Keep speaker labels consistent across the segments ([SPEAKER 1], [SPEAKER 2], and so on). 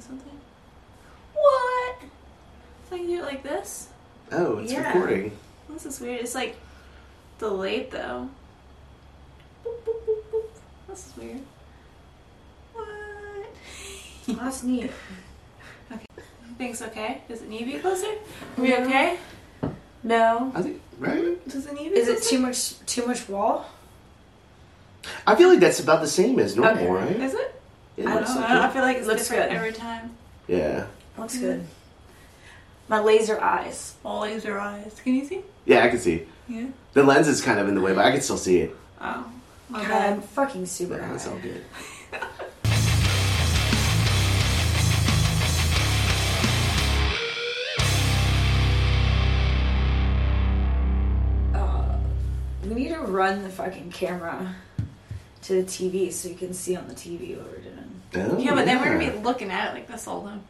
[SPEAKER 1] something? What? So I can do it like this?
[SPEAKER 2] Oh, it's
[SPEAKER 1] Yeah.
[SPEAKER 2] recording.
[SPEAKER 1] This is weird. It's like delayed though. Boop, boop, boop, boop. This is weird. What?
[SPEAKER 3] That's neat.
[SPEAKER 1] Thing's okay. Does it need to be closer? Are we okay?
[SPEAKER 3] No.
[SPEAKER 2] I think right.
[SPEAKER 1] Does it need to be
[SPEAKER 3] Is it
[SPEAKER 1] closer?
[SPEAKER 3] too much? Too much wall?
[SPEAKER 2] I feel like that's about the same as normal,
[SPEAKER 3] Okay.
[SPEAKER 2] right?
[SPEAKER 1] Is it? Oh,
[SPEAKER 2] It
[SPEAKER 1] I don't
[SPEAKER 2] looks
[SPEAKER 1] know.
[SPEAKER 2] like
[SPEAKER 1] I
[SPEAKER 2] it.
[SPEAKER 1] feel like it's
[SPEAKER 3] Looks
[SPEAKER 1] different
[SPEAKER 3] good.
[SPEAKER 1] every time.
[SPEAKER 2] Yeah,
[SPEAKER 3] Looks good. My laser eyes.
[SPEAKER 1] All laser eyes. Can you see?
[SPEAKER 2] yeah, I can see.
[SPEAKER 1] Yeah.
[SPEAKER 2] The lens is kind of in the way, but I can still see it.
[SPEAKER 1] Oh. My
[SPEAKER 3] God,
[SPEAKER 1] bad.
[SPEAKER 3] I'm fucking super
[SPEAKER 2] Yeah, that's all
[SPEAKER 3] high.
[SPEAKER 2] good.
[SPEAKER 3] Uh, we need to run the fucking camera to the TV so you can see on the TV what we're doing.
[SPEAKER 2] Oh,
[SPEAKER 1] Yeah, but then we're
[SPEAKER 2] yeah.
[SPEAKER 1] gonna be looking at it like this all the time.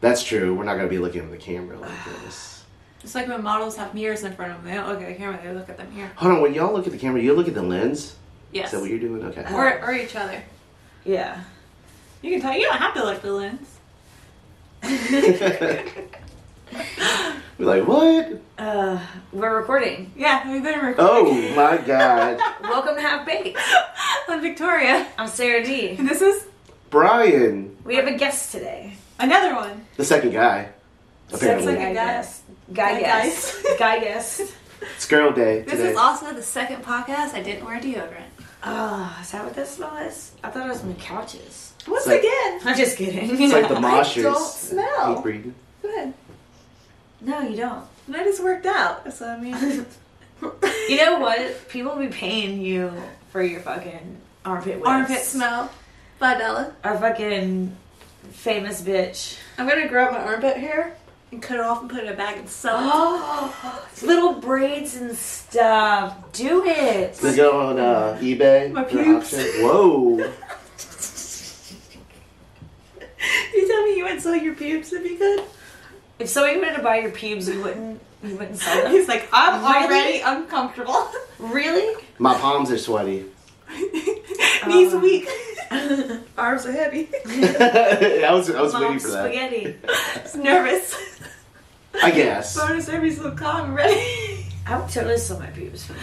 [SPEAKER 2] That's true. We're not gonna be looking at the camera like this.
[SPEAKER 1] It's like when models have mirrors in front of them. They don't look at the camera, they look at the mirror.
[SPEAKER 2] Hold on. When y'all look at the camera, you look at the lens.
[SPEAKER 1] Yes.
[SPEAKER 2] Is that what you're doing? Okay.
[SPEAKER 1] or, or each other.
[SPEAKER 3] Yeah.
[SPEAKER 1] You can tell you don't have to look at the lens.
[SPEAKER 2] We're like, what?
[SPEAKER 3] Uh, we're recording.
[SPEAKER 1] Yeah, we've been
[SPEAKER 2] Oh
[SPEAKER 1] recording.
[SPEAKER 2] my god,
[SPEAKER 3] Welcome to Half Baked.
[SPEAKER 1] I'm Victoria.
[SPEAKER 3] I'm Sarah D.
[SPEAKER 1] And this is
[SPEAKER 2] Brian,
[SPEAKER 3] We have a guest today.
[SPEAKER 1] another one.
[SPEAKER 2] the second guy. Apparently,
[SPEAKER 1] Second guy. guest.
[SPEAKER 3] Guy
[SPEAKER 1] Guy
[SPEAKER 3] guest.
[SPEAKER 1] guest.
[SPEAKER 3] Guy guest.
[SPEAKER 2] it's girl day
[SPEAKER 1] This
[SPEAKER 2] today.
[SPEAKER 1] is also the second podcast I didn't wear deodorant.
[SPEAKER 3] Oh, is that what that smell is? I thought it was my couches.
[SPEAKER 1] Once
[SPEAKER 2] like-
[SPEAKER 1] again.
[SPEAKER 3] I'm just kidding.
[SPEAKER 2] It's like the
[SPEAKER 1] I
[SPEAKER 2] moshers.
[SPEAKER 1] don't smell.
[SPEAKER 2] Keep breathing.
[SPEAKER 1] Good.
[SPEAKER 3] no, you don't.
[SPEAKER 1] And I just worked out. So I mean
[SPEAKER 3] You know what? People be paying you for your fucking armpit whips.
[SPEAKER 1] armpit smell. Bye Bella.
[SPEAKER 3] Our fucking famous bitch.
[SPEAKER 1] I'm gonna grow out my armpit hair and cut it off and put it in a bag and sell it.
[SPEAKER 3] Oh, little braids and stuff. Do it.
[SPEAKER 2] They go on uh, eBay.
[SPEAKER 1] My
[SPEAKER 2] for
[SPEAKER 1] pubes.
[SPEAKER 2] auction. Whoa.
[SPEAKER 1] you tell me you wouldn't sell your pubes if you could?
[SPEAKER 3] If somebody wanted to buy your pubes, you wouldn't. You wouldn't sell them.
[SPEAKER 1] He's like, I'm
[SPEAKER 3] Really?
[SPEAKER 1] already uncomfortable.
[SPEAKER 3] Really?
[SPEAKER 2] My palms are sweaty.
[SPEAKER 1] Knees
[SPEAKER 3] Um.
[SPEAKER 1] weak.
[SPEAKER 3] I
[SPEAKER 1] Arms are heavy.
[SPEAKER 2] I was I was waiting for that.
[SPEAKER 3] Spaghetti.
[SPEAKER 1] Just nervous.
[SPEAKER 2] I guess.
[SPEAKER 1] Bonus every so calm and ready.
[SPEAKER 3] I would totally sell my pubes. For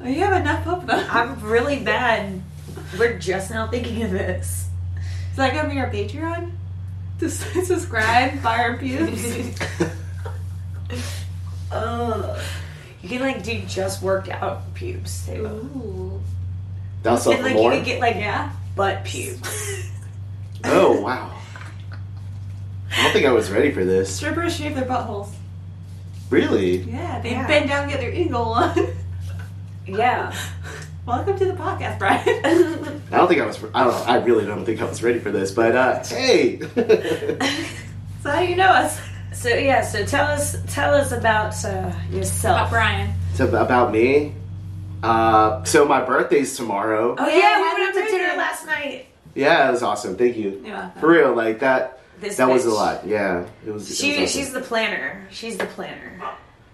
[SPEAKER 1] Oh, you have enough of them.
[SPEAKER 3] I'm really bad. We're just now thinking of this.
[SPEAKER 1] Is that gonna be our Patreon? To s- subscribe, buy our pubes.
[SPEAKER 3] Ugh. You can like do just worked out pubes too.
[SPEAKER 1] Ooh.
[SPEAKER 2] That'll sell
[SPEAKER 3] And
[SPEAKER 2] for
[SPEAKER 3] like
[SPEAKER 2] more.
[SPEAKER 3] you could get like
[SPEAKER 1] Yeah.
[SPEAKER 3] butt pubes.
[SPEAKER 2] Oh wow. I don't think I was ready for this.
[SPEAKER 1] Strippers shave their buttholes.
[SPEAKER 2] Really?
[SPEAKER 1] Yeah, they
[SPEAKER 3] Yeah.
[SPEAKER 1] bend down and get their eagle on.
[SPEAKER 3] Yeah.
[SPEAKER 1] Welcome to the podcast, Brian.
[SPEAKER 2] I don't think I was. I don't. know. I really don't think I was ready for this. But uh, hey.
[SPEAKER 1] so how do you know us?
[SPEAKER 3] So yeah. So tell us tell us about uh,
[SPEAKER 1] About
[SPEAKER 3] yourself.
[SPEAKER 1] Brian.
[SPEAKER 2] so about me. Uh, so my birthday's tomorrow.
[SPEAKER 3] Oh yeah,
[SPEAKER 1] Yeah,
[SPEAKER 3] we
[SPEAKER 1] happy
[SPEAKER 3] went out to dinner
[SPEAKER 1] birthday.
[SPEAKER 3] last night.
[SPEAKER 2] Yeah, it was awesome. Thank you.
[SPEAKER 1] You're welcome.
[SPEAKER 2] For real, like that.
[SPEAKER 3] This
[SPEAKER 2] That was a
[SPEAKER 3] bitch.
[SPEAKER 2] lot. Yeah, it was. it
[SPEAKER 3] She
[SPEAKER 2] was awesome.
[SPEAKER 3] she's the planner. She's the planner.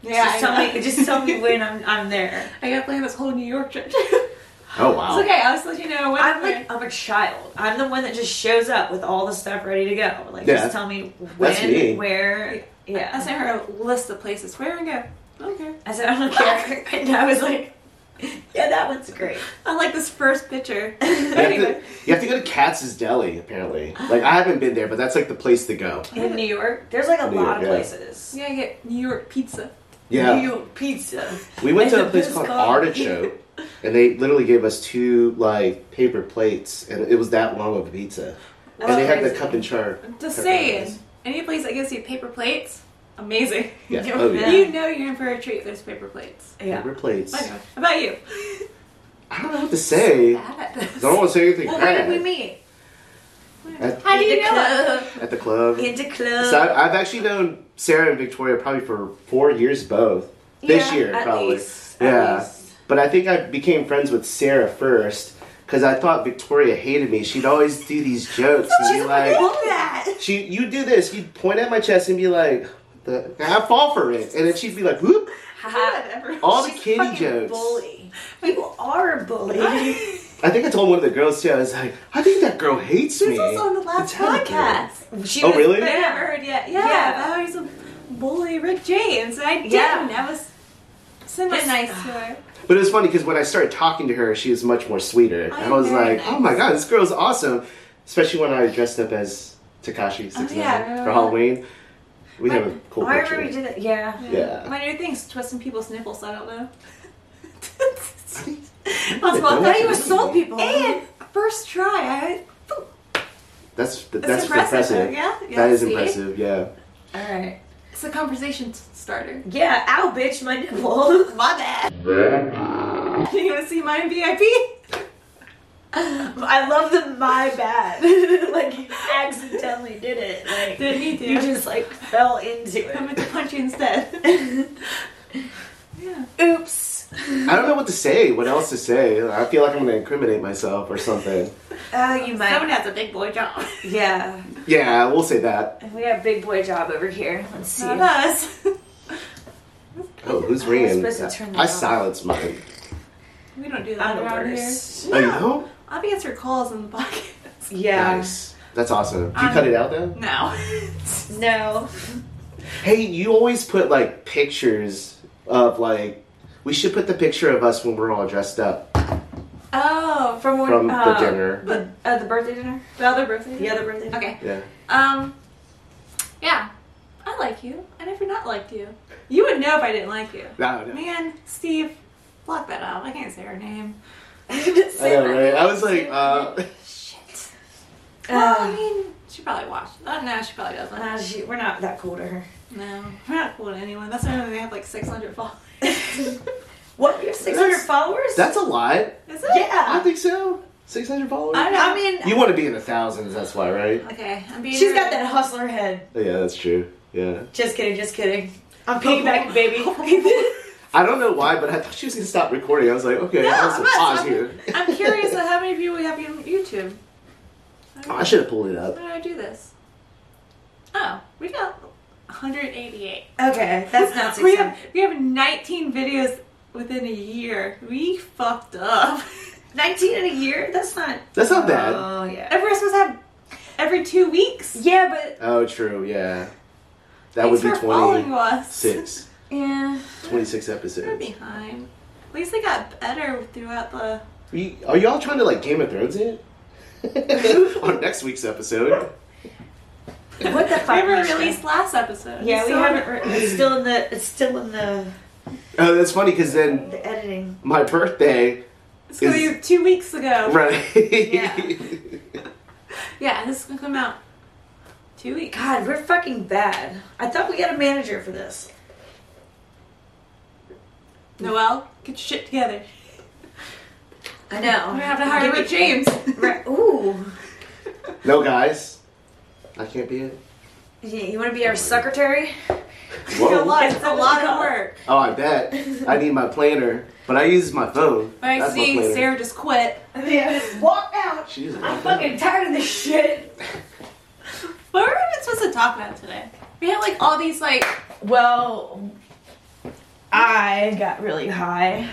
[SPEAKER 1] Yeah,
[SPEAKER 3] just
[SPEAKER 1] I
[SPEAKER 3] tell
[SPEAKER 1] know.
[SPEAKER 3] me just tell me when I'm I'm there.
[SPEAKER 1] I gotta plan this whole New York trip. it's
[SPEAKER 2] Oh wow.
[SPEAKER 1] okay, I'll just let you know when
[SPEAKER 3] I'm like I'm a child. I'm the one that just shows up with all the stuff ready to go. Like
[SPEAKER 2] Yeah.
[SPEAKER 3] just tell me
[SPEAKER 2] That's me.
[SPEAKER 3] when, where. Yeah.
[SPEAKER 1] I sent her a list of places. Where and go? Okay.
[SPEAKER 3] I said, I don't care.
[SPEAKER 1] "Oh."
[SPEAKER 3] And I was like, yeah, that one's great.
[SPEAKER 1] I like this first picture.
[SPEAKER 2] You have,
[SPEAKER 1] anyway.
[SPEAKER 2] to, you have to go to Katz's Deli, apparently. Like, I haven't been there, but that's like the place to go.
[SPEAKER 3] In New York, there's like a
[SPEAKER 2] New
[SPEAKER 3] lot
[SPEAKER 2] York,
[SPEAKER 3] of
[SPEAKER 2] yeah.
[SPEAKER 3] places.
[SPEAKER 1] You gotta get New York pizza.
[SPEAKER 2] Yeah.
[SPEAKER 3] New York pizza.
[SPEAKER 2] We went to
[SPEAKER 3] It's
[SPEAKER 2] a place called
[SPEAKER 3] bizarre.
[SPEAKER 2] Artichoke, and they literally gave us two, like, paper plates, and it was that long of a pizza.
[SPEAKER 3] That's
[SPEAKER 2] and they had the
[SPEAKER 3] crazy.
[SPEAKER 2] cup and char.
[SPEAKER 1] Just
[SPEAKER 2] pepperonis.
[SPEAKER 1] saying, any place that gives you paper plates, amazing.
[SPEAKER 2] Yeah.
[SPEAKER 3] Yeah.
[SPEAKER 2] Oh, yeah.
[SPEAKER 1] You know you're in for a treat. if There's paper plates.
[SPEAKER 3] Yeah.
[SPEAKER 2] Paper plates.
[SPEAKER 1] Anyway, how about you?
[SPEAKER 2] I don't know what to say. I
[SPEAKER 1] Bad at this.
[SPEAKER 2] don't want to say anything
[SPEAKER 3] Well, where
[SPEAKER 2] bad.
[SPEAKER 3] did we meet?
[SPEAKER 2] At,
[SPEAKER 1] How do you
[SPEAKER 3] In the
[SPEAKER 1] know?
[SPEAKER 3] club.
[SPEAKER 2] at the club.
[SPEAKER 3] In the club.
[SPEAKER 2] So I, I've actually known Sarah and Victoria probably for four years both. This
[SPEAKER 3] Yeah,
[SPEAKER 2] year,
[SPEAKER 3] at
[SPEAKER 2] probably.
[SPEAKER 3] least, at
[SPEAKER 2] yeah.
[SPEAKER 3] least.
[SPEAKER 2] But I think I became friends with Sarah first because I thought Victoria hated me. She'd always do these jokes and be like,
[SPEAKER 3] Love that.
[SPEAKER 2] she, you do this. You'd point at my chest and be like, "What the? and I'd fall for it. And then she'd be like, whoop,
[SPEAKER 3] Ha. Oh.
[SPEAKER 1] Whatever.
[SPEAKER 2] all the
[SPEAKER 3] She's a
[SPEAKER 2] kitty
[SPEAKER 3] fucking
[SPEAKER 2] jokes.
[SPEAKER 3] Bully. You are a bully.
[SPEAKER 2] I think I told one of the girls too. I was like, I think that girl hates
[SPEAKER 1] She
[SPEAKER 2] me.
[SPEAKER 1] was also on the last
[SPEAKER 2] It's happening.
[SPEAKER 1] podcast.
[SPEAKER 3] She
[SPEAKER 2] Oh,
[SPEAKER 3] was-
[SPEAKER 2] really?
[SPEAKER 1] But I
[SPEAKER 3] Yeah.
[SPEAKER 1] never heard yet. Yeah,
[SPEAKER 3] Yeah.
[SPEAKER 1] yeah. was a bully Rick James. And I didn't.
[SPEAKER 3] Yeah.
[SPEAKER 1] I was semi
[SPEAKER 3] Yes.
[SPEAKER 1] nice to her.
[SPEAKER 2] But it was funny because when I started talking to her, she was much more sweeter.
[SPEAKER 1] Oh,
[SPEAKER 2] I was
[SPEAKER 1] very
[SPEAKER 2] like,
[SPEAKER 1] nice.
[SPEAKER 2] oh my god, this girl's awesome. Especially when I dressed up as Takashi
[SPEAKER 1] Oh,
[SPEAKER 2] 69
[SPEAKER 1] yeah.
[SPEAKER 2] for Halloween. We have a
[SPEAKER 3] But-
[SPEAKER 2] cool
[SPEAKER 3] oh, I remember we
[SPEAKER 2] picture.
[SPEAKER 3] did it. Yeah.
[SPEAKER 2] Yeah.
[SPEAKER 1] My new thing's twisting people's nipples. I don't know.
[SPEAKER 2] I
[SPEAKER 1] Well,
[SPEAKER 2] don't
[SPEAKER 3] Now
[SPEAKER 1] that
[SPEAKER 2] think
[SPEAKER 3] you
[SPEAKER 1] you was
[SPEAKER 3] assault people.
[SPEAKER 1] and first try. I boop,
[SPEAKER 2] That's that's,
[SPEAKER 1] That's impressive,
[SPEAKER 2] impressive.
[SPEAKER 1] though, yeah? Yeah,
[SPEAKER 2] that is
[SPEAKER 1] see?
[SPEAKER 2] impressive. Yeah.
[SPEAKER 3] All right.
[SPEAKER 1] it's a conversation s- starter.
[SPEAKER 3] Yeah. Ow, bitch, my nipple.
[SPEAKER 1] My bad. you want to see my VIP?
[SPEAKER 3] I love the my bad. like you accidentally did it. Like
[SPEAKER 1] Didn't need to.
[SPEAKER 3] you just like fell into
[SPEAKER 1] I meant
[SPEAKER 3] it.
[SPEAKER 1] to punch you instead. yeah.
[SPEAKER 3] Oops.
[SPEAKER 2] I don't know what to say. What else to say? I feel like I'm going to incriminate myself or something.
[SPEAKER 3] Oh, you
[SPEAKER 1] Someone
[SPEAKER 3] might.
[SPEAKER 1] has a big boy job.
[SPEAKER 3] Yeah.
[SPEAKER 2] Yeah, we'll say that.
[SPEAKER 3] We got a big boy job over here. Let's see.
[SPEAKER 1] Not us.
[SPEAKER 2] Oh, who's
[SPEAKER 3] I was
[SPEAKER 2] ringing?
[SPEAKER 3] supposed to turn that
[SPEAKER 2] I
[SPEAKER 3] off.
[SPEAKER 2] silenced mine.
[SPEAKER 1] we don't do that
[SPEAKER 3] I'm the
[SPEAKER 1] around here.
[SPEAKER 3] worst.
[SPEAKER 2] Oh, you know?
[SPEAKER 1] I'll be answering calls in the podcast.
[SPEAKER 3] Yeah.
[SPEAKER 2] Nice. That's awesome. Do you
[SPEAKER 1] Um,
[SPEAKER 2] cut it out then?
[SPEAKER 1] No.
[SPEAKER 3] No.
[SPEAKER 2] Hey, you always put like pictures of like. We should put the picture of us when we're all dressed up
[SPEAKER 1] oh,
[SPEAKER 3] From when,
[SPEAKER 2] from the
[SPEAKER 3] uh,
[SPEAKER 2] dinner.
[SPEAKER 3] The, uh, the birthday dinner.
[SPEAKER 1] the other birthday.
[SPEAKER 3] The other birthday. Dinner?
[SPEAKER 1] Okay.
[SPEAKER 2] Yeah.
[SPEAKER 1] Um. Yeah. I like you. I never not liked you. You would know if I didn't like you.
[SPEAKER 2] No, no.
[SPEAKER 1] Man, Steve, block that out. I can't say her name.
[SPEAKER 2] I know, right? I was like, uh,
[SPEAKER 1] Shit. Well, I
[SPEAKER 3] Uh,
[SPEAKER 1] mean, she probably watched. Oh, no, she probably doesn't.
[SPEAKER 3] uh, she, we're not that cool to her.
[SPEAKER 1] no, we're not cool to anyone. That's why they have like 600 followers. Is
[SPEAKER 3] What? You have 600
[SPEAKER 2] That's-
[SPEAKER 3] followers?
[SPEAKER 2] that's a lot.
[SPEAKER 1] it?
[SPEAKER 2] I
[SPEAKER 3] yeah.
[SPEAKER 2] don't think so. Six hundred followers.
[SPEAKER 1] I don't know.
[SPEAKER 3] I mean,
[SPEAKER 2] You want to be in the thousands. That's why, right?
[SPEAKER 1] okay, I'm being.
[SPEAKER 3] she's got
[SPEAKER 1] rude.
[SPEAKER 3] that hustler head.
[SPEAKER 2] Yeah, that's true. Yeah.
[SPEAKER 3] Just kidding. Just kidding. I'm piggybacking, baby.
[SPEAKER 2] I don't know why, but I thought she was gonna stop recording. I was like, okay,
[SPEAKER 1] No,
[SPEAKER 2] I'll
[SPEAKER 1] I'm
[SPEAKER 2] some
[SPEAKER 1] not
[SPEAKER 2] pause
[SPEAKER 1] stopping.
[SPEAKER 2] here.
[SPEAKER 1] I'm curious at how many people we have on YouTube.
[SPEAKER 2] Oh, I should have pulled it up.
[SPEAKER 1] How did I do this? Oh, we got 188.
[SPEAKER 3] okay, that's not
[SPEAKER 1] we
[SPEAKER 3] 600.
[SPEAKER 1] have we have 19 videos within a year. We fucked up.
[SPEAKER 3] 19 in a year? That's not.
[SPEAKER 2] That's not
[SPEAKER 1] Uh,
[SPEAKER 2] bad.
[SPEAKER 3] Oh yeah.
[SPEAKER 1] And we're supposed to have every two weeks.
[SPEAKER 3] Yeah, but
[SPEAKER 2] Oh, true. Yeah. That
[SPEAKER 1] Thanks
[SPEAKER 2] would be
[SPEAKER 1] for following
[SPEAKER 2] twenty
[SPEAKER 1] us.
[SPEAKER 2] six.
[SPEAKER 3] yeah.
[SPEAKER 2] 26
[SPEAKER 1] We're
[SPEAKER 2] episodes.
[SPEAKER 1] behind. At least they got better throughout the.
[SPEAKER 2] Are you- Are y'all trying to like Game of Thrones it? On next week's episode.
[SPEAKER 3] What the fuck?
[SPEAKER 1] We haven't
[SPEAKER 3] Misha?
[SPEAKER 1] released last episode.
[SPEAKER 3] Yeah, we
[SPEAKER 1] so-
[SPEAKER 3] haven't. Re- it's still in the. It's still in the
[SPEAKER 2] Oh, that's funny because then
[SPEAKER 3] the editing.
[SPEAKER 2] my birthday,
[SPEAKER 1] It's gonna be
[SPEAKER 2] Is-
[SPEAKER 1] two weeks ago.
[SPEAKER 2] right?
[SPEAKER 1] Yeah. Yeah, this is gonna come out two weeks.
[SPEAKER 3] God, we're fucking bad. I thought we had a manager for this.
[SPEAKER 1] Noelle, get your shit together.
[SPEAKER 3] I know.
[SPEAKER 1] I'm gonna have to hire Rick James.
[SPEAKER 3] Oh, Right. Ooh.
[SPEAKER 2] no, guys, I can't be it.
[SPEAKER 3] Yeah, you want to be our secretary?
[SPEAKER 1] It's a
[SPEAKER 2] Whoa.
[SPEAKER 1] lot, it's a lot of work.
[SPEAKER 2] Oh, I bet. I need my planner, but I use my phone.
[SPEAKER 1] But I
[SPEAKER 2] That's my
[SPEAKER 1] see
[SPEAKER 2] planner.
[SPEAKER 1] Sarah just quit.
[SPEAKER 3] Yeah. Walk out.
[SPEAKER 2] She is a
[SPEAKER 3] I'm
[SPEAKER 2] lot better.
[SPEAKER 3] fucking tired of this shit.
[SPEAKER 1] What were we even supposed to talk about today? We had like all these like
[SPEAKER 3] Well, I got really high.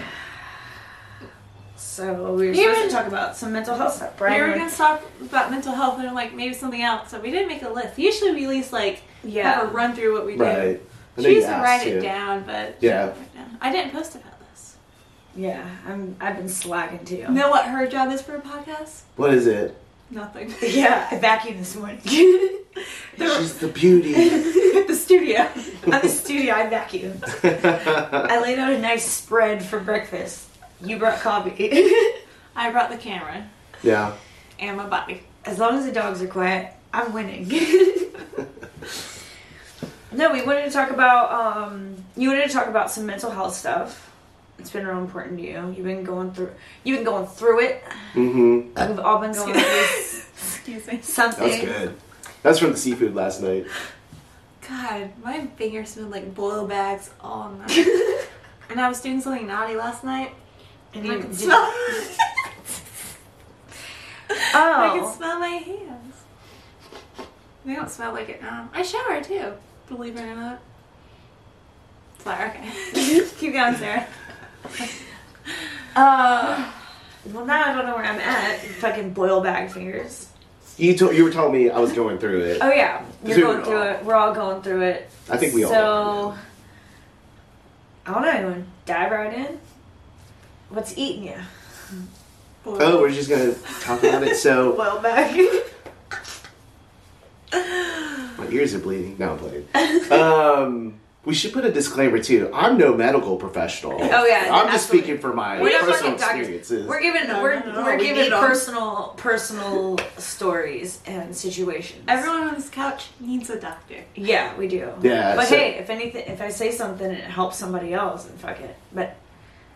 [SPEAKER 3] So we were supposed
[SPEAKER 1] Even-
[SPEAKER 3] to talk about some mental health stuff,
[SPEAKER 1] we
[SPEAKER 3] right?
[SPEAKER 1] were gonna talk about mental health and like maybe something else. So we didn't make a list. Usually we at least like have a
[SPEAKER 3] yeah.
[SPEAKER 1] run through what we do.
[SPEAKER 2] Right. I know
[SPEAKER 1] She
[SPEAKER 2] you
[SPEAKER 1] used to
[SPEAKER 2] asked,
[SPEAKER 1] write it
[SPEAKER 2] too.
[SPEAKER 1] down, but
[SPEAKER 2] Yeah.
[SPEAKER 1] I didn't post about this.
[SPEAKER 3] Yeah. I'm. I've been slacking too.
[SPEAKER 1] You know what her job is for a podcast?
[SPEAKER 2] What is it?
[SPEAKER 1] Nothing.
[SPEAKER 3] Yeah. I vacuumed this morning.
[SPEAKER 1] the,
[SPEAKER 2] She's the beauty.
[SPEAKER 1] the studio.
[SPEAKER 3] At the studio, I vacuumed. I laid out a nice spread for breakfast. You brought coffee.
[SPEAKER 1] I brought the camera
[SPEAKER 2] yeah.
[SPEAKER 1] and my body.
[SPEAKER 3] as long as the dogs are quiet, I'm winning. no, we wanted to talk about um you wanted to talk about some mental health stuff. It's been real important to you. You've been going through you've been going through it.
[SPEAKER 2] Mm-hmm.
[SPEAKER 3] We've all been going through
[SPEAKER 1] Excuse me.
[SPEAKER 2] That was
[SPEAKER 3] something.
[SPEAKER 2] good. That's from the seafood last night.
[SPEAKER 1] God, my fingers smelled like boil bags all night. and I was doing something naughty last night.
[SPEAKER 3] And
[SPEAKER 1] And I
[SPEAKER 3] you
[SPEAKER 1] could
[SPEAKER 3] did-
[SPEAKER 1] smell. I
[SPEAKER 3] oh,
[SPEAKER 1] could smell my hands. They don't smell like it now. I shower too. Believe it or not. Sorry. Okay. Keep going, Sarah.
[SPEAKER 3] uh, Well, now I don't know where I'm at. Fucking boil bag fingers.
[SPEAKER 2] You told you were telling me I was going through it.
[SPEAKER 3] Oh yeah, you're
[SPEAKER 2] Dude,
[SPEAKER 3] going through
[SPEAKER 2] uh,
[SPEAKER 3] it. We're all going through it.
[SPEAKER 2] I think we all. are.
[SPEAKER 3] So I don't know. You want to dive right in? What's eating you?
[SPEAKER 2] Oh, we're just gonna talk about it. So
[SPEAKER 1] Well back.
[SPEAKER 2] my ears are bleeding. No, I'm bleeding. Um, we should put a disclaimer too. I'm no medical professional.
[SPEAKER 3] Oh, yeah,
[SPEAKER 2] I'm just
[SPEAKER 3] absolutely.
[SPEAKER 2] speaking for my
[SPEAKER 3] We're not
[SPEAKER 2] personal
[SPEAKER 3] fucking doctors.
[SPEAKER 2] experiences.
[SPEAKER 3] We're giving
[SPEAKER 1] No,
[SPEAKER 3] we're,
[SPEAKER 1] no, no,
[SPEAKER 3] we're
[SPEAKER 1] we
[SPEAKER 3] giving
[SPEAKER 1] need 'em.
[SPEAKER 3] personal personal stories and situations.
[SPEAKER 1] Everyone on this couch needs a doctor.
[SPEAKER 3] yeah, we do.
[SPEAKER 2] Yeah,
[SPEAKER 3] but
[SPEAKER 2] so-
[SPEAKER 3] hey, if anything, if I say something and it helps somebody else, and fuck it. But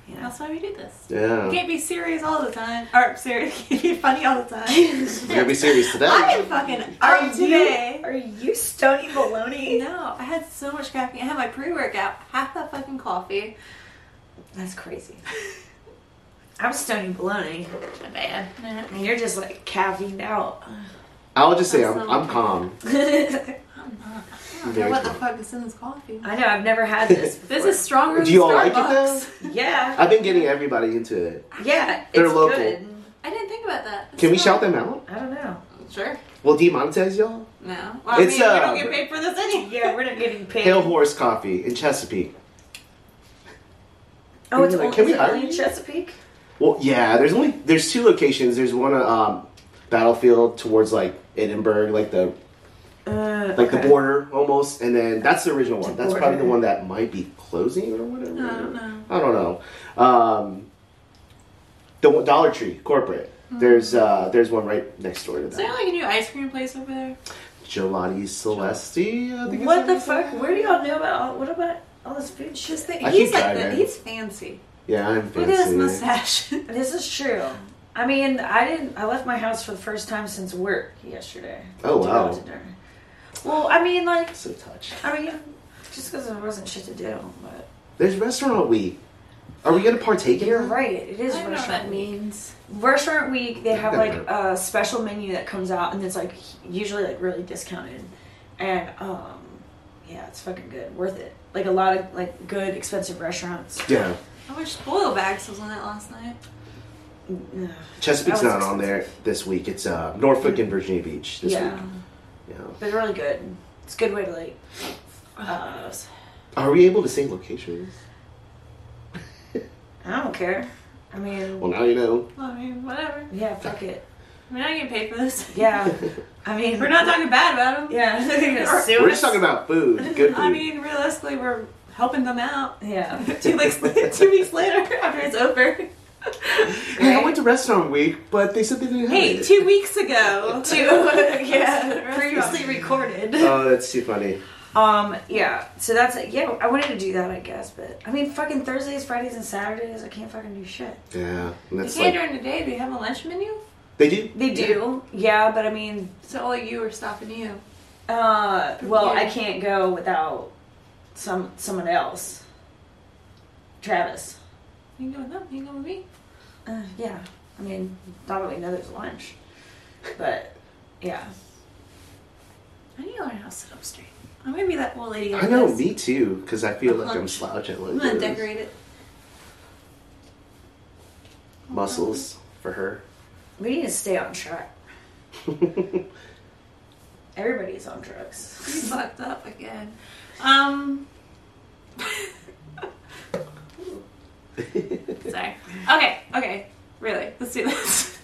[SPEAKER 3] you know,
[SPEAKER 1] That's why we do this. You
[SPEAKER 2] yeah,
[SPEAKER 1] can't be serious all the time. Or serious. You can't be funny all the time.
[SPEAKER 2] we're gonna be serious today.
[SPEAKER 1] I've been fucking up today.
[SPEAKER 3] Are you stony baloney?
[SPEAKER 1] No, I had so much caffeine. I had my pre-workout, half that fucking coffee.
[SPEAKER 3] That's crazy. I'm stony baloney,
[SPEAKER 1] Man,
[SPEAKER 3] and you're just like caffeined out.
[SPEAKER 2] I'll just say I'm,
[SPEAKER 1] That's
[SPEAKER 2] I'm
[SPEAKER 1] not-
[SPEAKER 2] calm.
[SPEAKER 3] I
[SPEAKER 1] I'm not. I don't
[SPEAKER 2] Very
[SPEAKER 1] know what the
[SPEAKER 2] calm.
[SPEAKER 1] fuck is in this coffee.
[SPEAKER 3] know I've never had this.
[SPEAKER 1] This
[SPEAKER 3] before.
[SPEAKER 1] is stronger.
[SPEAKER 2] Do you all
[SPEAKER 1] than
[SPEAKER 2] like it
[SPEAKER 1] Starbucks.
[SPEAKER 2] though?
[SPEAKER 3] yeah,
[SPEAKER 2] I've been getting everybody into it.
[SPEAKER 3] yeah.
[SPEAKER 2] They're
[SPEAKER 3] it's
[SPEAKER 2] local.
[SPEAKER 3] Good.
[SPEAKER 1] I didn't think about that.
[SPEAKER 2] Can we
[SPEAKER 1] It's
[SPEAKER 2] shout
[SPEAKER 1] not-
[SPEAKER 2] them out?
[SPEAKER 3] I don't know.
[SPEAKER 1] Sure.
[SPEAKER 2] Well, demonetize y'all.
[SPEAKER 1] No. Well, I
[SPEAKER 2] It's,
[SPEAKER 1] mean, we
[SPEAKER 2] uh,
[SPEAKER 1] don't get paid for this anyway.
[SPEAKER 3] Yeah, we're not getting paid.
[SPEAKER 2] Pale Horse Coffee in Chesapeake.
[SPEAKER 3] Oh, it's
[SPEAKER 2] Like,
[SPEAKER 3] only,
[SPEAKER 2] can we
[SPEAKER 3] is it
[SPEAKER 2] hire
[SPEAKER 3] only in
[SPEAKER 2] you?
[SPEAKER 3] Chesapeake?
[SPEAKER 2] Well, yeah. There's only there's two locations. There's one on um, Battlefield towards like Edinburgh, like the
[SPEAKER 3] Uh,
[SPEAKER 2] like
[SPEAKER 3] okay.
[SPEAKER 2] the border almost, and then that's the original one.
[SPEAKER 3] The
[SPEAKER 2] That's probably the
[SPEAKER 3] border.
[SPEAKER 2] one that might be closing or whatever.
[SPEAKER 1] I don't know.
[SPEAKER 2] I don't know. Um, the one- Dollar Tree corporate.
[SPEAKER 3] Hmm.
[SPEAKER 2] There's uh, there's one right next door to
[SPEAKER 1] Is there
[SPEAKER 2] that.
[SPEAKER 1] like a new ice cream place over there?
[SPEAKER 2] Gelati Celesti. I think it's
[SPEAKER 3] What the
[SPEAKER 2] what it's
[SPEAKER 3] fuck?
[SPEAKER 2] called.
[SPEAKER 3] Where do y'all know about all, what about all this food shit?
[SPEAKER 1] Just that
[SPEAKER 2] I
[SPEAKER 1] he's
[SPEAKER 2] can
[SPEAKER 1] like
[SPEAKER 2] try,
[SPEAKER 1] the,
[SPEAKER 2] man.
[SPEAKER 1] he's fancy.
[SPEAKER 2] Yeah, I'm
[SPEAKER 1] Look at his
[SPEAKER 2] fancy.
[SPEAKER 1] mustache.
[SPEAKER 3] This is true. I mean, I didn't. I left my house for the first time since work yesterday.
[SPEAKER 2] Oh,
[SPEAKER 3] to go
[SPEAKER 2] wow.
[SPEAKER 3] to dinner. Well, I mean, like,
[SPEAKER 2] So touched.
[SPEAKER 3] I mean, just because there wasn't shit to do, but
[SPEAKER 2] There's restaurant week. Are we gonna partake in
[SPEAKER 3] you're
[SPEAKER 2] that?
[SPEAKER 3] right. It
[SPEAKER 1] I
[SPEAKER 3] is
[SPEAKER 1] don't know what
[SPEAKER 3] restaurant
[SPEAKER 1] that
[SPEAKER 3] week.
[SPEAKER 1] means.
[SPEAKER 3] Restaurant week, they have like
[SPEAKER 2] Never.
[SPEAKER 3] a special menu that comes out, and it's like usually like really discounted, and um, yeah, it's fucking good, worth it. Like a lot of like good expensive restaurants.
[SPEAKER 2] Yeah,
[SPEAKER 1] I wish Boil Bags was on that last night.
[SPEAKER 3] Mm, Ugh.
[SPEAKER 2] Chesapeake's
[SPEAKER 3] That
[SPEAKER 2] not
[SPEAKER 3] was
[SPEAKER 2] on there this week. It's uh, Norfolk and Virginia Beach this
[SPEAKER 3] Yeah,
[SPEAKER 2] week. Yeah.
[SPEAKER 3] but really good. It's a good way to like. Uh,
[SPEAKER 2] Are we able to say locations?
[SPEAKER 3] I don't care. I mean,
[SPEAKER 2] Well, now you know.
[SPEAKER 1] Well, I mean, whatever.
[SPEAKER 3] yeah, fuck it.
[SPEAKER 1] We're not getting paid for this.
[SPEAKER 3] Yeah,
[SPEAKER 1] Oh.
[SPEAKER 3] I mean,
[SPEAKER 1] We're not talking bad about them.
[SPEAKER 3] Yeah,
[SPEAKER 2] We're just talking about food. Good food.
[SPEAKER 1] I mean, realistically, we're helping them out.
[SPEAKER 3] Yeah,
[SPEAKER 1] two weeks later, two weeks later, after it's over.
[SPEAKER 2] Hey, I went to restaurant week, but they said they didn't have
[SPEAKER 1] Hey,
[SPEAKER 2] it.
[SPEAKER 1] two weeks ago.
[SPEAKER 3] two. yeah, previously recorded.
[SPEAKER 1] Uh,
[SPEAKER 2] Oh, that's too funny.
[SPEAKER 3] Um, yeah. So that's yeah. I wanted to do that, I guess, but I mean, fucking Thursdays, Fridays, and Saturdays, I can't fucking do shit.
[SPEAKER 2] Yeah, and
[SPEAKER 1] You
[SPEAKER 2] that's
[SPEAKER 1] can't
[SPEAKER 2] like
[SPEAKER 1] during the day. Do you have a lunch menu?
[SPEAKER 2] they do.
[SPEAKER 3] They do, yeah. But I mean,
[SPEAKER 1] So all you are stopping you.
[SPEAKER 3] uh, well,
[SPEAKER 1] Yeah.
[SPEAKER 3] I can't go without some someone else. Travis.
[SPEAKER 1] You can go with them. You can go with me.
[SPEAKER 3] Uh, yeah. I mean, not that we know there's lunch, but yeah.
[SPEAKER 1] I need to learn how to sit up straight. I'm gonna be that old lady.
[SPEAKER 2] I know, me too, because I feel
[SPEAKER 1] Lunch.
[SPEAKER 2] like I'm slouching. Like
[SPEAKER 1] I'm gonna
[SPEAKER 2] those
[SPEAKER 1] decorate it.
[SPEAKER 2] muscles for her.
[SPEAKER 3] We need to stay on track. Everybody's on drugs.
[SPEAKER 1] You fucked up again. Um. Sorry. Okay. Okay. Really. Let's do this.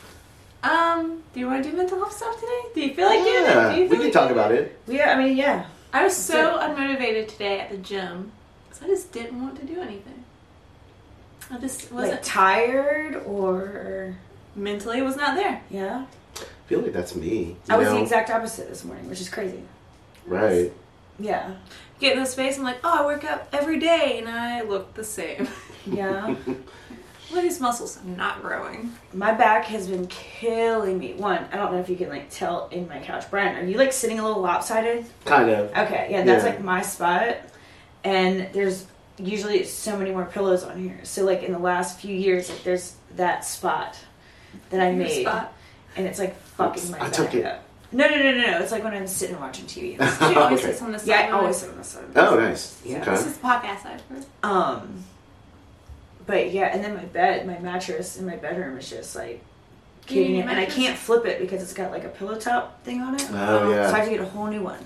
[SPEAKER 1] um. Do you want to do mental health stuff today? Do you feel like doing it?
[SPEAKER 2] yeah,
[SPEAKER 1] Do you feel
[SPEAKER 2] we can
[SPEAKER 1] like
[SPEAKER 2] talk
[SPEAKER 1] doing
[SPEAKER 2] about it.
[SPEAKER 3] Yeah, I mean, yeah.
[SPEAKER 1] I was so unmotivated today at the gym because I just didn't want to do anything. I just wasn't
[SPEAKER 3] like tired or
[SPEAKER 1] mentally was not there.
[SPEAKER 3] yeah.
[SPEAKER 2] I feel like that's me.
[SPEAKER 3] I
[SPEAKER 2] you
[SPEAKER 3] was the
[SPEAKER 2] know?
[SPEAKER 3] exact opposite this morning, which is crazy.
[SPEAKER 2] right.
[SPEAKER 3] Yeah,
[SPEAKER 1] Get in the space. I'm like, oh, I work out every day and I look the same.
[SPEAKER 3] yeah.
[SPEAKER 1] Look at these muscles not growing.
[SPEAKER 3] my back has been killing me. One, I don't know if you can like tell in my couch. Brian, are you like sitting a little lopsided?
[SPEAKER 2] Kind of.
[SPEAKER 3] Okay, yeah, that's
[SPEAKER 2] Yeah.
[SPEAKER 3] like my spot. And there's usually so many more pillows on here. So like in the last few years, like there's that spot that I
[SPEAKER 1] Your
[SPEAKER 3] made.
[SPEAKER 1] spot.
[SPEAKER 3] and it's like fucking my
[SPEAKER 2] I
[SPEAKER 3] back
[SPEAKER 2] took it.
[SPEAKER 3] up. No, no, no, no, no. It's like when I'm sitting watching TV. And
[SPEAKER 1] She always
[SPEAKER 2] Okay.
[SPEAKER 1] sits on the side.
[SPEAKER 3] yeah, I always sit on the side.
[SPEAKER 2] Oh, nice.
[SPEAKER 3] Yeah.
[SPEAKER 2] Okay.
[SPEAKER 1] This is podcast side first.
[SPEAKER 3] Um, but yeah, and then my bed, my mattress in my bedroom is just like caving
[SPEAKER 1] need
[SPEAKER 3] in,
[SPEAKER 1] a
[SPEAKER 3] and I
[SPEAKER 1] mattress?
[SPEAKER 3] can't flip it because it's got like a pillow top thing on it.
[SPEAKER 2] Oh, yeah.
[SPEAKER 3] So I have to get a whole new one.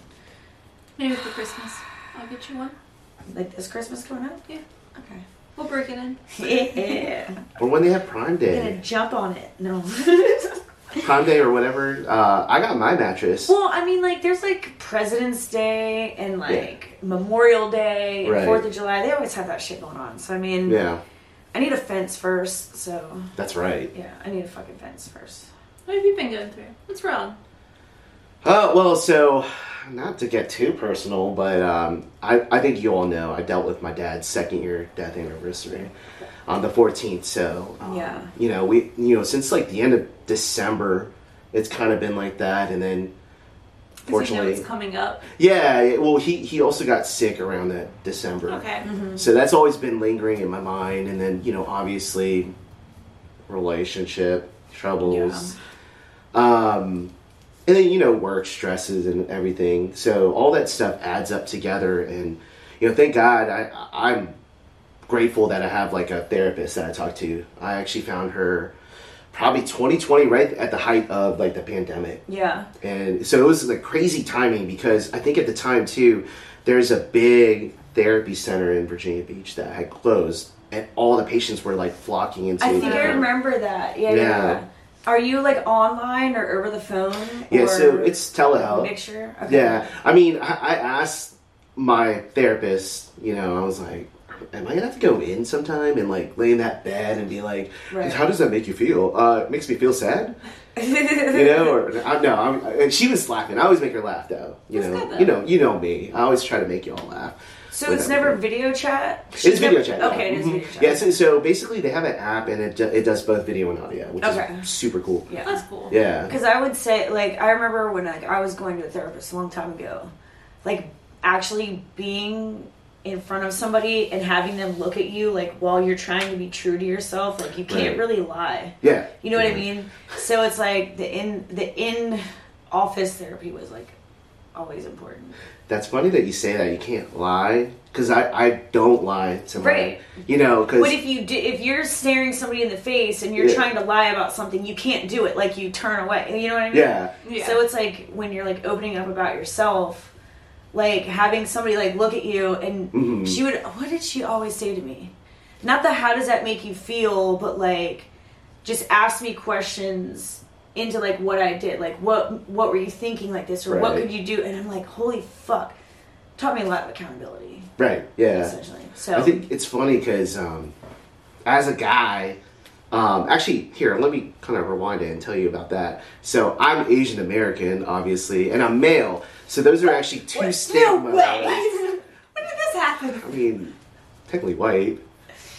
[SPEAKER 1] Maybe for Christmas. I'll get you one.
[SPEAKER 3] Like is Christmas coming up?
[SPEAKER 1] Yeah.
[SPEAKER 3] Okay.
[SPEAKER 1] We'll break it in.
[SPEAKER 3] Yeah.
[SPEAKER 2] Or when they have Prime
[SPEAKER 3] I'm gonna
[SPEAKER 2] Day,
[SPEAKER 3] jump on it. No.
[SPEAKER 2] Prime Day or whatever. Uh, I got my mattress.
[SPEAKER 3] well, I mean, like there's like President's Day and like Memorial Day and
[SPEAKER 2] Right.
[SPEAKER 3] Fourth of July. They always have that shit going on. So I mean,
[SPEAKER 2] Yeah,
[SPEAKER 3] I need a fence first. So
[SPEAKER 2] that's right.
[SPEAKER 3] yeah, I need a fucking fence first.
[SPEAKER 1] What have you been going through? What's wrong?
[SPEAKER 2] Uh, well, so not to get too personal, but um, I, I think you all know I dealt with my dad's second year death anniversary on the 14th. So um,
[SPEAKER 3] Yeah.
[SPEAKER 2] you know we you know since like the end of December, it's kind of been like that, and then
[SPEAKER 1] Because you know
[SPEAKER 2] fortunately,
[SPEAKER 1] it's coming up.
[SPEAKER 2] yeah. it- Well, he he also got sick around that December.
[SPEAKER 1] Okay.
[SPEAKER 2] So that's always been lingering in my mind, and then you know, obviously, relationship troubles, um, and then you know, work stresses and everything. So all that stuff adds up together, and you know, thank God I I- I'm grateful that I have like a therapist that I talk to. I actually found her probably 2020, right at the height of like the pandemic
[SPEAKER 3] Yeah.
[SPEAKER 2] and so it was like crazy timing because I think at the time too, there's a big therapy center in Virginia Beach that had closed, and all the patients were like flocking into.
[SPEAKER 3] I think
[SPEAKER 2] the-
[SPEAKER 3] I remember that. Yeah, yeah.
[SPEAKER 2] Yeah.
[SPEAKER 3] yeah. Are you like online or over the phone?
[SPEAKER 2] Yeah, so
[SPEAKER 3] or
[SPEAKER 2] it's telehealth.
[SPEAKER 3] mixture.
[SPEAKER 2] Yeah, I mean, I, I asked my therapist. You know, I was like, "Am I gonna have to go in sometime and like lay in that bed and be like,
[SPEAKER 3] Right.
[SPEAKER 2] how does that make you feel? Uh, it makes me feel sad." you know, or I, no, I'm, I, she was laughing. I always make her laugh though. You
[SPEAKER 1] That's
[SPEAKER 2] know,
[SPEAKER 1] good, though.
[SPEAKER 2] you know, you know me. I always try to make you all laugh.
[SPEAKER 3] so
[SPEAKER 2] with
[SPEAKER 3] it's never
[SPEAKER 2] everything.
[SPEAKER 3] video chat.
[SPEAKER 2] It is video
[SPEAKER 3] Never-
[SPEAKER 2] chat.
[SPEAKER 3] Okay, it is
[SPEAKER 2] Mhm.
[SPEAKER 3] video chat.
[SPEAKER 2] Yeah, so, so basically they have an app and it, do- it does both video and audio, which
[SPEAKER 3] Okay.
[SPEAKER 2] is super cool.
[SPEAKER 3] Yeah.
[SPEAKER 1] That's cool.
[SPEAKER 2] Yeah.
[SPEAKER 3] Because I would say, like, I remember when like I was going to a therapist a long time ago, like actually being in front of somebody and having them look at you like while you're trying to be true to yourself, like you can't
[SPEAKER 2] Right.
[SPEAKER 3] really lie.
[SPEAKER 2] Yeah.
[SPEAKER 3] You know what I
[SPEAKER 2] Yeah.
[SPEAKER 3] mean? So it's like the in the in office therapy was like always important.
[SPEAKER 2] That's funny that you say that. You can't lie. Because I, I don't lie to my.
[SPEAKER 3] Right.
[SPEAKER 2] You know,
[SPEAKER 3] But
[SPEAKER 2] because.
[SPEAKER 3] if you do, if you're staring somebody in the face and you're
[SPEAKER 2] Yeah.
[SPEAKER 3] trying to lie about something, you can't do it. Like you turn away. You know what I mean?
[SPEAKER 2] Yeah.
[SPEAKER 1] Yeah.
[SPEAKER 3] So it's like when you're like opening up about yourself, like having somebody like look at you and
[SPEAKER 2] Mhm.
[SPEAKER 3] she would what did she always say to me? Not the how does that make you feel, but like just ask me questions into like what I did. Like what what were you thinking like this or what
[SPEAKER 2] Right.
[SPEAKER 3] could you do? And I'm like, holy fuck. Taught me a lot of accountability,
[SPEAKER 2] Right. Yeah.
[SPEAKER 3] essentially. So
[SPEAKER 2] I think it's funny because um, as a guy, um, actually, here, let me kind of rewind it and tell you about that. So I'm Asian American, obviously, and I'm male. So those are actually two
[SPEAKER 3] No
[SPEAKER 2] stigmas.
[SPEAKER 3] way! when did this happen?
[SPEAKER 2] I mean, technically white.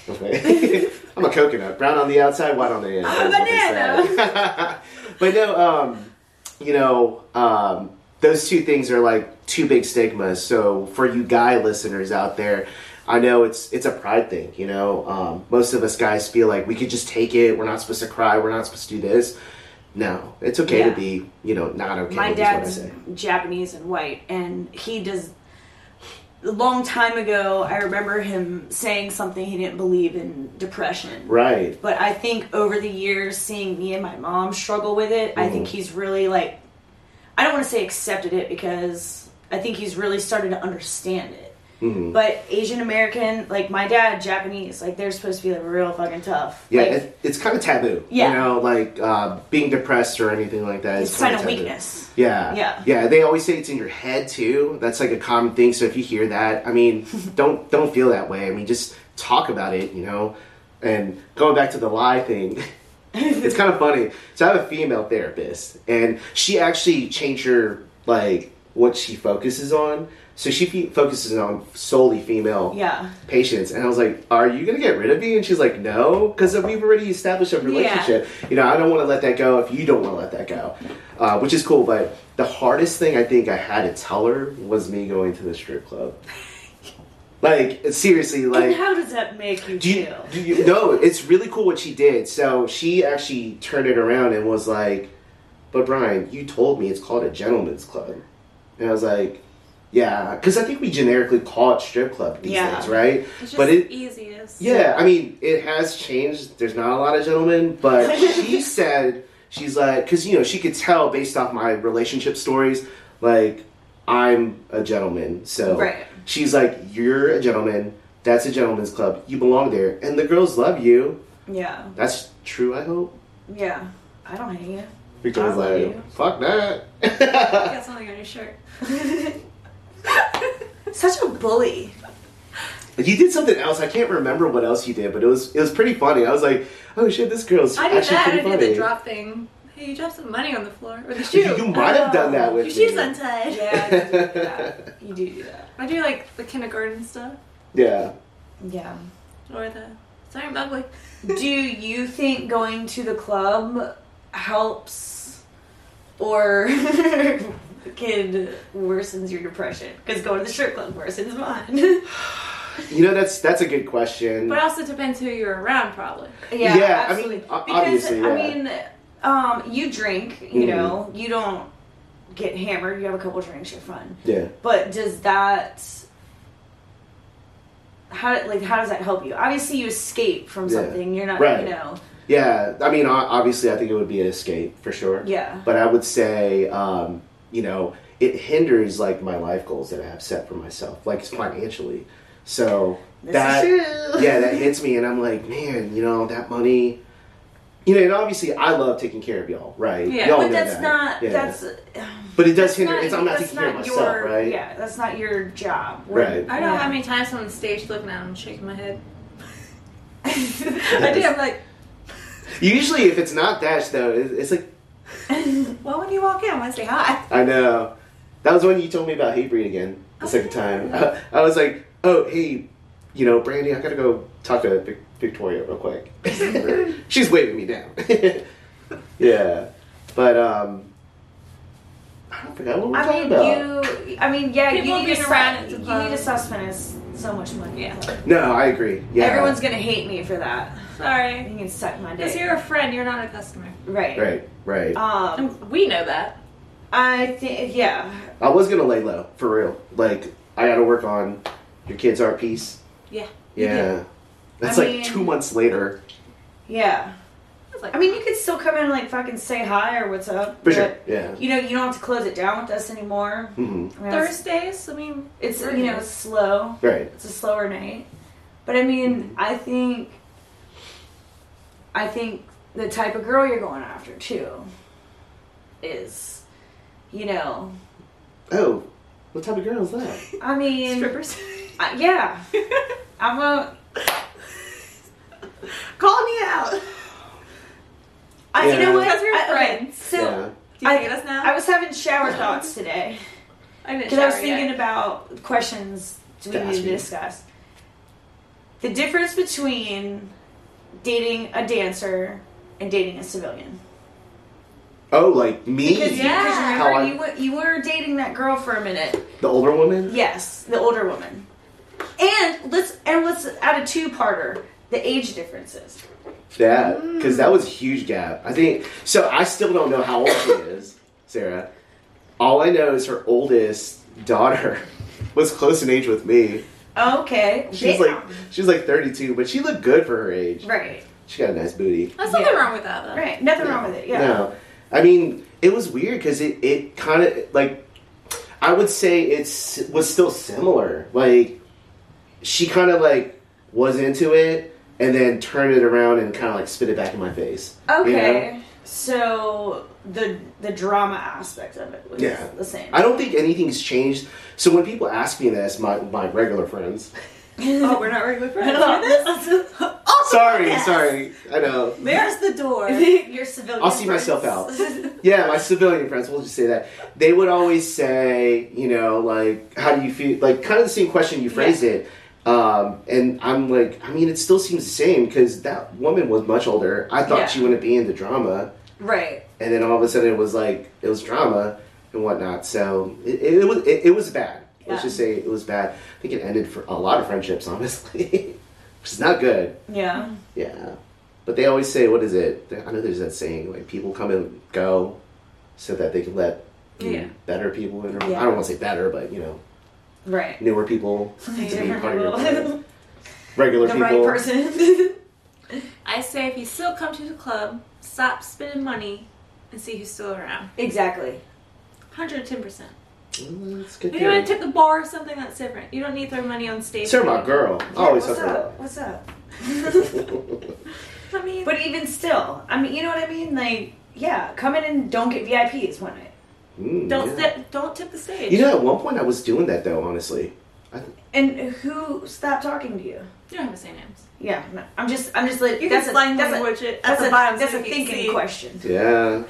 [SPEAKER 2] Okay. I'm a coconut, brown on the outside, white on the inside.
[SPEAKER 3] I'm a
[SPEAKER 2] is what they say. but no, um, you know, um, those two things are like two big stigmas. So for you guy listeners out there, I know it's it's a pride thing. You know, um, most of us guys feel like we could just take it. We're not supposed to cry. We're not supposed to do this. No, it's okay
[SPEAKER 3] Yeah.
[SPEAKER 2] to be, you know, not okay.
[SPEAKER 3] my
[SPEAKER 2] is what I
[SPEAKER 3] dad's
[SPEAKER 2] say.
[SPEAKER 3] Japanese and white, and he does. A long time ago, I remember him saying something he didn't believe in depression.
[SPEAKER 2] right.
[SPEAKER 3] But I think over the years, seeing me and my mom struggle with it, I think
[SPEAKER 2] Mm-hmm.
[SPEAKER 3] he's really like, I don't want to say accepted it because I think he's really started to understand it.
[SPEAKER 2] Mm-hmm.
[SPEAKER 3] But Asian American, like my dad, Japanese, like they're supposed to be like real fucking tough.
[SPEAKER 2] Yeah,
[SPEAKER 3] Like,
[SPEAKER 2] it, it's kind of taboo.
[SPEAKER 3] Yeah.
[SPEAKER 2] You know, like uh, being depressed or anything like that.
[SPEAKER 3] it's
[SPEAKER 2] is
[SPEAKER 3] a sign
[SPEAKER 2] kinda
[SPEAKER 3] of
[SPEAKER 2] taboo.
[SPEAKER 3] weakness.
[SPEAKER 2] Yeah.
[SPEAKER 3] Yeah.
[SPEAKER 2] Yeah. They always say it's in your head too. That's like a common thing. So if you hear that, I mean, don't don't feel that way. I mean, just talk about it. You know, and going back to the lie thing. it's kind of funny. So I have a female therapist, and she actually changed her like what she focuses on. So she fe- focuses on solely female
[SPEAKER 3] Yeah.
[SPEAKER 2] patients and i was like are you gonna get rid of me and she's like no because we've already established a relationship you know i don't want to let that go if you don't want to let that go uh, which is cool but the hardest thing i think i had to tell her was me going to the strip club like seriously
[SPEAKER 3] and
[SPEAKER 2] like
[SPEAKER 3] how does that make you
[SPEAKER 2] do you,
[SPEAKER 3] feel?
[SPEAKER 2] do you no it's really cool what she did so she actually turned it around and was like but brian you told me it's called a gentleman's club and i was like Yeah, because I think we generically call it strip club these
[SPEAKER 3] Yeah.
[SPEAKER 2] days, right?
[SPEAKER 1] It's just
[SPEAKER 2] but it,
[SPEAKER 1] easiest.
[SPEAKER 2] yeah, I mean, it has changed. There's not a lot of gentlemen, but she said she's like, because you know, she could tell based off my relationship stories, like I'm a gentleman. So
[SPEAKER 1] Right.
[SPEAKER 2] she's like, you're a gentleman. That's a gentleman's club. You belong there, and the girls love you.
[SPEAKER 3] Yeah.
[SPEAKER 2] That's true. I hope.
[SPEAKER 3] Yeah. I don't hate you.
[SPEAKER 2] Because
[SPEAKER 3] I love
[SPEAKER 2] like,
[SPEAKER 3] you.
[SPEAKER 2] fuck that.
[SPEAKER 1] Got something on your shirt.
[SPEAKER 3] Such a bully.
[SPEAKER 2] You did something else. I can't remember what else you did, but it was it was pretty funny. I was like, oh shit, this girl's
[SPEAKER 1] I did
[SPEAKER 2] actually
[SPEAKER 1] that.
[SPEAKER 2] pretty
[SPEAKER 1] I did
[SPEAKER 2] funny.
[SPEAKER 1] the drop thing. Hey, you dropped some money on the floor or the shoe. Oh,
[SPEAKER 2] You, you might have done that
[SPEAKER 1] Your
[SPEAKER 2] with
[SPEAKER 1] shoes
[SPEAKER 2] me.
[SPEAKER 1] untied.
[SPEAKER 3] Yeah, you do do that. You do do that.
[SPEAKER 1] I do like the kindergarten stuff
[SPEAKER 2] yeah.
[SPEAKER 3] Yeah.
[SPEAKER 1] or the sorry, I'm ugly.
[SPEAKER 3] Do you think going to the club helps or can worsens your depression? Because going to the strip club worsens mine.
[SPEAKER 2] You know that's that's a good question.
[SPEAKER 1] But it also depends who you're around, probably.
[SPEAKER 3] yeah,
[SPEAKER 2] Yeah, I
[SPEAKER 3] absolutely.
[SPEAKER 2] mean, o-
[SPEAKER 3] because
[SPEAKER 2] obviously,
[SPEAKER 3] I
[SPEAKER 2] yeah.
[SPEAKER 3] mean, um, you drink. You
[SPEAKER 2] Mhm.
[SPEAKER 3] know, you don't get hammered. You have a couple drinks. You're fun.
[SPEAKER 2] yeah.
[SPEAKER 3] But does that how like how does that help you? Obviously, you escape from
[SPEAKER 2] Yeah.
[SPEAKER 3] something. You're not,
[SPEAKER 2] Right.
[SPEAKER 3] you know,
[SPEAKER 2] Yeah, I mean, o- obviously, I think it would be an escape for sure.
[SPEAKER 3] yeah,
[SPEAKER 2] But I would say, um, you know, it hinders like my life goals that I have set for myself, like financially. So
[SPEAKER 3] This is
[SPEAKER 2] that,
[SPEAKER 3] true.
[SPEAKER 2] yeah, that hits me, and I'm like, man, you know, that money. You know, and obviously, I love taking care of y'all, right?
[SPEAKER 1] Yeah,
[SPEAKER 2] y'all
[SPEAKER 3] but
[SPEAKER 2] know
[SPEAKER 3] that's
[SPEAKER 2] that.
[SPEAKER 3] not
[SPEAKER 2] Yeah.
[SPEAKER 3] that's
[SPEAKER 2] But it does
[SPEAKER 3] that's
[SPEAKER 2] hinder.
[SPEAKER 3] not-
[SPEAKER 2] it's, I'm not
[SPEAKER 3] that's
[SPEAKER 2] taking care of
[SPEAKER 3] not
[SPEAKER 2] myself,
[SPEAKER 3] your-
[SPEAKER 2] right?
[SPEAKER 3] Yeah, that's not your job.
[SPEAKER 2] Right.
[SPEAKER 1] I don't know
[SPEAKER 3] Yeah.
[SPEAKER 1] how many times I'm on stage looking at him and shaking my head. I
[SPEAKER 3] I
[SPEAKER 1] do. I'm like,
[SPEAKER 2] Usually, if it's not Dash, though, it- it's like
[SPEAKER 1] well, when you walk in, I want to say hi.
[SPEAKER 2] I know. uh, That was when you told me about hate breed again the
[SPEAKER 3] Oh,
[SPEAKER 2] second time. I, I was like, oh, hey, you know, Brandy, I gotta go talk to Vic- Victoria real quick. She's waving me down. yeah, but um, I don't forget what we're
[SPEAKER 3] I
[SPEAKER 2] talking
[SPEAKER 3] mean,
[SPEAKER 2] about.
[SPEAKER 3] you. I mean, yeah, you
[SPEAKER 1] People
[SPEAKER 3] need, a
[SPEAKER 1] being
[SPEAKER 3] sus-
[SPEAKER 1] around at the
[SPEAKER 3] you
[SPEAKER 1] club.
[SPEAKER 3] need a suspense. So much money.
[SPEAKER 1] Yeah.
[SPEAKER 2] No, I agree. Yeah,
[SPEAKER 3] Everyone's gonna hate me for that.
[SPEAKER 1] Sorry.
[SPEAKER 3] You can suck my
[SPEAKER 1] Because
[SPEAKER 3] dick.
[SPEAKER 1] you're a friend, you're not a customer.
[SPEAKER 3] right.
[SPEAKER 2] right, right.
[SPEAKER 3] Um,
[SPEAKER 1] And we know that.
[SPEAKER 3] I think yeah.
[SPEAKER 2] I was gonna lay low for real. Like, I gotta work on your kids' art piece.
[SPEAKER 1] Yeah.
[SPEAKER 3] You
[SPEAKER 2] Yeah, that's
[SPEAKER 3] I
[SPEAKER 2] like
[SPEAKER 3] mean-
[SPEAKER 2] two months later.
[SPEAKER 3] Yeah.
[SPEAKER 1] I was like,
[SPEAKER 3] I mean, you could still come in and like fucking say hi or what's up.
[SPEAKER 2] For
[SPEAKER 3] but,
[SPEAKER 2] sure. Yeah.
[SPEAKER 3] You know, you don't have to close it down with us anymore.
[SPEAKER 2] hmm
[SPEAKER 3] I mean, it's-
[SPEAKER 1] Thursdays. I mean,
[SPEAKER 3] it's you know it's slow.
[SPEAKER 2] Right.
[SPEAKER 3] It's a slower night. But I mean, I think, I think the type of girl you're going after too is, you know,
[SPEAKER 2] Oh, what type of girl is that?
[SPEAKER 3] I mean,
[SPEAKER 1] strippers.
[SPEAKER 3] I- yeah, I'm a.
[SPEAKER 1] Call me out.
[SPEAKER 3] I, You
[SPEAKER 2] Yeah.
[SPEAKER 3] know what?
[SPEAKER 1] Because we're
[SPEAKER 3] I- okay,
[SPEAKER 1] friends.
[SPEAKER 3] So
[SPEAKER 2] yeah.
[SPEAKER 1] Do you
[SPEAKER 3] I-
[SPEAKER 1] get us now?
[SPEAKER 3] I was having shower thoughts today.
[SPEAKER 1] I didn't
[SPEAKER 3] Because I was
[SPEAKER 1] shower
[SPEAKER 3] thinking
[SPEAKER 1] yet.
[SPEAKER 3] about questions we
[SPEAKER 2] To ask
[SPEAKER 3] need to
[SPEAKER 2] you.
[SPEAKER 3] discuss. The difference between dating a dancer and dating a civilian.
[SPEAKER 2] Oh, like me?
[SPEAKER 3] Because you- 'cause
[SPEAKER 1] Yeah.
[SPEAKER 2] How I-
[SPEAKER 3] remember, you, were, you were dating that girl for a minute.
[SPEAKER 2] The older woman?
[SPEAKER 3] Yes, the older woman. And let's and let's add a two-parter: the age differences.
[SPEAKER 2] Yeah,
[SPEAKER 3] Mm.
[SPEAKER 2] because that was a huge gap. I think so. I still don't know how old she is, Sarah. All I know is her oldest daughter was close in age with me.
[SPEAKER 3] Okay,
[SPEAKER 2] She was like
[SPEAKER 3] damn.
[SPEAKER 2] she was like 32, but she looked good for her age.
[SPEAKER 3] right,
[SPEAKER 2] She got a nice booty.
[SPEAKER 1] There's nothing
[SPEAKER 3] Yeah.
[SPEAKER 1] wrong with that, though.
[SPEAKER 3] right. Nothing wrong with it. Yeah,
[SPEAKER 2] No, I mean it was weird because it it kind of like I would say it's was still similar. Like she kind of like was into it and then turned it around and kind of like spit it back in my face. you
[SPEAKER 3] Okay,
[SPEAKER 2] know?
[SPEAKER 3] so the the drama aspect of it was
[SPEAKER 2] Yeah.
[SPEAKER 3] the same.
[SPEAKER 2] I don't think anything's changed. So when people ask me this, my my regular friends.
[SPEAKER 1] Oh, we're not regular friends.
[SPEAKER 3] Oh,
[SPEAKER 1] Oh,
[SPEAKER 2] Sorry, sorry. I know.
[SPEAKER 1] There's the door.
[SPEAKER 3] Your civilian.
[SPEAKER 2] I'll see myself out. Yeah, my civilian friends, we'll just say that. They would always say, you know, like, how do you feel? Like, kind of the same question you phrased it. Um, and I'm like, I mean, it still seems the same because that woman was much older. I thought
[SPEAKER 3] Yeah.
[SPEAKER 2] she wouldn't be into drama.
[SPEAKER 3] right.
[SPEAKER 2] And then all of a sudden it was like, it was drama and whatnot. So it, it, was, it, it was bad. Let's
[SPEAKER 3] Yeah.
[SPEAKER 2] just say it was bad. I think it ended for a lot of friendships, honestly, which is not good.
[SPEAKER 3] Yeah.
[SPEAKER 1] Mm-hmm.
[SPEAKER 2] Yeah. But they always say, what is it? I know there's that saying, like, people come and go so that they can let you know,
[SPEAKER 1] Yeah.
[SPEAKER 2] better people in. Or,
[SPEAKER 3] Yeah.
[SPEAKER 2] I don't want to say better, but, you know,
[SPEAKER 3] Right.
[SPEAKER 2] newer people to be
[SPEAKER 3] Different
[SPEAKER 2] part of your
[SPEAKER 3] people.
[SPEAKER 2] club. Regular
[SPEAKER 3] the right
[SPEAKER 2] people.
[SPEAKER 3] person.
[SPEAKER 1] I say if you still come to the club, stop spending money and see who's still around.
[SPEAKER 3] exactly.
[SPEAKER 1] 110%.
[SPEAKER 2] Mm, That's good.
[SPEAKER 1] If you want to
[SPEAKER 2] theory.
[SPEAKER 1] tip the bar or something, that's different. You don't need to throw money on stage.
[SPEAKER 2] Sir, my girl. Always
[SPEAKER 3] what's
[SPEAKER 2] suffer.
[SPEAKER 3] up? What's up?
[SPEAKER 1] I mean,
[SPEAKER 3] But even still, I mean, you know what I mean? Like, yeah, come in and don't get VIP is one night.
[SPEAKER 2] Mm,
[SPEAKER 1] don't
[SPEAKER 2] yeah.
[SPEAKER 1] step, don't tip the stage.
[SPEAKER 2] You know, at one point I was doing that though. Honestly, I th-
[SPEAKER 3] And who stopped talking to you?
[SPEAKER 1] you don't have to say names.
[SPEAKER 3] Yeah, no, I'm just, I'm just like
[SPEAKER 1] You
[SPEAKER 3] that's
[SPEAKER 1] can
[SPEAKER 3] a
[SPEAKER 1] blind
[SPEAKER 3] that's a,
[SPEAKER 1] language it.
[SPEAKER 3] that's a,
[SPEAKER 1] bottom
[SPEAKER 3] that's a
[SPEAKER 1] thinking
[SPEAKER 3] thinking
[SPEAKER 1] seat.
[SPEAKER 3] question.
[SPEAKER 2] yeah,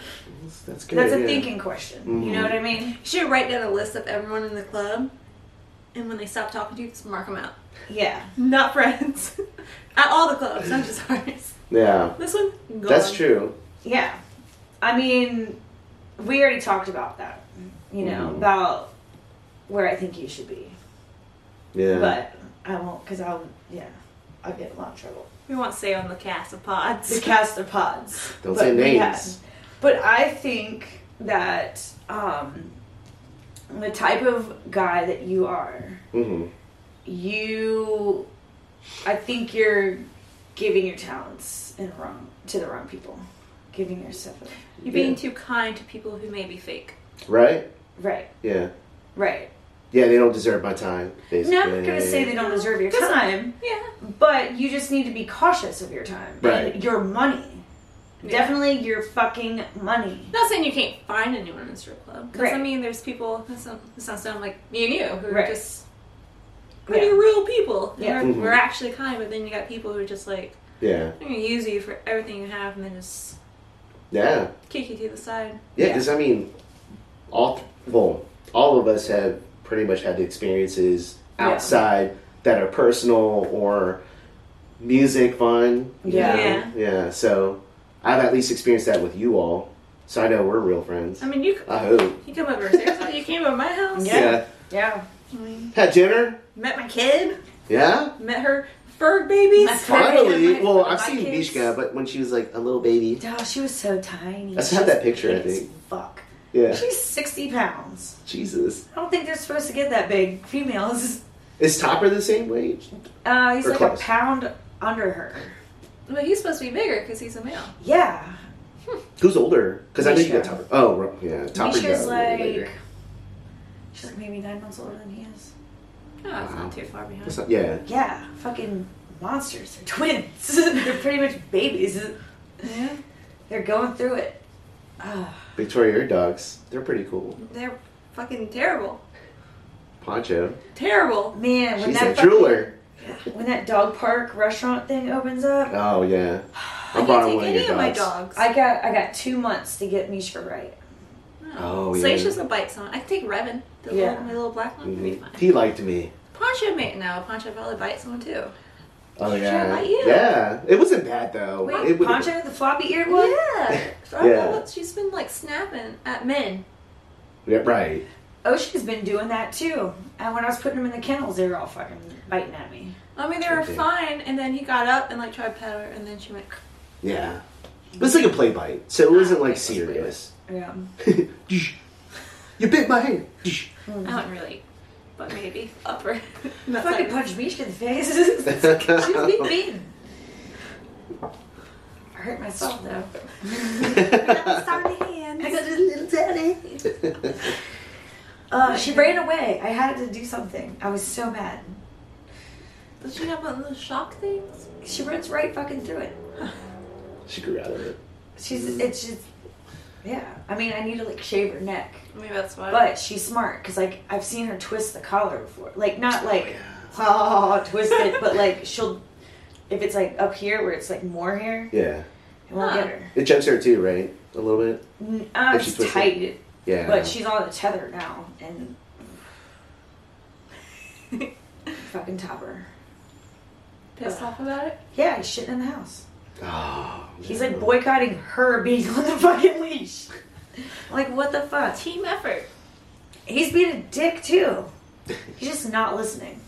[SPEAKER 2] that's, that's good.
[SPEAKER 3] That's a
[SPEAKER 2] yeah.
[SPEAKER 3] thinking question. You
[SPEAKER 2] Mhm.
[SPEAKER 3] know what I mean?
[SPEAKER 1] You should write down a list of everyone in the club, and when they stop talking to you, just mark them out.
[SPEAKER 3] Yeah.
[SPEAKER 1] Not friends. At all the clubs, not just ours.
[SPEAKER 2] Yeah,
[SPEAKER 1] This one, gone.
[SPEAKER 2] that's true.
[SPEAKER 3] Yeah. I mean, we already talked about that, you know,
[SPEAKER 2] Mhm.
[SPEAKER 3] about where I think you should be.
[SPEAKER 2] Yeah,
[SPEAKER 3] But I won't, because I'll, yeah, I'll get in a lot of trouble.
[SPEAKER 1] We won't say on the cast of
[SPEAKER 3] The
[SPEAKER 1] pods.
[SPEAKER 3] cast of pods.
[SPEAKER 2] Don't
[SPEAKER 3] But
[SPEAKER 2] say
[SPEAKER 3] we
[SPEAKER 2] names.
[SPEAKER 3] had- But I think that um, the type of guy that you are,
[SPEAKER 2] hmm
[SPEAKER 3] you, I think you're giving your talents in wrong to the wrong people, giving yourself away.
[SPEAKER 1] You're being too kind to people who may be fake.
[SPEAKER 2] right?
[SPEAKER 3] Right,
[SPEAKER 2] Yeah,
[SPEAKER 3] right.
[SPEAKER 2] yeah. They don't deserve my time. Basically.
[SPEAKER 3] Now I'm not gonna say they don't deserve your
[SPEAKER 1] Doesn't-
[SPEAKER 3] time,
[SPEAKER 1] Yeah.
[SPEAKER 3] but you just need to be cautious of your time
[SPEAKER 2] Right.
[SPEAKER 3] and your money.
[SPEAKER 1] Yeah.
[SPEAKER 3] Definitely your fucking money.
[SPEAKER 1] Not saying you can't find anyone in the strip club. Because, I
[SPEAKER 3] Right.
[SPEAKER 1] mean, there's people, this sounds, this sounds dumb, like me and you, who
[SPEAKER 3] Right.
[SPEAKER 1] are just
[SPEAKER 3] Yeah.
[SPEAKER 1] pretty real people. And
[SPEAKER 3] Yeah.
[SPEAKER 1] We're,
[SPEAKER 2] Mhm.
[SPEAKER 1] we're actually kind, but then you got people who are just like,
[SPEAKER 2] Yeah,
[SPEAKER 1] I'm going to use you for everything you have and then just
[SPEAKER 2] yeah,
[SPEAKER 1] kick you to the side.
[SPEAKER 2] yeah. Because I mean, all well, all of us have pretty much had experiences
[SPEAKER 3] Yeah.
[SPEAKER 2] outside that are personal or music fun. you
[SPEAKER 3] Yeah.
[SPEAKER 2] know?
[SPEAKER 1] Yeah.
[SPEAKER 2] yeah. So I've at least experienced that with you all. So I know we're real friends.
[SPEAKER 1] I mean, you
[SPEAKER 2] I hope.
[SPEAKER 1] you come over to Sarasota, you came over to my house.
[SPEAKER 3] Yeah. Yeah.
[SPEAKER 1] I mean,
[SPEAKER 2] Had dinner.
[SPEAKER 1] met my kid,
[SPEAKER 2] Yeah.
[SPEAKER 1] met her fur babies.
[SPEAKER 3] Met her-
[SPEAKER 2] Finally.
[SPEAKER 3] My-
[SPEAKER 2] Well,
[SPEAKER 3] my
[SPEAKER 2] I've seen
[SPEAKER 3] kids.
[SPEAKER 2] Bishka, but when she was like a little baby.
[SPEAKER 3] Oh, she was so tiny.
[SPEAKER 2] Let's
[SPEAKER 3] She's
[SPEAKER 2] have that picture, I
[SPEAKER 3] big as
[SPEAKER 2] think.
[SPEAKER 3] Fuck.
[SPEAKER 2] Yeah.
[SPEAKER 3] She's 60 pounds.
[SPEAKER 2] Jesus.
[SPEAKER 3] I don't think they're supposed to get that big. Females.
[SPEAKER 2] Is Topper the same weight?
[SPEAKER 3] Uh, he's
[SPEAKER 2] Or
[SPEAKER 3] like
[SPEAKER 2] close.
[SPEAKER 3] a pound under her.
[SPEAKER 1] Well, he's supposed to be bigger because he's a male.
[SPEAKER 3] Oh, Yeah.
[SPEAKER 2] Who's older? Because I know you got
[SPEAKER 3] Mishka.
[SPEAKER 2] Topper. Oh, ro- yeah. Topper
[SPEAKER 3] Misha's
[SPEAKER 2] got like,
[SPEAKER 3] like.
[SPEAKER 2] later.
[SPEAKER 3] She's like maybe nine months older than he is.
[SPEAKER 1] No, it's
[SPEAKER 2] Wow.
[SPEAKER 1] not too far behind.
[SPEAKER 2] That's not- yeah.
[SPEAKER 3] Yeah. Fucking monsters. They're twins. they're pretty much babies.
[SPEAKER 1] Yeah.
[SPEAKER 3] They're going through it. Uh,
[SPEAKER 2] Victoria Air Dogs. They're pretty cool.
[SPEAKER 1] They're fucking terrible.
[SPEAKER 2] Poncho.
[SPEAKER 1] Terrible.
[SPEAKER 3] man, when
[SPEAKER 2] She's a
[SPEAKER 3] that fucking-
[SPEAKER 2] drooler.
[SPEAKER 3] when that dog park restaurant thing opens up,
[SPEAKER 2] Oh, yeah.
[SPEAKER 1] I
[SPEAKER 2] I
[SPEAKER 1] can't
[SPEAKER 2] brought her
[SPEAKER 1] take
[SPEAKER 2] one of
[SPEAKER 1] any
[SPEAKER 2] your
[SPEAKER 1] of my
[SPEAKER 2] dogs.
[SPEAKER 1] dogs.
[SPEAKER 3] I got I got two months to get Misha right.
[SPEAKER 2] Oh, yeah.
[SPEAKER 1] Salacious will bite someone. I can take Revan, the
[SPEAKER 3] Yeah.
[SPEAKER 1] little, my little black one. It'll be
[SPEAKER 2] Mhm.
[SPEAKER 1] fine.
[SPEAKER 2] He liked me.
[SPEAKER 1] Poncho may no. Poncho probably bite someone too.
[SPEAKER 2] Oh,
[SPEAKER 1] Sure,
[SPEAKER 2] yeah.
[SPEAKER 1] like you.
[SPEAKER 2] Yeah. It wasn't bad, though.
[SPEAKER 3] Wait,
[SPEAKER 2] it would've-
[SPEAKER 3] Poncho, the floppy eared one?
[SPEAKER 1] Yeah. I don't
[SPEAKER 2] Yeah.
[SPEAKER 1] know what she's been like snapping at men.
[SPEAKER 2] Yeah, right.
[SPEAKER 3] Ocean's been doing that too. And when I was putting them in the kennels, they were all fucking biting at me.
[SPEAKER 1] I mean, they were
[SPEAKER 2] Okay.
[SPEAKER 1] fine, and then he got up and like tried to pet her, and then she went.
[SPEAKER 2] Yeah. But it's like a play bite, so it wasn't like serious.
[SPEAKER 3] Yeah.
[SPEAKER 2] you bit my hand.
[SPEAKER 1] I don't really, but maybe upper.
[SPEAKER 3] fucking punched Misha in the face.
[SPEAKER 1] She was being beaten.
[SPEAKER 3] I hurt myself though.
[SPEAKER 1] Sorry, hands.
[SPEAKER 3] I got this little daddy. Uh, she ran away. I had to do something. I was so mad.
[SPEAKER 1] Does she have one of those shock things?
[SPEAKER 3] She runs right fucking through it.
[SPEAKER 2] she grew out of it.
[SPEAKER 3] She's it's just yeah. I mean, I need to like shave her neck,
[SPEAKER 1] Maybe that's why.
[SPEAKER 3] but she's smart because like I've seen her twist the collar before. Like not
[SPEAKER 2] Oh,
[SPEAKER 3] like ha twist it, but like she'll if it's like up here where it's like more hair,
[SPEAKER 2] Yeah.
[SPEAKER 3] it won't
[SPEAKER 1] Huh.
[SPEAKER 3] get her.
[SPEAKER 2] It jumps her too, right? A little bit?
[SPEAKER 3] N- Uh,
[SPEAKER 2] If she
[SPEAKER 3] it's
[SPEAKER 2] twists it.
[SPEAKER 3] tight,
[SPEAKER 2] Yeah.
[SPEAKER 3] but she's on the tether now and fucking topper.
[SPEAKER 1] pissed off about it.
[SPEAKER 3] Yeah, he's shitting in the house.
[SPEAKER 2] Oh,
[SPEAKER 3] He's
[SPEAKER 2] no.
[SPEAKER 3] like boycotting her being on the fucking leash. Like what the fuck?
[SPEAKER 1] Team effort.
[SPEAKER 3] He's being a dick too. He's just not listening.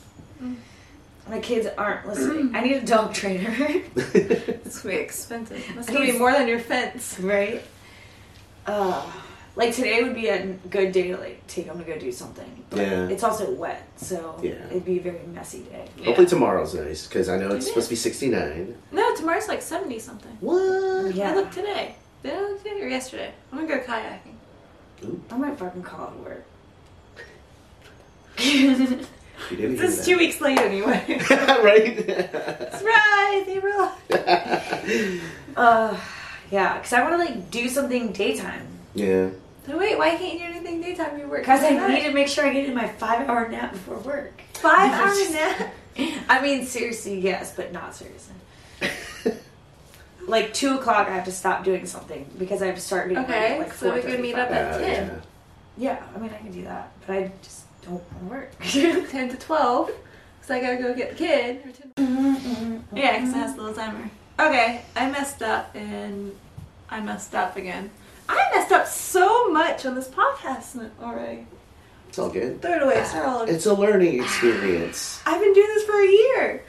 [SPEAKER 3] My kids aren't listening. I need a dog trainer,
[SPEAKER 1] It's gonna be expensive. That's
[SPEAKER 3] I
[SPEAKER 1] gonna be
[SPEAKER 3] need-
[SPEAKER 1] more than your fence.
[SPEAKER 3] right? Uh, Like today would be a good day to like take him to go do something. But
[SPEAKER 2] Yeah.
[SPEAKER 3] It's also wet, so
[SPEAKER 2] Yeah.
[SPEAKER 3] it'd be a very messy day.
[SPEAKER 2] Hopefully tomorrow's nice because I know it's
[SPEAKER 1] It
[SPEAKER 2] supposed to be 69.
[SPEAKER 1] No, tomorrow's like 70 something.
[SPEAKER 2] What?
[SPEAKER 3] Yeah.
[SPEAKER 1] I looked today. Did I look today or yesterday? I'm gonna go kayaking.
[SPEAKER 3] I might fucking call it work.
[SPEAKER 2] You didn't hear
[SPEAKER 1] this is two
[SPEAKER 3] e-
[SPEAKER 1] weeks late anyway.
[SPEAKER 2] that.
[SPEAKER 1] Surprise! They realized.
[SPEAKER 2] right?
[SPEAKER 3] Uh, yeah, because I want to like do something daytime.
[SPEAKER 2] yeah.
[SPEAKER 1] So wait, why can't you do anything daytime? You work
[SPEAKER 3] Because I
[SPEAKER 1] overnight?
[SPEAKER 3] need to make sure I get in my five hour nap before work.
[SPEAKER 1] five hours nap.
[SPEAKER 3] I mean, seriously, yes, but not seriously. Like two o'clock, I have to stop doing something because I have to start getting ready at,
[SPEAKER 1] Okay,
[SPEAKER 3] like
[SPEAKER 1] so we can meet
[SPEAKER 3] 4:35.
[SPEAKER 1] up at
[SPEAKER 2] Uh, yeah.
[SPEAKER 1] ten.
[SPEAKER 3] Yeah, I mean, I can do that, but I just don't want to work.
[SPEAKER 1] 10 to 12. Because I gotta go get the kid. Or 10. Yeah, because it has the Alzheimer. Okay, I messed up and I messed up again. I messed up so much on this podcast already.
[SPEAKER 2] It's all good.
[SPEAKER 1] Throw it away, it's not all-
[SPEAKER 2] It's a learning experience.
[SPEAKER 1] I've been doing this for a year.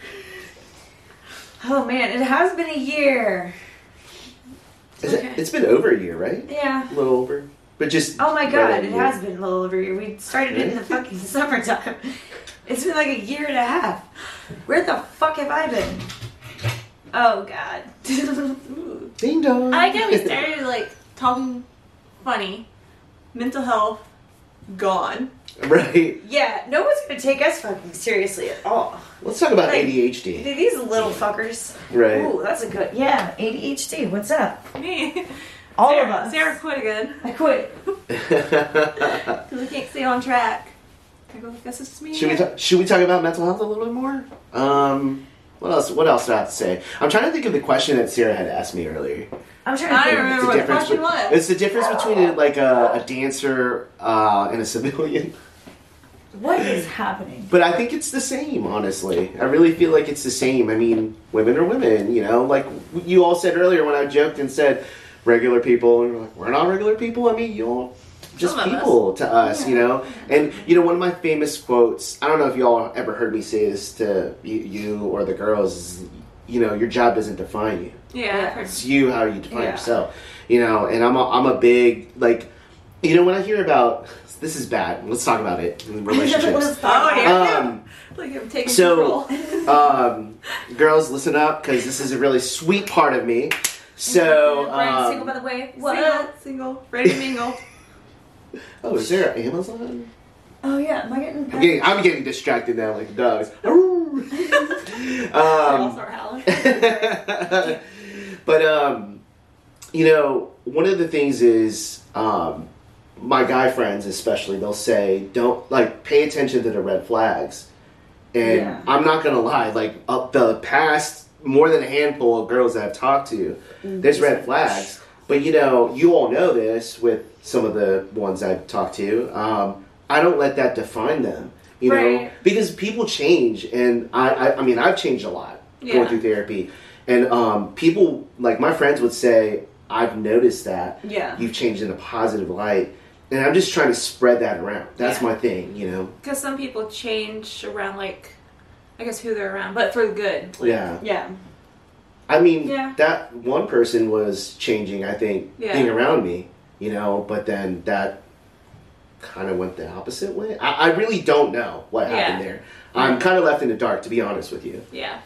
[SPEAKER 3] Oh man, it has been a year.
[SPEAKER 2] Is it,
[SPEAKER 1] Okay.
[SPEAKER 2] it's been over a year, right?
[SPEAKER 3] Yeah.
[SPEAKER 2] A little over. But just.
[SPEAKER 3] Oh my
[SPEAKER 2] right
[SPEAKER 3] god,
[SPEAKER 2] at a
[SPEAKER 3] it
[SPEAKER 2] year.
[SPEAKER 3] has been a little over a year. We started it in the fucking summertime. It's been like a year and a half. Where the fuck have I been? Oh god.
[SPEAKER 1] Ooh.
[SPEAKER 2] Ding dong.
[SPEAKER 1] I get we started like talking funny, mental health, gone.
[SPEAKER 2] right.
[SPEAKER 3] yeah, no one's gonna take us fucking seriously at all.
[SPEAKER 2] Let's talk about
[SPEAKER 3] Like-
[SPEAKER 2] ADHD.
[SPEAKER 3] These little fuckers.
[SPEAKER 2] Right.
[SPEAKER 3] Ooh, that's a good. Yeah, ADHD. What's up?
[SPEAKER 1] Me.
[SPEAKER 3] All
[SPEAKER 1] Sarah,
[SPEAKER 3] of us.
[SPEAKER 1] Sarah quit again.
[SPEAKER 3] I quit.
[SPEAKER 1] Because we can't stay on track. I go, this is me.
[SPEAKER 2] Uh, should we talk, should we talk about mental health a little bit more? Um. What else? What else do I have to say? I'm trying to think of the question that Sarah had asked me earlier.
[SPEAKER 3] I'm trying
[SPEAKER 1] I
[SPEAKER 3] to
[SPEAKER 1] don't
[SPEAKER 3] think.
[SPEAKER 1] remember what the
[SPEAKER 2] difference
[SPEAKER 1] question
[SPEAKER 2] be-
[SPEAKER 1] was.
[SPEAKER 2] It's the difference between like a, a dancer uh, and a civilian.
[SPEAKER 3] What is happening?
[SPEAKER 2] But I think it's the same, honestly. I really feel like it's the same. I mean, women are women, you know? Like you all said earlier when I joked and said regular people, and you're like, we're not regular people. I mean, you all just
[SPEAKER 1] Some of us.
[SPEAKER 2] people to us, you know? And, you know, one of my famous quotes, I don't know if you all ever heard me say this to you, you or the girls, is, you know, your job doesn't define you
[SPEAKER 1] Yeah, I've heard-
[SPEAKER 2] it's you how you define
[SPEAKER 3] Yeah.
[SPEAKER 2] yourself you know and i'm a, I'm a big like you know when i hear about this is bad let's talk about it in relationships
[SPEAKER 3] Let's talk
[SPEAKER 1] Oh,
[SPEAKER 3] about it.
[SPEAKER 1] yeah.
[SPEAKER 2] um
[SPEAKER 1] like I'm taking
[SPEAKER 2] So-
[SPEAKER 1] control.
[SPEAKER 2] um girls listen up because this is a really sweet part of me so
[SPEAKER 3] Brian Siegel, by the
[SPEAKER 2] um,
[SPEAKER 3] way.
[SPEAKER 1] Oh, Single, single, ready to mingle.
[SPEAKER 2] oh is there amazon
[SPEAKER 3] Oh yeah, am I getting?
[SPEAKER 2] I'm getting, I'm getting distracted now like dogs Um, Aroo. um,
[SPEAKER 1] Girls are howling.
[SPEAKER 2] but um, you know, one of the things is um, my guy friends, especially, they'll say, "Don't like pay attention to the red flags." And
[SPEAKER 3] Yeah.
[SPEAKER 2] I'm not gonna lie, like up the past more than a handful of girls that I've talked to, there's red flags. But you know, you all know this with some of the ones I've talked to. Um, I don't let that define them, you know,
[SPEAKER 1] Right.
[SPEAKER 2] because people change, and I, I, I mean, I've changed a lot
[SPEAKER 1] Yeah.
[SPEAKER 2] going through therapy, and um, people like my friends would say, "I've noticed that
[SPEAKER 3] Yeah.
[SPEAKER 2] you've changed in a positive light," and I'm just trying to spread that around. That's
[SPEAKER 1] Yeah.
[SPEAKER 2] my thing, you know.
[SPEAKER 1] Because some people change around, like, I guess who they're around, but for the good. Like,
[SPEAKER 2] Yeah.
[SPEAKER 3] Yeah.
[SPEAKER 2] I mean,
[SPEAKER 1] Yeah.
[SPEAKER 2] that one person was changing, I think,
[SPEAKER 1] Yeah.
[SPEAKER 2] being around me, you know, but then that kind of went the opposite way. I, I really don't know what
[SPEAKER 1] Yeah.
[SPEAKER 2] happened there. I'm kind of left in the dark, to be honest with you.
[SPEAKER 1] Yeah.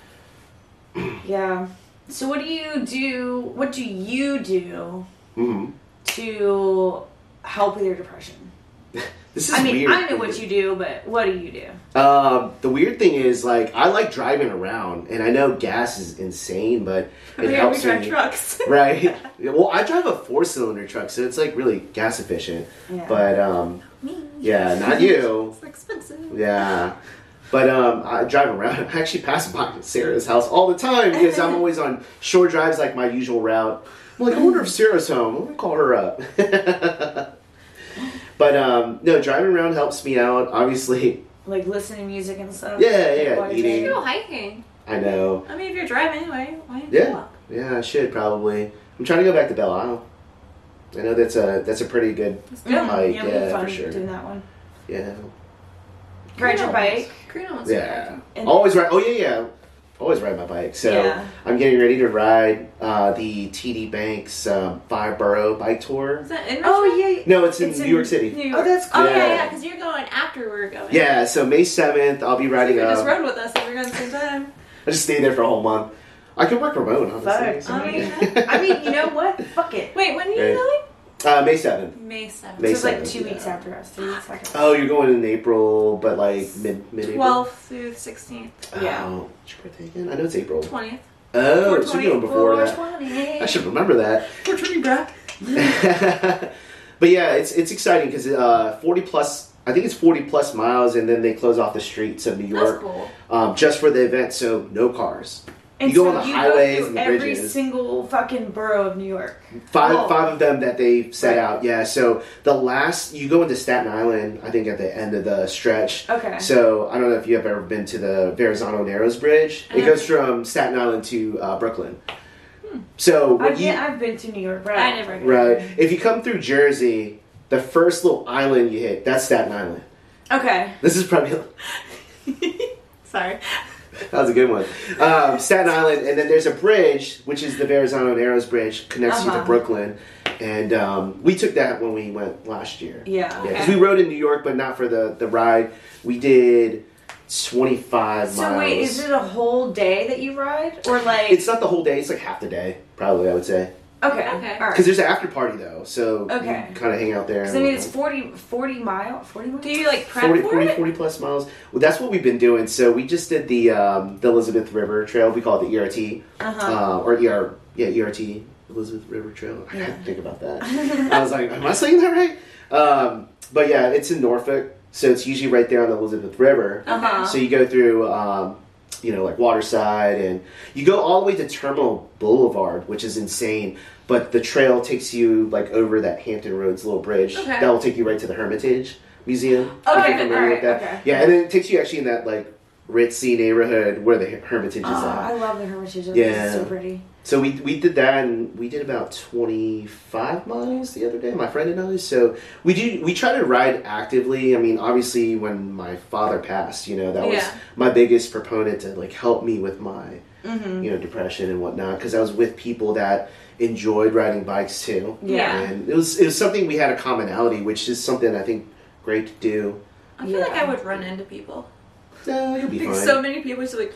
[SPEAKER 3] Yeah. So what do you do? What do you do
[SPEAKER 2] hmm
[SPEAKER 3] to help with your depression?
[SPEAKER 2] This is
[SPEAKER 3] I mean,
[SPEAKER 2] weird.
[SPEAKER 3] I know what you do, but what do you do?
[SPEAKER 2] Um, the weird thing is, like, I like driving around, and I know gas is insane, but it
[SPEAKER 1] Oh, we, we
[SPEAKER 2] helps
[SPEAKER 1] drive
[SPEAKER 2] me.
[SPEAKER 1] trucks.
[SPEAKER 2] Right? well, I drive a four-cylinder truck, so it's like really gas efficient.
[SPEAKER 3] Yeah.
[SPEAKER 2] But um,
[SPEAKER 1] Me.
[SPEAKER 2] yeah, not you.
[SPEAKER 1] It's expensive.
[SPEAKER 2] Yeah. But um, I drive around. I actually pass by Sarah's house all the time because I'm always on short drives, like my usual route. I'm like, I wonder if Sarah's home. I'm gonna call her up. but um, no, driving around helps me out. Obviously,
[SPEAKER 3] Like listening to music and stuff.
[SPEAKER 2] Yeah, yeah,
[SPEAKER 3] While you're
[SPEAKER 2] eating.
[SPEAKER 1] You
[SPEAKER 3] driving?
[SPEAKER 1] go hiking.
[SPEAKER 2] I know.
[SPEAKER 1] I mean, if you're driving anyway, why don't you
[SPEAKER 2] Yeah,
[SPEAKER 1] walk?
[SPEAKER 2] yeah, I should probably. I'm trying to go back to Belle Isle. I know that's a that's a pretty good
[SPEAKER 1] Let's go.
[SPEAKER 3] Yeah,
[SPEAKER 2] Hike,
[SPEAKER 3] yeah, it'd be
[SPEAKER 2] yeah,
[SPEAKER 3] fun
[SPEAKER 2] for sure.
[SPEAKER 3] doing that one.
[SPEAKER 2] yeah
[SPEAKER 3] Ride your
[SPEAKER 1] Karina wants-
[SPEAKER 3] bike.
[SPEAKER 1] Karina wants to go
[SPEAKER 2] yeah
[SPEAKER 1] hiking.
[SPEAKER 3] And-
[SPEAKER 2] always right. Oh yeah yeah. always ride my bike. So
[SPEAKER 3] Yeah.
[SPEAKER 2] I'm getting ready to ride uh, the TD Banks um, five borough bike tour.
[SPEAKER 1] Is that in
[SPEAKER 3] Oh
[SPEAKER 1] Richmond?
[SPEAKER 3] yeah.
[SPEAKER 2] No, it's in
[SPEAKER 3] It's
[SPEAKER 2] New
[SPEAKER 3] in
[SPEAKER 2] York City.
[SPEAKER 3] New
[SPEAKER 1] Oh,
[SPEAKER 3] York.
[SPEAKER 1] that's cool. Oh, yeah,
[SPEAKER 2] Yeah.
[SPEAKER 1] yeah, because you're going after we're going.
[SPEAKER 2] Yeah, so May 7th, I'll be
[SPEAKER 1] You
[SPEAKER 2] riding
[SPEAKER 1] could just
[SPEAKER 2] up.
[SPEAKER 1] rode with us and we we're going at the same time.
[SPEAKER 2] I just stay there for a whole month. I could work remote, honestly.
[SPEAKER 3] Fuck.
[SPEAKER 2] so-
[SPEAKER 1] I mean,
[SPEAKER 3] I mean, you know what? Fuck it.
[SPEAKER 1] Wait, when are you
[SPEAKER 2] Right.
[SPEAKER 1] going?
[SPEAKER 2] uh, May 7th.
[SPEAKER 1] May 7th.
[SPEAKER 2] May
[SPEAKER 3] This was like
[SPEAKER 2] 7th,
[SPEAKER 3] two
[SPEAKER 2] yeah.
[SPEAKER 3] weeks after us, three weeks after. us.
[SPEAKER 2] Oh, you're going in April, but like mid mid April.
[SPEAKER 1] 12th through the 16th.
[SPEAKER 3] yeah.
[SPEAKER 2] Oh, what's your birthday again? I know it's April.
[SPEAKER 1] 20th.
[SPEAKER 2] Oh, so you're going before that.
[SPEAKER 1] 420.
[SPEAKER 2] I should remember that.
[SPEAKER 1] 420, bruh.
[SPEAKER 2] but yeah, it's it's exciting because uh, 40 plus. I think it's 40 plus miles, and then they close off the streets of New
[SPEAKER 1] That's
[SPEAKER 2] York
[SPEAKER 1] cool.
[SPEAKER 2] um, just for the event. So no cars.
[SPEAKER 3] And
[SPEAKER 2] you go
[SPEAKER 3] so
[SPEAKER 2] on the
[SPEAKER 3] you
[SPEAKER 2] highways
[SPEAKER 3] go through
[SPEAKER 2] and the
[SPEAKER 3] every
[SPEAKER 2] bridges.
[SPEAKER 3] single fucking borough of New York.
[SPEAKER 2] Five
[SPEAKER 3] Oh.
[SPEAKER 2] five of them that they set
[SPEAKER 3] Right.
[SPEAKER 2] out. Yeah. So the last you go into Staten Island, I think at the end of the stretch.
[SPEAKER 3] Okay.
[SPEAKER 2] So I don't know if you have ever been to the Verrazano Narrows Bridge. It
[SPEAKER 1] Uh-huh. Hmm.
[SPEAKER 2] goes from Staten Island to uh, Brooklyn. So when
[SPEAKER 3] I've,
[SPEAKER 2] you
[SPEAKER 3] been, I've been to New York. Right?
[SPEAKER 1] I never
[SPEAKER 2] right, if you come through Jersey, the first little island you hit, that's Staten Island.
[SPEAKER 3] Okay.
[SPEAKER 2] This is probably
[SPEAKER 1] Sorry.
[SPEAKER 2] that was a good one. Um, Staten Island, and then there's a bridge, which is the Verrazano Narrows Bridge, connects you to
[SPEAKER 3] Uh-huh.
[SPEAKER 2] Brooklyn. And um, we took that when we went last year.
[SPEAKER 3] Yeah.
[SPEAKER 2] Yeah, 'cause
[SPEAKER 1] Okay.
[SPEAKER 2] we rode in New York, but not for the the ride. We did twenty five
[SPEAKER 3] So
[SPEAKER 2] miles.
[SPEAKER 3] wait, is it a whole day that you ride, or like?
[SPEAKER 2] It's not the whole day. It's like half the day, probably. I would say
[SPEAKER 3] okay.
[SPEAKER 1] Okay.
[SPEAKER 3] All
[SPEAKER 2] because
[SPEAKER 3] right.
[SPEAKER 2] there's an after party though, so
[SPEAKER 3] Okay.
[SPEAKER 2] kind of hang out there.
[SPEAKER 3] Because I mean, it's 40, 40 mile, forty miles.
[SPEAKER 1] Do you like prep
[SPEAKER 2] 40,
[SPEAKER 1] for
[SPEAKER 2] 40,
[SPEAKER 1] it?
[SPEAKER 2] 40 plus miles. Well, that's what we've been doing. So we just did the um, the Elizabeth River Trail. We call it the ERT
[SPEAKER 3] Uh-huh.
[SPEAKER 2] uh, or ER yeah ERT Elizabeth River Trail. I had
[SPEAKER 3] Yeah.
[SPEAKER 2] to think about that. I was like, am I saying that right? Um, but yeah, it's in Norfolk, so it's usually right there on the Elizabeth River.
[SPEAKER 3] Uh-huh.
[SPEAKER 2] So you go through, um, you know, like Waterside, and you go all the way to Terminal Boulevard, which is insane. But the trail takes you like over that Hampton Roads little bridge
[SPEAKER 1] Okay.
[SPEAKER 2] that will take you right to the Hermitage Museum.
[SPEAKER 3] Okay,
[SPEAKER 2] if you're familiar
[SPEAKER 3] alright,
[SPEAKER 2] with that.
[SPEAKER 3] okay.
[SPEAKER 2] Yeah, and then it takes you actually in that like ritzy neighborhood where the Hermitage is
[SPEAKER 3] Oh, I
[SPEAKER 2] at.
[SPEAKER 3] love the Hermitage.
[SPEAKER 2] Yeah.
[SPEAKER 3] It's so pretty.
[SPEAKER 2] So we we did that, and we did about twenty five miles the other day. My friend and I. So we do we try to ride actively. I mean, obviously, when my father passed, you know, that was
[SPEAKER 1] Yeah.
[SPEAKER 2] my biggest proponent to like help me with my
[SPEAKER 3] Mm-hmm.
[SPEAKER 2] you know depression and whatnot because I was with people that enjoyed riding bikes too,
[SPEAKER 1] Yeah.
[SPEAKER 2] and it was it was something we had a commonality, which is something I think great to do.
[SPEAKER 1] I feel like I
[SPEAKER 3] Yeah.
[SPEAKER 1] would run into people.
[SPEAKER 2] No, you'll be
[SPEAKER 1] Like,
[SPEAKER 2] fine.
[SPEAKER 1] so many people just like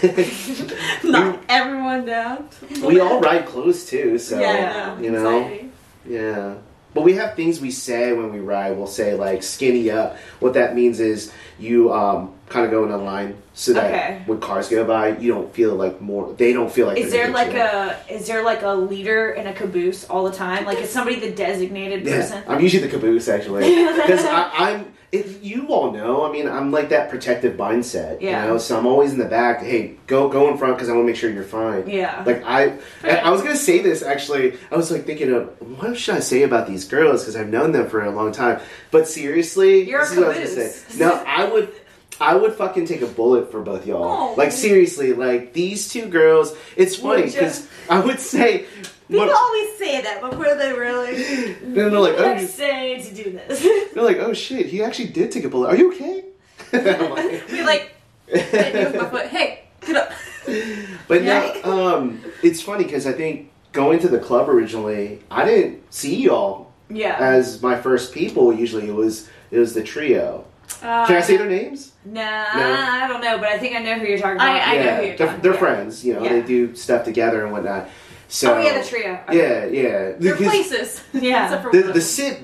[SPEAKER 1] knock everyone down.
[SPEAKER 2] we all ride clothes too, so
[SPEAKER 1] yeah, I know.
[SPEAKER 2] you know.
[SPEAKER 1] Anxiety.
[SPEAKER 2] Yeah. But we have things we say when we ride. We'll say like skinny up. What that means is you um, kind of go in a line so that
[SPEAKER 3] Okay.
[SPEAKER 2] when cars go by, you don't feel like more. They don't feel like.
[SPEAKER 3] Is
[SPEAKER 2] they're
[SPEAKER 3] there
[SPEAKER 2] gonna
[SPEAKER 3] like
[SPEAKER 2] get
[SPEAKER 3] a is there like a leader in a caboose all the time? Like is somebody the designated
[SPEAKER 2] you.
[SPEAKER 3] person?
[SPEAKER 2] Yeah, I'm usually the caboose actually because I'm. If you all know, I mean, I'm like that protective mindset.
[SPEAKER 3] Yeah.
[SPEAKER 2] You know, so I'm always in the back. Hey, go go in front because I want to make sure you're fine.
[SPEAKER 3] Yeah.
[SPEAKER 2] Like I, I I was gonna say this actually. I was like thinking of what should I say about these girls because I've known them for a long time. But seriously,
[SPEAKER 3] You're a
[SPEAKER 2] this is what I was gonna
[SPEAKER 3] caboose.
[SPEAKER 2] say. No, I would, I would fucking take a bullet for both y'all.
[SPEAKER 1] Oh.
[SPEAKER 2] Like seriously, like these two girls. It's funny
[SPEAKER 3] Would ya?
[SPEAKER 2] because I would say,
[SPEAKER 1] People
[SPEAKER 2] what,
[SPEAKER 1] always say that, but were they really?
[SPEAKER 2] and they're like, oh,
[SPEAKER 3] Let's
[SPEAKER 2] you-
[SPEAKER 3] say to do this.
[SPEAKER 2] they're like, oh shit, he actually did take a bullet. Are you okay? I'm like-
[SPEAKER 1] We like hit you with my foot. Hey, get up.
[SPEAKER 2] But
[SPEAKER 1] Yeah.
[SPEAKER 2] no, um, it's funny because I think going to the club originally, I didn't see y'all
[SPEAKER 3] yeah.
[SPEAKER 2] as my first people. Usually, it was it was the trio. Can
[SPEAKER 1] Uh,
[SPEAKER 2] I say their names?
[SPEAKER 3] nah,
[SPEAKER 2] No.
[SPEAKER 3] I don't know, but I think I know who you're talking about.
[SPEAKER 1] I- I- know who you're
[SPEAKER 2] they're,
[SPEAKER 1] talking
[SPEAKER 2] they're
[SPEAKER 1] about.
[SPEAKER 2] friends. You know,
[SPEAKER 3] Yeah.
[SPEAKER 2] they do stuff together and whatnot. So
[SPEAKER 3] oh yeah, the trio. Okay.
[SPEAKER 2] Yeah, yeah.
[SPEAKER 1] Your
[SPEAKER 2] Because
[SPEAKER 1] places.
[SPEAKER 3] Yeah.
[SPEAKER 1] Except for
[SPEAKER 2] The,
[SPEAKER 1] one.
[SPEAKER 2] the city.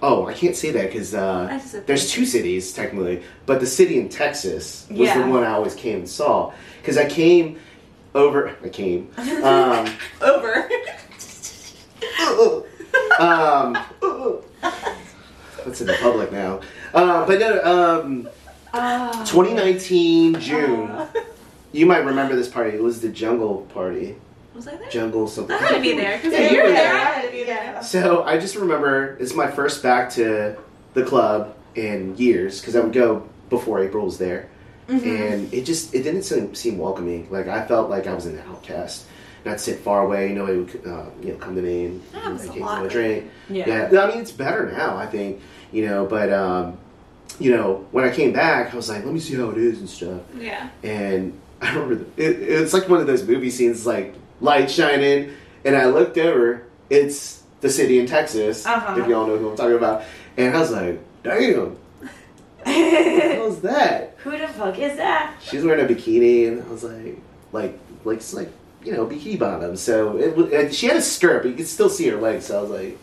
[SPEAKER 2] Oh, I can't say that because
[SPEAKER 1] I
[SPEAKER 2] uh,
[SPEAKER 1] just said
[SPEAKER 2] there's two cities technically, but the city in Texas was
[SPEAKER 3] Yeah.
[SPEAKER 2] the one I always came and saw because I came over. I came. Um, oh,
[SPEAKER 1] over.
[SPEAKER 2] um, that's in the public now. Uh, but no, um,
[SPEAKER 3] Ah.
[SPEAKER 2] 2019 June.
[SPEAKER 1] Uh-huh.
[SPEAKER 2] You might remember this party. It was the Jungle Party.
[SPEAKER 1] Was I there?
[SPEAKER 2] Jungle something.
[SPEAKER 1] I had to be there because
[SPEAKER 2] Yeah,
[SPEAKER 1] you were
[SPEAKER 2] yeah.
[SPEAKER 1] there. I had to be there.
[SPEAKER 3] Yeah.
[SPEAKER 2] So I just remember it's my first back to the club in years because I would go before April was there,
[SPEAKER 1] Mm-hmm.
[SPEAKER 2] and it just it didn't seem, seem welcoming. Like I felt like I was an outcast. And I'd sit far away. Nobody would uh, you know come to me and
[SPEAKER 1] That was
[SPEAKER 2] like,
[SPEAKER 1] a
[SPEAKER 2] hey, you
[SPEAKER 1] lot.
[SPEAKER 2] want a drink.
[SPEAKER 3] Yeah.
[SPEAKER 2] Yeah. I mean it's better now. I think you know, but um, you know when I came back, I was like, let me see how it is and stuff.
[SPEAKER 1] Yeah.
[SPEAKER 2] And I remember the, it, it's like one of those movie scenes, like light shining, and I looked over. It's the city in Texas,
[SPEAKER 3] Uh-huh.
[SPEAKER 2] if y'all know who I'm talking about. And I was like, damn, how's that?
[SPEAKER 3] Who the fuck is that?
[SPEAKER 2] She's wearing a bikini, and I was like, like, like, it's like you know, bikini bottom. So it, wa- and she had a skirt, but you could still see her legs. So I was like,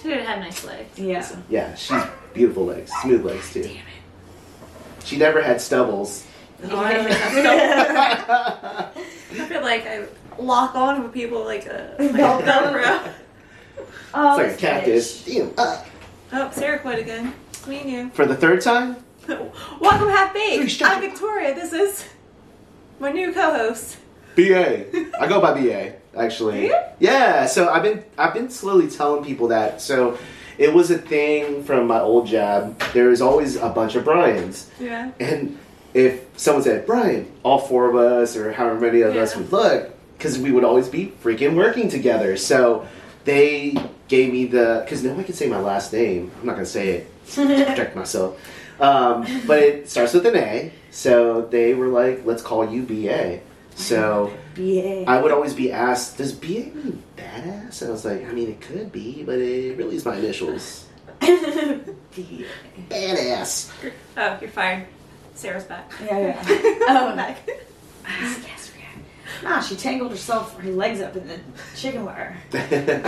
[SPEAKER 1] She did have nice legs.
[SPEAKER 3] Yeah.
[SPEAKER 2] yeah, she's beautiful legs, smooth legs too.
[SPEAKER 1] Damn it.
[SPEAKER 2] She never had stubbles.
[SPEAKER 1] Oh, I don't know. I feel like I lock on with people like a, like a Velcro.
[SPEAKER 2] It's like
[SPEAKER 3] Oh,
[SPEAKER 2] a
[SPEAKER 3] this
[SPEAKER 2] cactus.
[SPEAKER 3] bitch.
[SPEAKER 2] Damn. Uh,
[SPEAKER 1] Oh, Sarah quit again. It's me and you.
[SPEAKER 2] for the third time?
[SPEAKER 1] Welcome, Half
[SPEAKER 2] Dude,
[SPEAKER 1] Baked.
[SPEAKER 2] shut
[SPEAKER 1] I'm
[SPEAKER 2] your-
[SPEAKER 1] Victoria. This is my new co-host.
[SPEAKER 2] BA. I go by BA, actually.
[SPEAKER 1] Do you?
[SPEAKER 2] Yeah, so I've been I've been slowly telling people that. So it was a thing from my old job. There was always a bunch of Brian's.
[SPEAKER 1] Yeah.
[SPEAKER 2] And if someone said, Brian, all four of us, or however many of us
[SPEAKER 1] Yeah.
[SPEAKER 2] would look, because we would always be freaking working together. So they gave me the, because no one can say my last name. I'm not going to say it, protect myself. Um, but it starts with an A. So they were like, let's call you BA. So
[SPEAKER 3] BA.
[SPEAKER 2] I would always be asked, does BA mean badass? And I was like, I mean, it could be, but it really is my initials.
[SPEAKER 3] BA.
[SPEAKER 2] Badass.
[SPEAKER 1] Oh, you're fired. Sarah's back.
[SPEAKER 3] Yeah, yeah.
[SPEAKER 1] oh, back.
[SPEAKER 3] Yes, we are. Nah, she tangled herself, her legs up in the chicken wire. I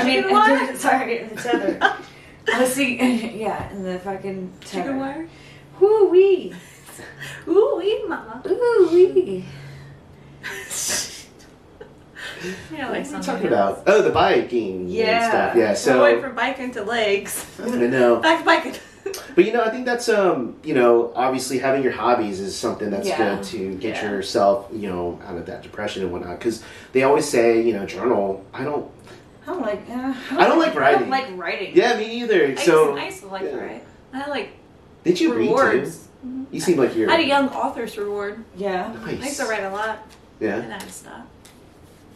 [SPEAKER 3] mean,
[SPEAKER 1] Chicken wire?
[SPEAKER 3] sorry, in the tether. I was seeing, yeah, in the fucking tether.
[SPEAKER 1] Chicken wire.
[SPEAKER 3] Woo wee.
[SPEAKER 1] Ooh, wee, mama.
[SPEAKER 3] Ooh wee.
[SPEAKER 1] You know,
[SPEAKER 2] What
[SPEAKER 1] like
[SPEAKER 2] are we
[SPEAKER 1] something.
[SPEAKER 2] talking about? Oh, the biking. And
[SPEAKER 3] Yeah.
[SPEAKER 2] stuff. Yeah.
[SPEAKER 1] So I went
[SPEAKER 2] So
[SPEAKER 1] from biking to legs,
[SPEAKER 2] I know,
[SPEAKER 1] back to biking.
[SPEAKER 2] but you know, I think that's um, you know, obviously having your hobbies is something that's
[SPEAKER 3] Yeah.
[SPEAKER 2] good to get
[SPEAKER 1] Yeah.
[SPEAKER 2] yourself, you know, out of that depression and whatnot. Because they always say, you know, journal. I don't.
[SPEAKER 3] I don't like. Uh,
[SPEAKER 2] I don't like
[SPEAKER 3] I
[SPEAKER 2] writing.
[SPEAKER 3] don't like writing.
[SPEAKER 2] Yeah, me either. So
[SPEAKER 1] I used to like
[SPEAKER 2] yeah.
[SPEAKER 1] to write. I had like
[SPEAKER 2] did you read? Too?
[SPEAKER 1] rewards.
[SPEAKER 2] You seem like you're.
[SPEAKER 1] I had a young author's reward.
[SPEAKER 3] Yeah.
[SPEAKER 1] I used
[SPEAKER 2] Nice.
[SPEAKER 1] to write a lot,
[SPEAKER 2] Yeah.
[SPEAKER 1] and I stopped.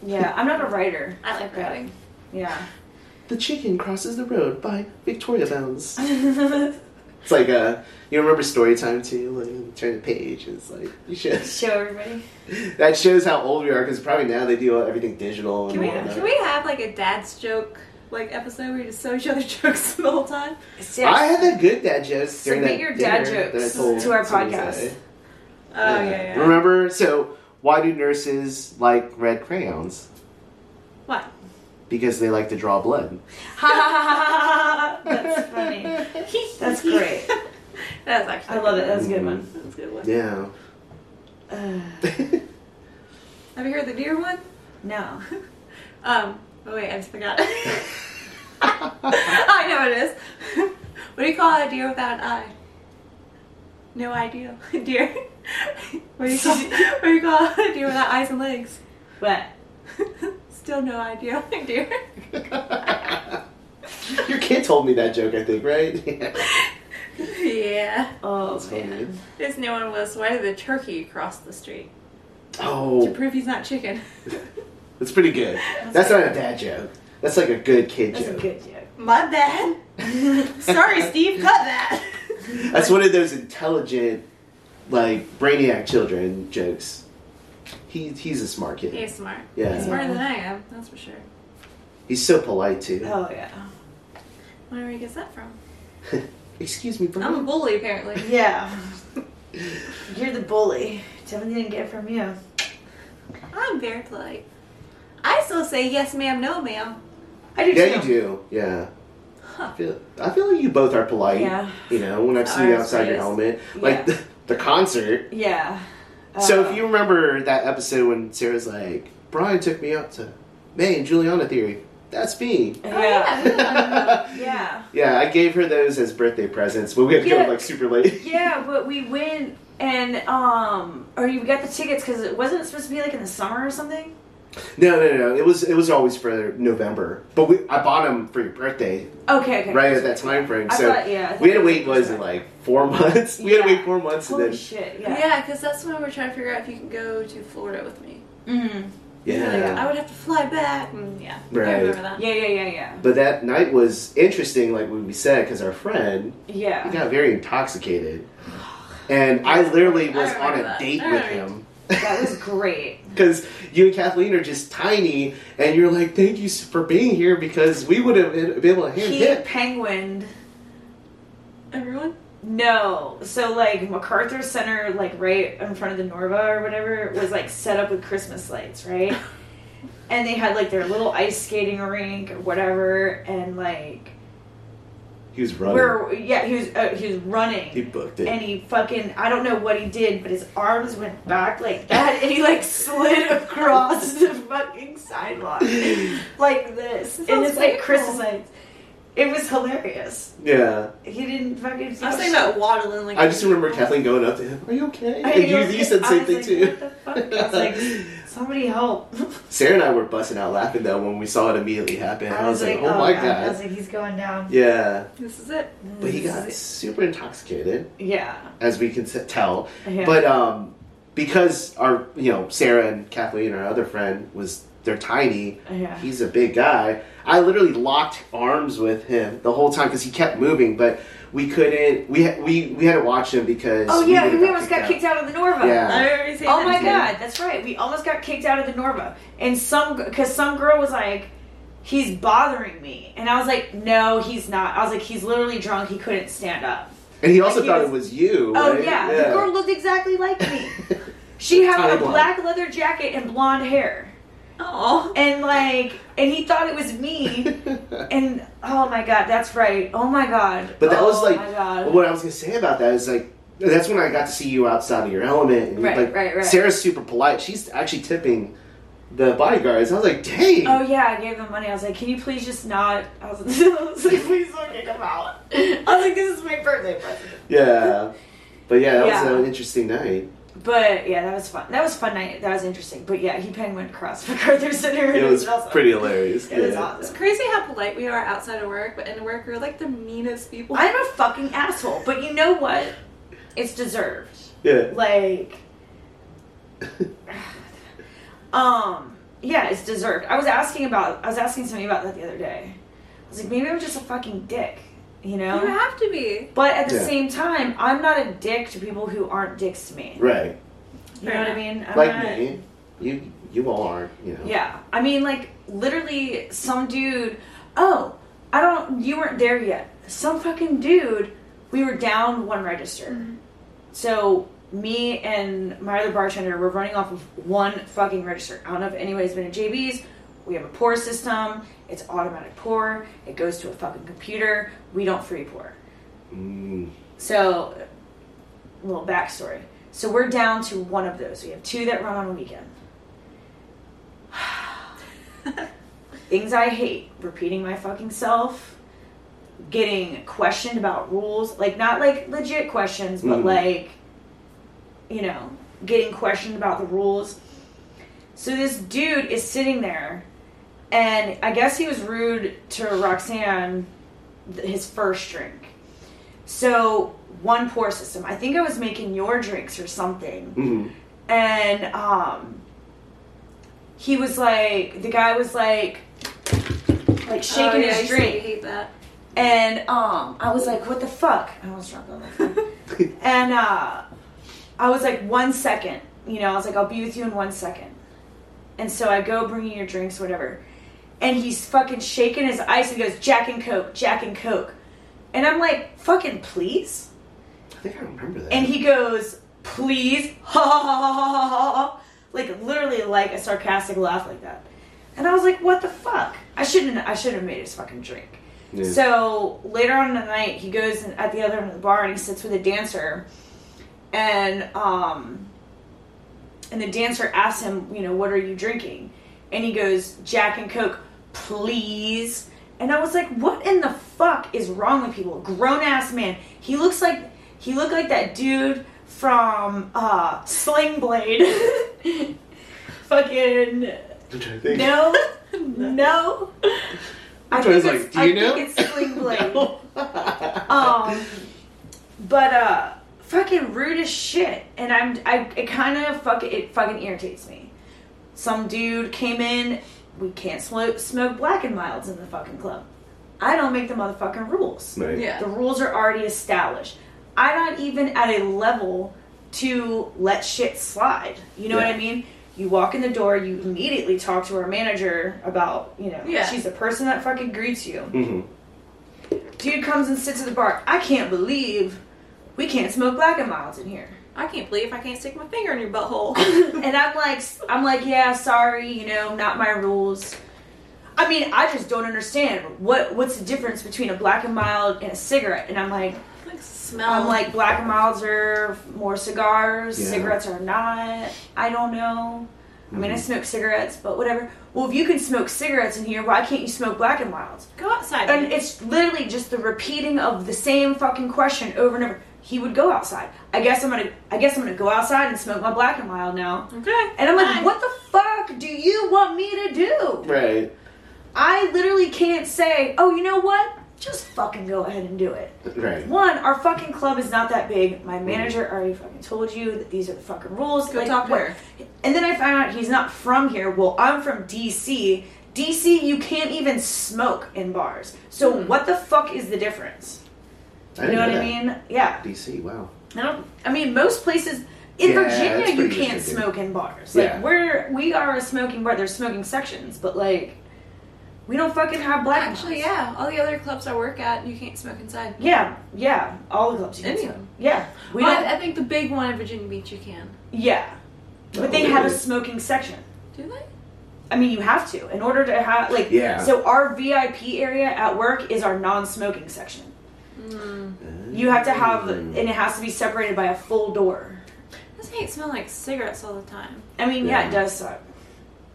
[SPEAKER 3] Yeah. I'm not a writer.
[SPEAKER 1] I like writing.
[SPEAKER 3] Yeah.
[SPEAKER 2] The chicken crosses the road by Victoria Bounds.
[SPEAKER 3] Show
[SPEAKER 2] It's like uh, you remember story time too? Like turn the page. It's like you should.
[SPEAKER 3] everybody.
[SPEAKER 2] That shows how old we are because probably now they do everything digital. And
[SPEAKER 1] Can we
[SPEAKER 2] whatnot.
[SPEAKER 1] can we have like a dad's joke like episode where you just tell each other jokes the whole time?
[SPEAKER 2] I had that good dad jokes. during
[SPEAKER 3] Submit
[SPEAKER 2] that
[SPEAKER 3] your dad
[SPEAKER 2] dinner that I
[SPEAKER 3] jokes
[SPEAKER 2] told
[SPEAKER 3] to our
[SPEAKER 2] somebody
[SPEAKER 3] podcast.
[SPEAKER 2] today.
[SPEAKER 1] Oh yeah, yeah.
[SPEAKER 2] Remember? So, why do nurses like red crayons?
[SPEAKER 1] What?
[SPEAKER 2] Because they like to draw blood.
[SPEAKER 3] Ha ha ha ha ha. That's funny. That's great.
[SPEAKER 1] That's actually.
[SPEAKER 3] I love it. That was a good one.
[SPEAKER 1] That's a good one.
[SPEAKER 2] Yeah.
[SPEAKER 3] Uh,
[SPEAKER 1] Have you heard the deer one?
[SPEAKER 3] no.
[SPEAKER 1] Um, oh wait, I just forgot. I know it is. What do you call a deer without an eye? No idea. Deer. What do you call, what do you call a deer without eyes and legs?
[SPEAKER 3] What?
[SPEAKER 1] Still no idea. Deer.
[SPEAKER 2] Your kid told me that joke, I think, right?
[SPEAKER 1] Yeah.
[SPEAKER 3] Oh
[SPEAKER 2] That's
[SPEAKER 3] man.
[SPEAKER 2] funny.
[SPEAKER 1] This new one was why did the turkey cross the street? To
[SPEAKER 2] Oh,
[SPEAKER 1] prove he's not chicken.
[SPEAKER 2] that's pretty good. That's not a dad joke. That's like a good kid
[SPEAKER 3] That's a
[SPEAKER 2] joke.
[SPEAKER 3] good
[SPEAKER 1] My bad.
[SPEAKER 3] joke.
[SPEAKER 1] Sorry, Steve, cut that.
[SPEAKER 2] That's one of those intelligent, like brainiac children jokes. He he's a smart kid.
[SPEAKER 1] He's smart.
[SPEAKER 2] Yeah.
[SPEAKER 1] He's smarter than I am, that's for sure.
[SPEAKER 2] He's so polite too.
[SPEAKER 3] oh yeah.
[SPEAKER 1] Where he gets that from?
[SPEAKER 3] Mm-hmm.
[SPEAKER 2] Excuse me, bro.
[SPEAKER 1] I'm a bully, apparently.
[SPEAKER 3] Yeah. You're the bully. Devin didn't get it from you.
[SPEAKER 1] I'm very polite. I still say yes, ma'am, no, ma'am.
[SPEAKER 3] I do
[SPEAKER 2] yeah, you
[SPEAKER 3] too.
[SPEAKER 2] do. Yeah.
[SPEAKER 1] Huh.
[SPEAKER 2] I feel, I feel like you both are polite.
[SPEAKER 3] Yeah.
[SPEAKER 2] You know, when I've seen you
[SPEAKER 1] Ours
[SPEAKER 2] outside your
[SPEAKER 1] is.
[SPEAKER 2] helmet, like
[SPEAKER 3] Yeah.
[SPEAKER 2] the, concert.
[SPEAKER 3] Yeah.
[SPEAKER 2] so
[SPEAKER 3] Uh,
[SPEAKER 2] if you remember that episode when Sarah's like, Brian took me out to May and Juliana Theory. That's me.
[SPEAKER 1] Oh, yeah.
[SPEAKER 3] Yeah.
[SPEAKER 1] we don't-
[SPEAKER 3] Yeah.
[SPEAKER 2] Yeah, I gave her those as birthday presents, but we had to
[SPEAKER 3] Yeah.
[SPEAKER 2] go like super late.
[SPEAKER 3] Yeah, but we went and um, or you got the tickets because it wasn't it supposed to be like in the summer or something.
[SPEAKER 2] No, no, no. It was it was always for November, but we I bought them for your birthday
[SPEAKER 3] Okay. Okay.
[SPEAKER 2] right at that time frame.
[SPEAKER 3] I
[SPEAKER 2] So
[SPEAKER 3] thought yeah. I thought
[SPEAKER 2] we had to
[SPEAKER 3] it
[SPEAKER 2] wait. what Was it like four months? We had to
[SPEAKER 3] Yeah.
[SPEAKER 2] wait four months, and
[SPEAKER 3] Holy
[SPEAKER 2] then
[SPEAKER 3] shit! Yeah.
[SPEAKER 1] yeah, because that's when we're trying to figure out if you can go to Florida with me.
[SPEAKER 3] Mm.
[SPEAKER 1] Like,
[SPEAKER 2] yeah.
[SPEAKER 1] I would have to fly back. And yeah, I
[SPEAKER 2] Right.
[SPEAKER 1] remember that.
[SPEAKER 3] Yeah. Yeah. Yeah. Yeah.
[SPEAKER 2] But that night was interesting, like we said, because our friend he
[SPEAKER 3] Yeah.
[SPEAKER 2] got very intoxicated, and I literally
[SPEAKER 1] I
[SPEAKER 2] was on
[SPEAKER 1] remember
[SPEAKER 2] a
[SPEAKER 1] that.
[SPEAKER 2] date
[SPEAKER 1] I
[SPEAKER 2] with
[SPEAKER 1] remember
[SPEAKER 2] him.
[SPEAKER 3] That was great.
[SPEAKER 2] Because you and Kathleen are just tiny, and you're like, thank you for being here because we would have been been able to hand
[SPEAKER 1] He
[SPEAKER 2] dip.
[SPEAKER 1] penguined everyone.
[SPEAKER 3] No, so like MacArthur Center, like right in front of the Norva or whatever, was like set up with Christmas lights, right? and they had like their little ice skating rink or whatever, and like
[SPEAKER 2] He was running.
[SPEAKER 3] where yeah, he was uh, he was running.
[SPEAKER 2] he booked it.
[SPEAKER 3] and he fucking I don't know what he did, but his arms went back like that, and he like slid across the fucking sidewalk like this, and
[SPEAKER 1] sounds
[SPEAKER 3] it's like
[SPEAKER 1] wonderful.
[SPEAKER 3] Christmas lights. It was hilarious.
[SPEAKER 2] yeah.
[SPEAKER 3] He didn't fucking.
[SPEAKER 1] I was thinking about waddling. Like
[SPEAKER 2] I just remember Kathleen going up to him, are you okay? And you, you said the same thing too.
[SPEAKER 3] What the fuck? I was like, somebody help!
[SPEAKER 2] Sarah and I were busting out laughing though when we saw it immediately happen. I, was like, oh, my god.
[SPEAKER 3] I was like, he's going down.
[SPEAKER 2] yeah.
[SPEAKER 1] This is it.
[SPEAKER 2] But he got super intoxicated,
[SPEAKER 3] yeah,
[SPEAKER 2] as we can s- tell.
[SPEAKER 3] yeah.
[SPEAKER 2] But um, because our, you know, Sarah and Kathleen, our other friend, was they're tiny.
[SPEAKER 3] yeah.
[SPEAKER 2] He's a big guy. I literally locked arms with him the whole time because he kept moving, but we couldn't. We ha- we we had to watch him because
[SPEAKER 3] Oh yeah,
[SPEAKER 2] would've
[SPEAKER 3] we almost got kicked out of the Norva.
[SPEAKER 2] Yeah.
[SPEAKER 1] I remember seeing
[SPEAKER 3] Oh
[SPEAKER 1] that
[SPEAKER 3] my
[SPEAKER 1] too.
[SPEAKER 3] god, that's right. We almost got kicked out of the Norva, and some because some girl was like, "He's bothering me," and I was like, "No, he's not." I was like, "He's literally drunk. He couldn't stand up."
[SPEAKER 2] And he also
[SPEAKER 3] Like, he
[SPEAKER 2] thought
[SPEAKER 3] was-
[SPEAKER 2] it was you.
[SPEAKER 3] Oh
[SPEAKER 2] right?
[SPEAKER 3] yeah, the girl looked exactly like me. She had a
[SPEAKER 2] Tiny blonde.
[SPEAKER 3] black leather jacket and blonde hair,
[SPEAKER 1] Oh,
[SPEAKER 3] and like, and he thought it was me. And oh my god, that's right. Oh my god.
[SPEAKER 2] But that was
[SPEAKER 3] Oh
[SPEAKER 2] like
[SPEAKER 3] my God.
[SPEAKER 2] what I was gonna say about that is like that's when I got to see you outside of your element. And
[SPEAKER 3] Right,
[SPEAKER 2] like,
[SPEAKER 3] right, right.
[SPEAKER 2] Sarah's super polite. She's actually tipping the bodyguards. I was like, dang.
[SPEAKER 3] Oh yeah, I gave him money. I was like, "Can you please just not?" I was, I was like, "Please don't kick him out." I was like, "This is my birthday present."
[SPEAKER 2] Yeah. But yeah, that
[SPEAKER 3] Yeah.
[SPEAKER 2] was an interesting night.
[SPEAKER 3] But yeah, that was fun. That was a fun night. That was interesting. But yeah, he penguin crossed MacArthur Center.
[SPEAKER 2] It was
[SPEAKER 3] awesome.
[SPEAKER 2] pretty hilarious.
[SPEAKER 3] It was
[SPEAKER 2] yeah.
[SPEAKER 1] it's
[SPEAKER 3] awesome.
[SPEAKER 1] crazy how polite we are outside of work, but in work we're like the meanest people.
[SPEAKER 3] I'm a fucking asshole, but you know what? It's deserved.
[SPEAKER 2] Yeah.
[SPEAKER 3] Like, um, yeah, it's deserved. I was asking about. I was asking somebody about that the other day. I was like, maybe I'm just a fucking dick, you know?
[SPEAKER 1] you have to be.
[SPEAKER 3] But at the
[SPEAKER 2] Yeah.
[SPEAKER 3] same time, I'm not a dick to people who aren't dicks to me.
[SPEAKER 2] Right.
[SPEAKER 3] You know what I mean? I'm
[SPEAKER 2] like
[SPEAKER 3] not-
[SPEAKER 2] me. You you all are, you know.
[SPEAKER 3] Yeah. I mean, like, literally, some dude. Oh, I don't. You weren't there yet. Some fucking dude. We were down one register. So, me and my other bartender were running off of one fucking register. I don't know if anybody's been at JB's. We have a pour system. It's automatic pour. It goes to a fucking computer. We don't free pour.
[SPEAKER 2] Mm,
[SPEAKER 3] So, a little backstory. So we're down to one of those. We have two that run on a weekend. Things I hate: repeating my fucking self, getting questioned about rules, like not like legit questions, but
[SPEAKER 2] Mhm.
[SPEAKER 3] like, you know, getting questioned about the rules. So this dude is sitting there, and I guess he was rude to Roxanne, th- his first drink. So one pour system. I think I was making your drinks or something,
[SPEAKER 2] mhm.
[SPEAKER 3] and um, he was like, the guy was like, like shaking
[SPEAKER 1] oh, yeah, you said
[SPEAKER 3] his
[SPEAKER 1] you
[SPEAKER 3] drink,
[SPEAKER 1] hate that.
[SPEAKER 3] and um, I was like, what the fuck? I was drunk on that. And uh, I was like, one second. You know, I was like, I'll be with you in one second. And so I go bring you your drinks, whatever. And he's fucking shaking his ice and goes, Jack and Coke, Jack and Coke. And I'm like, fucking please?
[SPEAKER 2] I think I remember that.
[SPEAKER 3] And he goes, please, ha ha ha ha ha ha ha. Like literally like a sarcastic laugh like that. And I was like, what the fuck? I shouldn't I should have made his fucking drink.
[SPEAKER 2] Yeah.
[SPEAKER 3] So later on in the night he goes in, at the other end of the bar and he sits with a dancer and um and the dancer asks him, you know, what are you drinking? And he goes, Jack and Coke, please. And I was like, what in the fuck is wrong with people? Grown ass man. He looks like he looked like that dude from uh Sling Blade. Fucking
[SPEAKER 2] I'm trying to think.
[SPEAKER 3] no, no. I
[SPEAKER 2] Joy's
[SPEAKER 3] think
[SPEAKER 2] like,
[SPEAKER 3] it's,
[SPEAKER 2] "Do you
[SPEAKER 3] I
[SPEAKER 2] know?"
[SPEAKER 3] think it's Sling Blade.
[SPEAKER 2] No.
[SPEAKER 3] Um, but uh, fucking rude as shit, and I'm I it kind of fuck it fucking irritates me. Some dude came in. We can't smoke smoke black and milds in the fucking club. I don't make the motherfucking rules.
[SPEAKER 2] Right.
[SPEAKER 1] Yeah.
[SPEAKER 3] The rules are already established. I'm not even at a level to let shit slide. You know
[SPEAKER 2] Yeah.
[SPEAKER 3] what I mean? You walk in the door, you immediately talk to our manager about, you know,
[SPEAKER 1] Yeah.
[SPEAKER 3] she's the person that fucking greets you.
[SPEAKER 2] hmm
[SPEAKER 3] Dude comes and sits at the bar. I can't believe we can't smoke black and milds in here.
[SPEAKER 1] I can't believe I can't stick my finger in your butthole.
[SPEAKER 3] and I'm like, I'm like, yeah, sorry, you know, not my rules. I mean, I just don't understand what what's the difference between a black and mild and a cigarette. And I'm like,
[SPEAKER 1] like smell.
[SPEAKER 3] I'm Um, like, black and milds are more cigars,
[SPEAKER 2] Yeah.
[SPEAKER 3] cigarettes are not. I don't know. I mean, I smoke cigarettes, but whatever. Well, if you can smoke cigarettes in here, why can't you smoke black and milds?
[SPEAKER 1] go outside.
[SPEAKER 3] And it's literally just the repeating of the same fucking question over and over. He would go outside. I guess I'm gonna. I guess I'm gonna go outside and smoke my black and mild now.
[SPEAKER 1] okay.
[SPEAKER 3] And I'm like,
[SPEAKER 1] Bye.
[SPEAKER 3] what the fuck do you want me to do?
[SPEAKER 2] Right.
[SPEAKER 3] I literally can't say, oh, you know what? Just fucking go ahead and do it.
[SPEAKER 2] Right.
[SPEAKER 3] One, our fucking club is not that big. My manager already fucking told you that these are the fucking rules.
[SPEAKER 1] Go
[SPEAKER 3] Like,
[SPEAKER 1] talk to
[SPEAKER 3] what-
[SPEAKER 1] her.
[SPEAKER 3] And then I found out he's not from here. Well, I'm from DC. DC, you can't even smoke in bars. So
[SPEAKER 1] Hmm.
[SPEAKER 3] what the fuck is the difference?
[SPEAKER 2] I
[SPEAKER 3] You
[SPEAKER 2] didn't
[SPEAKER 3] know what I
[SPEAKER 2] that.
[SPEAKER 3] mean? Yeah.
[SPEAKER 2] DC. Wow.
[SPEAKER 3] I don't. I mean, most places in
[SPEAKER 2] Yeah, that's
[SPEAKER 3] Virginia you
[SPEAKER 2] pretty
[SPEAKER 3] can't
[SPEAKER 2] restricted.
[SPEAKER 3] smoke in bars. Like
[SPEAKER 2] Yeah.
[SPEAKER 3] we're we are a smoking bar. There's smoking sections, but like we don't fucking have black. and
[SPEAKER 1] Actually,
[SPEAKER 3] whites.
[SPEAKER 1] yeah. All the other clubs I work at, you can't smoke inside.
[SPEAKER 3] Yeah, yeah. All the clubs you can
[SPEAKER 1] Any of
[SPEAKER 3] smoke.
[SPEAKER 1] them.
[SPEAKER 3] Yeah, we
[SPEAKER 1] Well,
[SPEAKER 3] don't.
[SPEAKER 1] I, I think the big one in Virginia Beach, you can.
[SPEAKER 3] Yeah, but they have a
[SPEAKER 2] really?
[SPEAKER 3] smoking section.
[SPEAKER 1] Do they?
[SPEAKER 3] I mean, you have to in order to have like.
[SPEAKER 2] Yeah.
[SPEAKER 3] So our VIP area at work is our non-smoking section. Mm.
[SPEAKER 2] Mm.
[SPEAKER 3] You have to have, and it has to be separated by a full door.
[SPEAKER 1] This hate smell like cigarettes all the time.
[SPEAKER 3] I mean, yeah,
[SPEAKER 2] Yeah.
[SPEAKER 3] it does suck.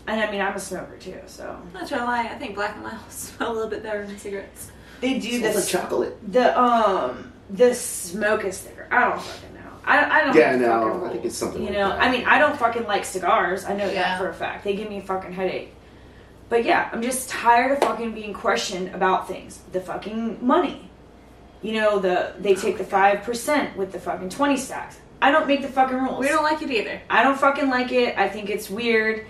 [SPEAKER 3] And I mean, I'm a smoker too, so
[SPEAKER 1] I'm not trying to lie. I think black and mild smell a little bit better than cigarettes.
[SPEAKER 3] they do
[SPEAKER 2] Smells
[SPEAKER 3] this.
[SPEAKER 2] like chocolate.
[SPEAKER 3] The um the smoke is thicker. I don't fucking know. I, I don't.
[SPEAKER 2] Yeah,
[SPEAKER 3] have
[SPEAKER 2] no,
[SPEAKER 3] fucking
[SPEAKER 2] I
[SPEAKER 3] rules.
[SPEAKER 2] think it's something
[SPEAKER 3] You
[SPEAKER 2] like
[SPEAKER 3] know,
[SPEAKER 2] that.
[SPEAKER 3] I mean, I don't fucking like cigars. I know
[SPEAKER 1] Yeah.
[SPEAKER 3] that for a fact. They give me a fucking headache. But yeah, I'm just tired of fucking being questioned about things. The fucking money. You know, the they take the five percent with the fucking twenty stacks. I don't make the fucking rules.
[SPEAKER 1] We don't like it either.
[SPEAKER 3] I don't fucking like it. I think it's weird.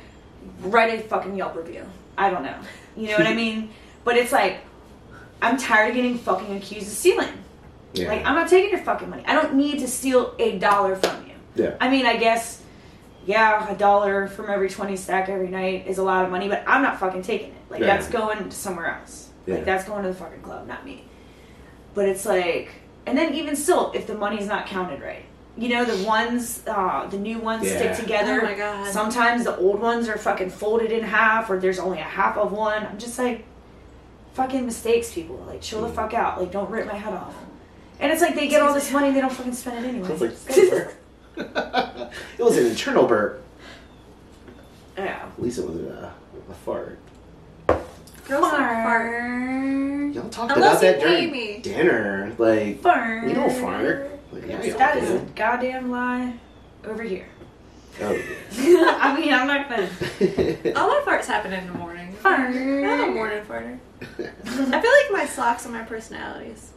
[SPEAKER 3] Write a fucking Yelp review. I don't know. You know what I mean? But it's like, I'm tired of getting fucking accused of stealing.
[SPEAKER 2] Yeah.
[SPEAKER 3] Like, I'm not taking your fucking money. I don't need to steal a dollar from you.
[SPEAKER 2] yeah.
[SPEAKER 3] I mean, I guess, yeah, a dollar from every 20 stack every night is a lot of money, but I'm not fucking taking it. Like,
[SPEAKER 2] Yeah.
[SPEAKER 3] that's going to somewhere else.
[SPEAKER 2] Yeah.
[SPEAKER 3] Like, that's going to the fucking club, not me. But it's like, and then even still, if the money's not counted right, you know, the ones, uh, the new ones
[SPEAKER 2] Yeah.
[SPEAKER 3] stick together.
[SPEAKER 1] Oh my God.
[SPEAKER 3] Sometimes the old ones are fucking folded in half, or there's only a half of one. I'm just like, fucking mistakes, people. Like, chill
[SPEAKER 2] Mm.
[SPEAKER 3] the fuck out. Like, don't rip my head off. And it's like they get all this money, they don't fucking spend it anyway.
[SPEAKER 2] Sounds like silver. it was an internal burp.
[SPEAKER 3] yeah.
[SPEAKER 2] At least it was a, a fart.
[SPEAKER 1] Girls don't fart.
[SPEAKER 3] Fart.
[SPEAKER 2] Y'all talked
[SPEAKER 1] Unless
[SPEAKER 2] about that
[SPEAKER 1] you pay
[SPEAKER 2] during
[SPEAKER 1] me.
[SPEAKER 2] dinner. Like,
[SPEAKER 3] Fart.
[SPEAKER 2] you don't fart. Like, now y'all
[SPEAKER 3] That
[SPEAKER 2] do.
[SPEAKER 3] is a goddamn lie over here.
[SPEAKER 2] Oh,
[SPEAKER 3] I mean, I'm not gonna
[SPEAKER 2] yeah.
[SPEAKER 3] Oh.
[SPEAKER 1] All my farts happen in the morning.
[SPEAKER 3] fart.
[SPEAKER 1] I'm a morning farter. I feel like my socks and my personalities.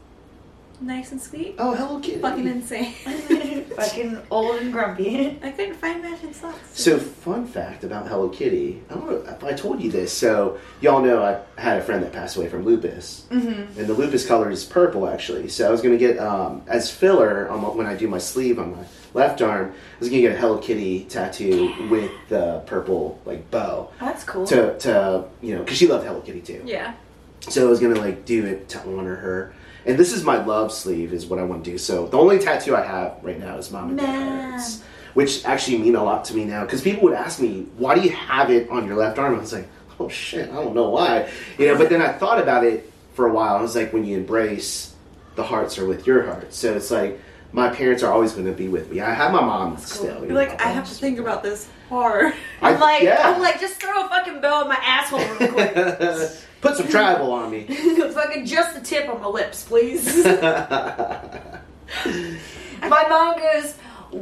[SPEAKER 1] Nice and sweet.
[SPEAKER 2] oh, Hello Kitty.
[SPEAKER 1] Fucking insane.
[SPEAKER 3] Fucking old and grumpy.
[SPEAKER 1] I couldn't find matching socks.
[SPEAKER 2] So, fun fact about Hello Kitty. I don't know if I told you this. So, y'all know I had a friend that passed away from lupus, mm-hmm. and the lupus color is purple, actually. So, I was gonna get um, as filler on my, when I do my sleeve on my left arm. I was gonna get a Hello Kitty tattoo with the purple like bow
[SPEAKER 3] That's cool.
[SPEAKER 2] to to you know because she loved Hello Kitty too.
[SPEAKER 1] yeah.
[SPEAKER 2] So I was gonna like do it to honor her. And this is my love sleeve, is what I want to do. So the only tattoo I have right now is mom and
[SPEAKER 3] Man.
[SPEAKER 2] dad's, which actually mean a lot to me now. Because people would ask me, "Why do you have it on your left arm?" I was like, "Oh shit, I don't know why," you know. But then I thought about it for a while. I was like, "When you embrace, the hearts are with your heart." So it's like my parents are always going to be with me. I have my mom still. you
[SPEAKER 1] You're like,
[SPEAKER 2] know,
[SPEAKER 1] I have to think about this hard.
[SPEAKER 3] I'm like,
[SPEAKER 2] yeah.
[SPEAKER 3] I'm like, just throw a fucking bow in my asshole real quick.
[SPEAKER 2] Put some tribal on me.
[SPEAKER 3] fucking just the tip on my lips, please. my mom goes,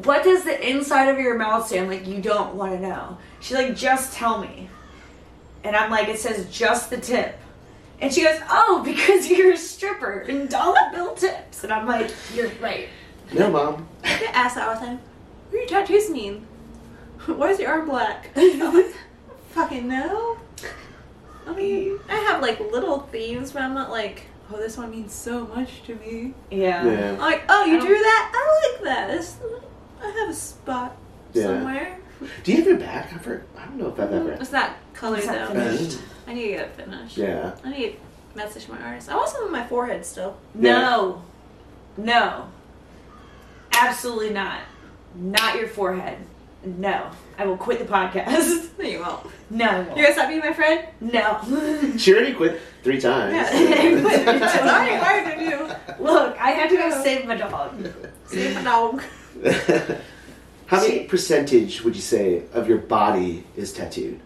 [SPEAKER 3] "What does the inside of your mouth say?" I'm like, "You don't want to know." She's like, "Just tell me," and I'm like, "It says just the tip." And she goes, "Oh, because you're a stripper and dollar bill tips." And I'm like, "You're right."
[SPEAKER 2] No, mom.
[SPEAKER 1] I get asked that all the time. What do your tattoos mean? Why is your arm black? I'm like, fucking no. I mean, I have like little themes, but I'm not like, oh, this one means so much to me.
[SPEAKER 3] Yeah.
[SPEAKER 1] Um,
[SPEAKER 2] Yeah.
[SPEAKER 1] I'm like, oh, you
[SPEAKER 3] I
[SPEAKER 1] drew that? I like that. This, I have a spot
[SPEAKER 2] Yeah.
[SPEAKER 1] somewhere.
[SPEAKER 2] Do you have your back covered? I don't know if I've ever.
[SPEAKER 1] It's not colored
[SPEAKER 3] It's not
[SPEAKER 1] though.
[SPEAKER 3] finished.
[SPEAKER 2] Uh,
[SPEAKER 1] I need to get it finished.
[SPEAKER 2] Yeah.
[SPEAKER 1] I need to message my artist. I want some on my forehead still.
[SPEAKER 3] No. No. Absolutely not. Not your forehead. No. I will quit the podcast.
[SPEAKER 1] No, you won't.
[SPEAKER 3] No.
[SPEAKER 1] You're gonna stop being my friend?
[SPEAKER 3] no.
[SPEAKER 2] She already quit three times.
[SPEAKER 1] That's what I
[SPEAKER 3] Yeah.
[SPEAKER 1] required of you.
[SPEAKER 3] Look, I have to go save my dog.
[SPEAKER 1] See my dog.
[SPEAKER 2] How many percentage would you say of your body is tattooed?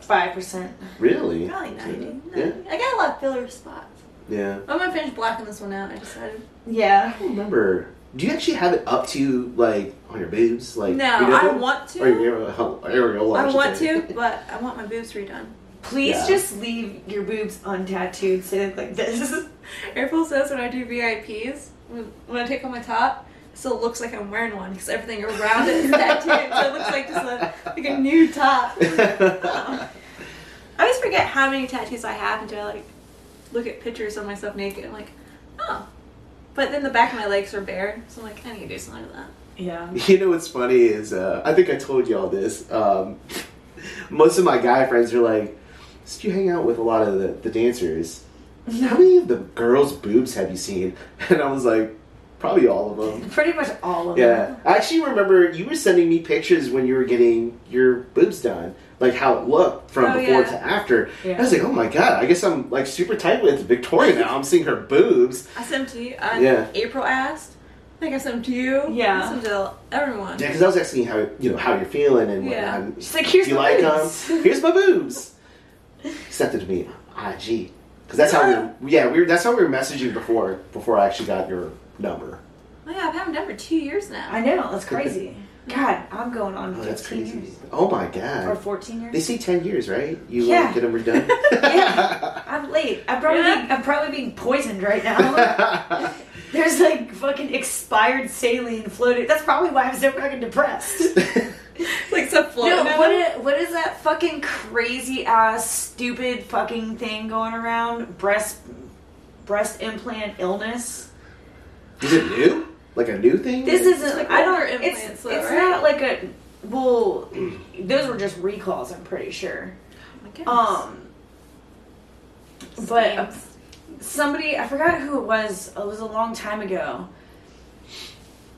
[SPEAKER 3] 95%.
[SPEAKER 2] Really?
[SPEAKER 1] Probably 90.
[SPEAKER 2] Yeah.
[SPEAKER 1] 90. I got a lot of filler spots.
[SPEAKER 2] Yeah.
[SPEAKER 1] I'm gonna finish blacking this one out. I decided.
[SPEAKER 3] Yeah.
[SPEAKER 2] I don't remember. Do you actually have it up to like on your boobs? Like
[SPEAKER 1] No,
[SPEAKER 2] your nipple?
[SPEAKER 1] I want to.
[SPEAKER 2] Or oh, your areola, areola,
[SPEAKER 1] I
[SPEAKER 2] should
[SPEAKER 1] want
[SPEAKER 2] say.
[SPEAKER 1] to, but I want my boobs redone.
[SPEAKER 3] Please
[SPEAKER 2] Yeah.
[SPEAKER 3] just leave your boobs untattooed sitting like this.
[SPEAKER 1] April says when I do VIPs, when when I take on my top, it still looks like I'm wearing one because everything around it is tattooed, so it looks like just a, like a new top. I always forget how many tattoos I have until I like look at pictures of myself naked. I'm like, oh, but then the back of my legs are bare, so I'm like, I need to do something like that.
[SPEAKER 3] Yeah.
[SPEAKER 2] You know what's funny is uh, I think I told y'all this. Um, most of my guy friends are like, "Did you hang out with a lot of the, the dancers? How many of the girls' boobs have you seen?" And I was like, "Probably all of them."
[SPEAKER 3] Pretty much all of
[SPEAKER 2] Yeah,
[SPEAKER 3] them.
[SPEAKER 2] I actually remember you were sending me pictures when you were getting your boobs done, like how it looked from
[SPEAKER 1] Oh,
[SPEAKER 2] before
[SPEAKER 1] yeah.
[SPEAKER 2] to after.
[SPEAKER 3] Yeah.
[SPEAKER 2] I was like, "Oh my god!" I guess I'm like super tight with Victoria now. I'm seeing her boobs.
[SPEAKER 1] I sent them to you. I,
[SPEAKER 2] Yeah.
[SPEAKER 1] April asked. I think I sent them to you.
[SPEAKER 3] Yeah.
[SPEAKER 1] I sent them to everyone.
[SPEAKER 2] Yeah, because I was asking how you know how you're feeling and
[SPEAKER 1] Yeah.
[SPEAKER 2] whatnot.
[SPEAKER 3] She's like, here's
[SPEAKER 2] Do you
[SPEAKER 3] my
[SPEAKER 2] like
[SPEAKER 3] boobs.
[SPEAKER 2] them? Here's my boobs. He sent it to me on IG because that's how we were, yeah we were that's how we were messaging before before I actually got your number.
[SPEAKER 1] Oh, yeah, I've had them done for two years now.
[SPEAKER 3] I know, that's crazy. God, I'm going on
[SPEAKER 2] Oh,
[SPEAKER 3] 15
[SPEAKER 2] that's crazy.
[SPEAKER 3] years.
[SPEAKER 2] Oh my
[SPEAKER 3] Or
[SPEAKER 2] god.
[SPEAKER 3] 14
[SPEAKER 2] They
[SPEAKER 3] years.
[SPEAKER 2] say ten years, right? You
[SPEAKER 3] Yeah.
[SPEAKER 2] like, get them redone.
[SPEAKER 3] Yeah. I'm late. I'm probably,
[SPEAKER 1] Yeah.
[SPEAKER 3] being, I'm probably being poisoned right now. There's like fucking expired saline floating. That's probably why I'm so fucking depressed.
[SPEAKER 1] like "Oh some floating.
[SPEAKER 3] no,
[SPEAKER 1] in
[SPEAKER 3] what
[SPEAKER 1] them.
[SPEAKER 3] is, what is that fucking crazy ass stupid fucking thing going around? Breast breast implant illness.
[SPEAKER 2] Is it new? Like a new thing?
[SPEAKER 3] This isn't
[SPEAKER 1] like
[SPEAKER 3] I don't
[SPEAKER 1] older
[SPEAKER 3] it's,
[SPEAKER 1] implants,
[SPEAKER 3] it's
[SPEAKER 1] though, right?
[SPEAKER 3] not like a well those were just recalls I'm pretty sure.
[SPEAKER 1] My goodness.
[SPEAKER 3] Um but
[SPEAKER 1] Scams.
[SPEAKER 3] somebody I forgot who it was. It was a long time ago.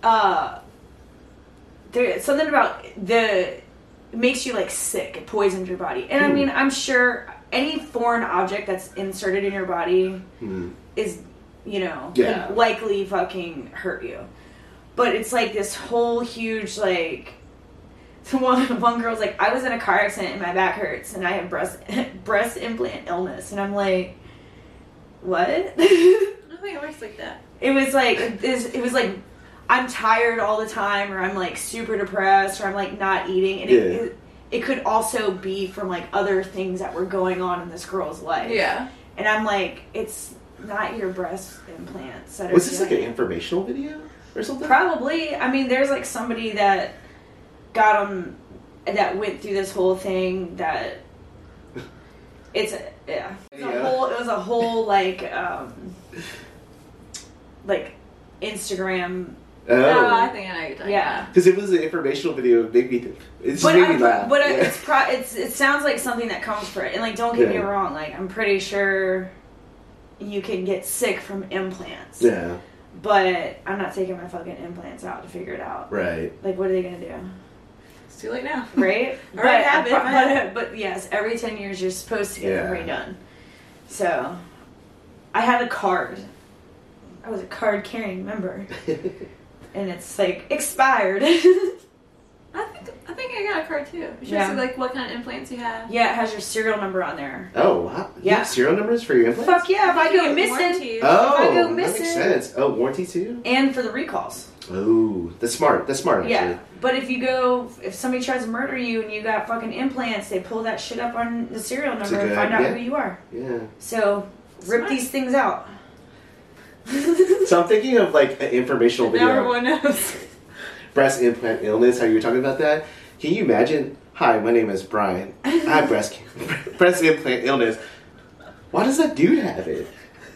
[SPEAKER 3] Uh, there something about the it makes you like sick. It poisons your body, and I mean, I'm sure any foreign object that's inserted in your body
[SPEAKER 2] Hmm.
[SPEAKER 3] is, you know,
[SPEAKER 2] Yeah.
[SPEAKER 3] could likely fucking hurt you. But it's like this whole huge like. So one, one girl's like, I was in a car accident and my back hurts and I have breast breast implant illness, and I'm like, what?
[SPEAKER 1] I don't think it works like that.
[SPEAKER 3] it was like it is- it was like I'm tired all the time, or I'm like super depressed, or I'm like not eating, and it,
[SPEAKER 2] Yeah.
[SPEAKER 3] it it could also be from like other things that were going on in this girl's life.
[SPEAKER 1] Yeah.
[SPEAKER 3] and I'm like, it's not your breast implants. That are
[SPEAKER 2] Was this
[SPEAKER 3] doing
[SPEAKER 2] like an
[SPEAKER 3] it.
[SPEAKER 2] informational video or something?
[SPEAKER 3] Probably. I mean, there's like somebody that got them that went through this whole thing that it's a, yeah. It was
[SPEAKER 2] Yeah.
[SPEAKER 3] a whole. It was a whole like um like Instagram.
[SPEAKER 1] No, I
[SPEAKER 2] oh.
[SPEAKER 1] think I know what you're talking
[SPEAKER 3] Yeah.
[SPEAKER 2] Because it was an informational video. It made me. Think, it just
[SPEAKER 3] But,
[SPEAKER 2] made
[SPEAKER 3] I,
[SPEAKER 2] me laugh.
[SPEAKER 3] but I-
[SPEAKER 2] Yeah.
[SPEAKER 3] it's pro- it's it sounds like something that comes for it. And like, don't get me
[SPEAKER 2] Yeah.
[SPEAKER 3] wrong. Like, I'm pretty sure you can get sick from implants.
[SPEAKER 2] yeah.
[SPEAKER 3] But I'm not taking my fucking implants out to figure it out.
[SPEAKER 2] Right.
[SPEAKER 3] Like, what are they gonna do?
[SPEAKER 1] about. It's too late now.
[SPEAKER 3] right? but,
[SPEAKER 1] Alright, have it,
[SPEAKER 3] but,
[SPEAKER 1] man.
[SPEAKER 3] but yes, every 10 years you're supposed to get them
[SPEAKER 2] Yeah.
[SPEAKER 3] redone. So, I had a card. I was a card carrying member, and it's like expired. yeah,
[SPEAKER 1] I think I think I got a card too. You should
[SPEAKER 3] Yeah.
[SPEAKER 1] see like what kind of implants you have.
[SPEAKER 3] it has your serial number on there.
[SPEAKER 2] oh wow. You
[SPEAKER 3] Yeah.
[SPEAKER 2] have serial numbers for your implants.
[SPEAKER 3] Fuck yeah, if I
[SPEAKER 1] think you
[SPEAKER 3] go
[SPEAKER 1] get
[SPEAKER 3] missing.
[SPEAKER 1] warranties.
[SPEAKER 2] Oh,
[SPEAKER 3] If I go
[SPEAKER 2] that
[SPEAKER 3] missing-
[SPEAKER 2] makes sense. Oh, warranty too.
[SPEAKER 3] And for the recalls.
[SPEAKER 2] Oh, that's smart. That's smart. Actually.
[SPEAKER 3] Yeah. But if you go, if somebody tries to murder you and you got fucking implants, they pull that shit up on the serial
[SPEAKER 2] It's
[SPEAKER 3] number
[SPEAKER 2] a
[SPEAKER 3] and
[SPEAKER 2] good-
[SPEAKER 3] find out
[SPEAKER 2] yeah.
[SPEAKER 3] who you are.
[SPEAKER 2] Yeah.
[SPEAKER 3] So, rip
[SPEAKER 1] Smart.
[SPEAKER 3] these things out.
[SPEAKER 2] So I'm thinking of like an informational
[SPEAKER 1] Now
[SPEAKER 2] video.
[SPEAKER 1] everyone knows.
[SPEAKER 2] breast implant illness, how you were talking about that. Can you imagine? Hi, my name is Brian. I have breast breast implant illness. Why does that dude have it?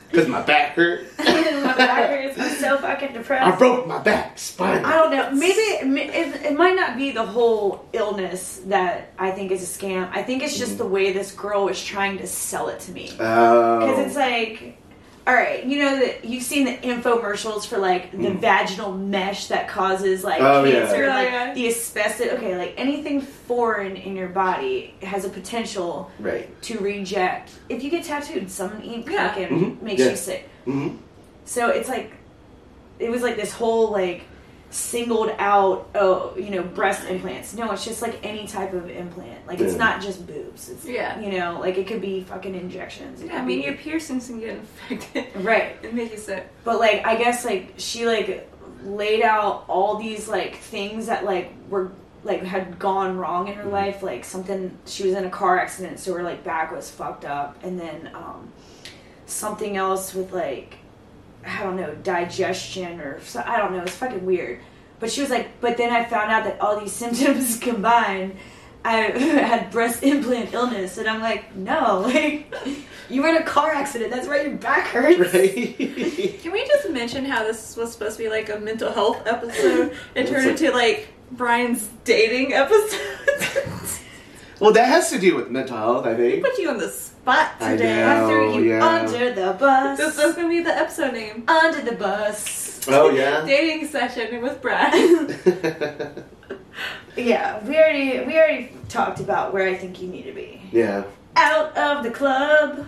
[SPEAKER 2] Because my back hurt.
[SPEAKER 3] my back hurts. I'm so fucking depressed.
[SPEAKER 2] I broke my back. Spinal.
[SPEAKER 3] I don't know. Maybe it, it, it might not be the whole illness that I think is a scam. I think it's just
[SPEAKER 2] Mm-hmm.
[SPEAKER 3] the way this girl was trying to sell it to me. Because
[SPEAKER 2] Oh.
[SPEAKER 3] it's like, all right, you know that you've seen the infomercials for like the vaginal mesh that causes like
[SPEAKER 2] Mm. Oh, yeah.
[SPEAKER 3] cancer,
[SPEAKER 1] Yeah,
[SPEAKER 3] like
[SPEAKER 1] yeah.
[SPEAKER 3] the asbestos. Okay, like anything foreign in your body has a potential
[SPEAKER 2] Right.
[SPEAKER 3] to reject. If you get tattooed, some ink
[SPEAKER 1] Yeah.
[SPEAKER 3] fucking
[SPEAKER 2] Mhm.
[SPEAKER 3] makes
[SPEAKER 2] Yeah.
[SPEAKER 3] you sick.
[SPEAKER 2] hmm
[SPEAKER 3] So it's like, it was like this whole like singled out, oh, you know, breast implants. No, it's just like any type of implant. Like it's
[SPEAKER 2] Yeah.
[SPEAKER 3] not just boobs. It's,
[SPEAKER 1] Yeah.
[SPEAKER 3] You know, like it could be fucking injections. It
[SPEAKER 1] Yeah, I
[SPEAKER 3] could
[SPEAKER 1] mean,
[SPEAKER 3] be-
[SPEAKER 1] your piercings can get infected
[SPEAKER 3] Right.
[SPEAKER 1] and make you sick.
[SPEAKER 3] But like, I guess like she like laid out all these like things that like were like had gone wrong in her life. Like something she was in a car accident, so her like back was fucked up, and then um, something else with like I don't know digestion or so, I don't know. It's fucking weird. But she was like, but then I found out that all these symptoms combined. I had breast implant illness, and I'm like, no, like, you were in a car accident. That's why your back hurts.
[SPEAKER 2] Right.
[SPEAKER 1] Can we just mention how this was supposed to be like a mental health episode and
[SPEAKER 2] It's
[SPEAKER 1] turned
[SPEAKER 2] like-
[SPEAKER 1] into like Brian's dating episode?
[SPEAKER 2] well, that has to do with mental health, I think.
[SPEAKER 1] Put you on the spot
[SPEAKER 2] I
[SPEAKER 1] today.
[SPEAKER 2] know.
[SPEAKER 3] I threw
[SPEAKER 2] Oh,
[SPEAKER 3] you
[SPEAKER 2] yeah.
[SPEAKER 3] under the bus.
[SPEAKER 1] This is gonna be the episode name.
[SPEAKER 3] under the bus.
[SPEAKER 2] Oh yeah.
[SPEAKER 1] Dating session with Brian.
[SPEAKER 3] Yeah, we already we already talked about where I think you need to be.
[SPEAKER 2] yeah.
[SPEAKER 3] Out of the club.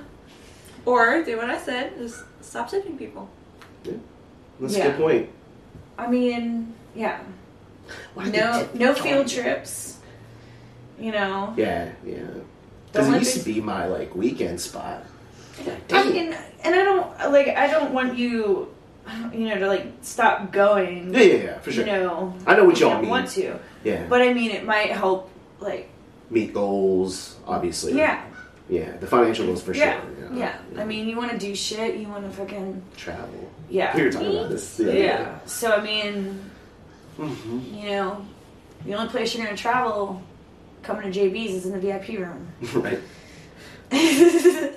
[SPEAKER 1] or do what I said, just stop tipping people.
[SPEAKER 2] That's a
[SPEAKER 3] Yeah.
[SPEAKER 2] good point.
[SPEAKER 3] I mean, yeah.
[SPEAKER 2] Why
[SPEAKER 3] no
[SPEAKER 2] did you-
[SPEAKER 3] no field trips. You know.
[SPEAKER 2] Yeah, yeah.
[SPEAKER 3] The
[SPEAKER 2] Because it
[SPEAKER 3] Olympics-
[SPEAKER 2] used to be my like weekend spot.
[SPEAKER 3] I mean, and I don't like I don't want you you know to like stop going.
[SPEAKER 2] Yeah, yeah, yeah, for sure.
[SPEAKER 3] You know.
[SPEAKER 2] I know what
[SPEAKER 3] if
[SPEAKER 2] y'all
[SPEAKER 3] you don't
[SPEAKER 2] mean.
[SPEAKER 3] want to.
[SPEAKER 2] yeah,
[SPEAKER 3] But I mean it might help like
[SPEAKER 2] meet goals, obviously.
[SPEAKER 3] yeah.
[SPEAKER 2] yeah. The financial ones for
[SPEAKER 3] Yeah.
[SPEAKER 2] sure.
[SPEAKER 3] Yeah. I mean you wanna do shit, you wanna fucking
[SPEAKER 2] travel.
[SPEAKER 3] yeah.
[SPEAKER 2] We were talking about this.
[SPEAKER 3] Yeah.
[SPEAKER 2] Yeah.
[SPEAKER 3] So I mean,
[SPEAKER 2] hmm
[SPEAKER 3] you know, the only place you're gonna travel coming to JB's is in the VIP room.
[SPEAKER 2] right.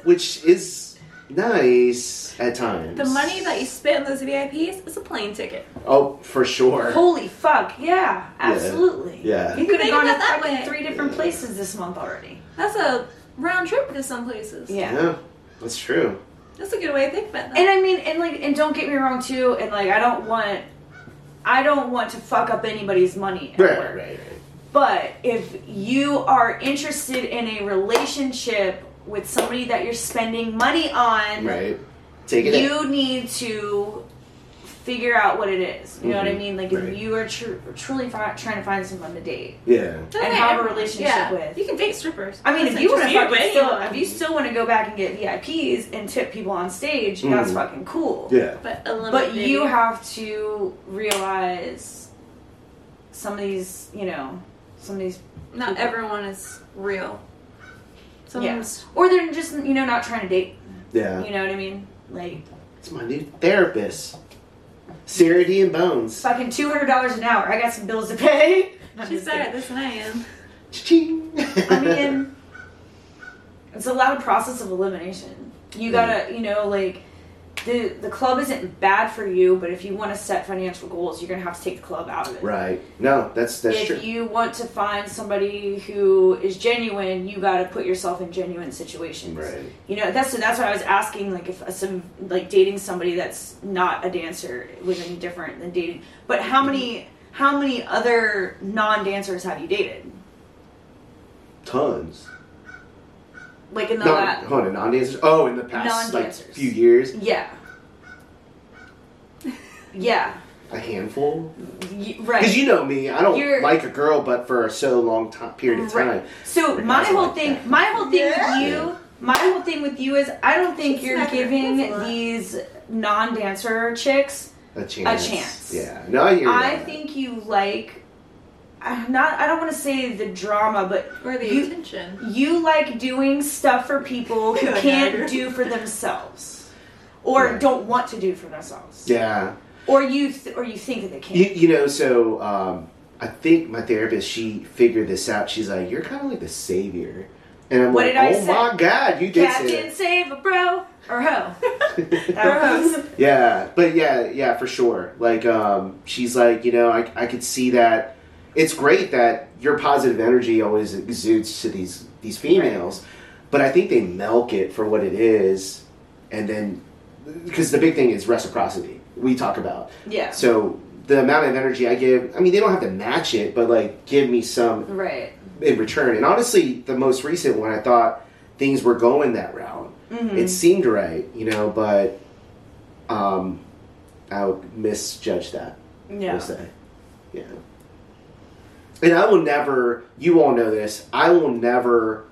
[SPEAKER 2] Which is nice at times.
[SPEAKER 1] The money that you spend on those VIPs is a plane ticket.
[SPEAKER 2] Oh, for sure.
[SPEAKER 3] Holy fuck! Yeah, absolutely.
[SPEAKER 2] Yeah.
[SPEAKER 3] You could
[SPEAKER 1] Think
[SPEAKER 3] have gone to
[SPEAKER 1] about that
[SPEAKER 3] fucking
[SPEAKER 1] way.
[SPEAKER 3] three different places this month already.
[SPEAKER 1] That's a round trip to some places.
[SPEAKER 3] Yeah.
[SPEAKER 2] Yeah, that's true.
[SPEAKER 1] That's a good way to think about that.
[SPEAKER 3] And uh, I mean, and like, and don't get me wrong too, and like, I don't want, I don't want to fuck up anybody's money. at
[SPEAKER 2] Right,
[SPEAKER 3] work.
[SPEAKER 2] right, right.
[SPEAKER 3] But if you are interested in a relationship with somebody that you're spending money on,
[SPEAKER 2] Right. Take it.
[SPEAKER 3] you need to figure out what it is. You know what I
[SPEAKER 2] Mhm.
[SPEAKER 3] mean? Like
[SPEAKER 2] Right.
[SPEAKER 3] if you are tr- truly fi- trying to find someone to date.
[SPEAKER 2] yeah.
[SPEAKER 1] Okay,
[SPEAKER 3] have a
[SPEAKER 1] everyone-
[SPEAKER 3] relationship with.
[SPEAKER 1] You can date strippers.
[SPEAKER 3] I mean,
[SPEAKER 1] That's
[SPEAKER 3] if you
[SPEAKER 1] like
[SPEAKER 3] want to
[SPEAKER 1] just
[SPEAKER 3] fucking
[SPEAKER 1] you,
[SPEAKER 3] still,
[SPEAKER 1] anyone.
[SPEAKER 3] if you still want to go back and get VIPs and tip people on stage, that's
[SPEAKER 2] Mhm.
[SPEAKER 3] fucking cool.
[SPEAKER 2] Yeah.
[SPEAKER 1] but a little
[SPEAKER 3] But
[SPEAKER 1] bit
[SPEAKER 3] you
[SPEAKER 1] maybe.
[SPEAKER 3] have to realize some of these, you know, some of these,
[SPEAKER 1] not everyone is real. Sometimes
[SPEAKER 3] or they're just, you know, not trying to date.
[SPEAKER 2] Yeah.
[SPEAKER 3] You know what I mean? Like
[SPEAKER 2] It's my new therapist, Sarah D and Bones.
[SPEAKER 3] fucking two hundred dollars an hour. I got some bills to pay.
[SPEAKER 1] she's better at this than I am.
[SPEAKER 2] Cha-ching.
[SPEAKER 3] I mean, it's a lot of process of elimination. You
[SPEAKER 2] Mm.
[SPEAKER 3] gotta, you know, like the the club isn't bad for you, but if you want to set financial goals, you're gonna have to take the club out of it.
[SPEAKER 2] Right. No, that's that's
[SPEAKER 3] if
[SPEAKER 2] true.
[SPEAKER 3] you want to find somebody who is genuine, you got to put yourself in genuine situations.
[SPEAKER 2] Right.
[SPEAKER 3] You know, that's so that's what I was asking. Like, if uh, some like dating somebody that's not a dancer was any different than dating. But how many how many other non dancers have you dated?
[SPEAKER 2] Tons.
[SPEAKER 3] Like in the
[SPEAKER 2] No,
[SPEAKER 3] last,
[SPEAKER 2] hold on, non-dancers. Oh, in the past like
[SPEAKER 3] Non-dancers.
[SPEAKER 2] few years,
[SPEAKER 3] yeah, yeah,
[SPEAKER 2] a handful.
[SPEAKER 3] Y-
[SPEAKER 2] Because
[SPEAKER 3] right.
[SPEAKER 2] you know me, I don't
[SPEAKER 3] You're-
[SPEAKER 2] like a girl, but for a so long time period of time.
[SPEAKER 3] Right. So
[SPEAKER 2] Like,
[SPEAKER 3] my
[SPEAKER 2] guys
[SPEAKER 3] whole
[SPEAKER 2] like
[SPEAKER 3] thing,
[SPEAKER 2] that.
[SPEAKER 3] my whole thing
[SPEAKER 1] Yeah.
[SPEAKER 3] with you, my whole thing with you is I don't think
[SPEAKER 1] She's
[SPEAKER 3] you're
[SPEAKER 1] not gonna
[SPEAKER 3] giving
[SPEAKER 1] cancel it.
[SPEAKER 3] these non-dancer chicks.
[SPEAKER 2] A chance.
[SPEAKER 3] chance.
[SPEAKER 2] Yeah. No, I hear
[SPEAKER 3] I
[SPEAKER 2] that.
[SPEAKER 3] think you like, i not. I don't want to say the drama, but
[SPEAKER 1] Or the
[SPEAKER 3] You-
[SPEAKER 1] attention.
[SPEAKER 3] you like doing stuff for people who
[SPEAKER 1] Yeah, I know.
[SPEAKER 3] can't do for themselves, or
[SPEAKER 2] Right.
[SPEAKER 3] don't want to do for themselves,
[SPEAKER 2] Yeah.
[SPEAKER 3] or you th- or you think that they can.
[SPEAKER 2] You, you know, so um, I think my therapist she figured this out. She's like, "You're kind of like the savior," and I'm
[SPEAKER 3] What
[SPEAKER 2] like,
[SPEAKER 3] did I
[SPEAKER 2] "Oh
[SPEAKER 3] say?
[SPEAKER 2] my god, you did say
[SPEAKER 3] Captain
[SPEAKER 2] it."
[SPEAKER 3] Save a Bro.
[SPEAKER 1] or ho.
[SPEAKER 3] That was
[SPEAKER 2] Yeah, but yeah, yeah, for sure. Like, um, she's like, you know, I, I could see that. It's great that your positive energy always exudes to these these females, but I think they milk it for what it is, and then because the big thing is reciprocity. We talk about
[SPEAKER 1] Yeah.
[SPEAKER 2] so the amount of energy I give. I mean, they don't have to match it, but like, give me some
[SPEAKER 1] Right.
[SPEAKER 2] in return. And honestly, the most recent one, I thought things were going that route.
[SPEAKER 3] Hmm. Mm-hmm.
[SPEAKER 2] It seemed right, you know, but um, I would misjudge that.
[SPEAKER 3] yeah.
[SPEAKER 2] We'll say, yeah. And I will never. You all know this. I will never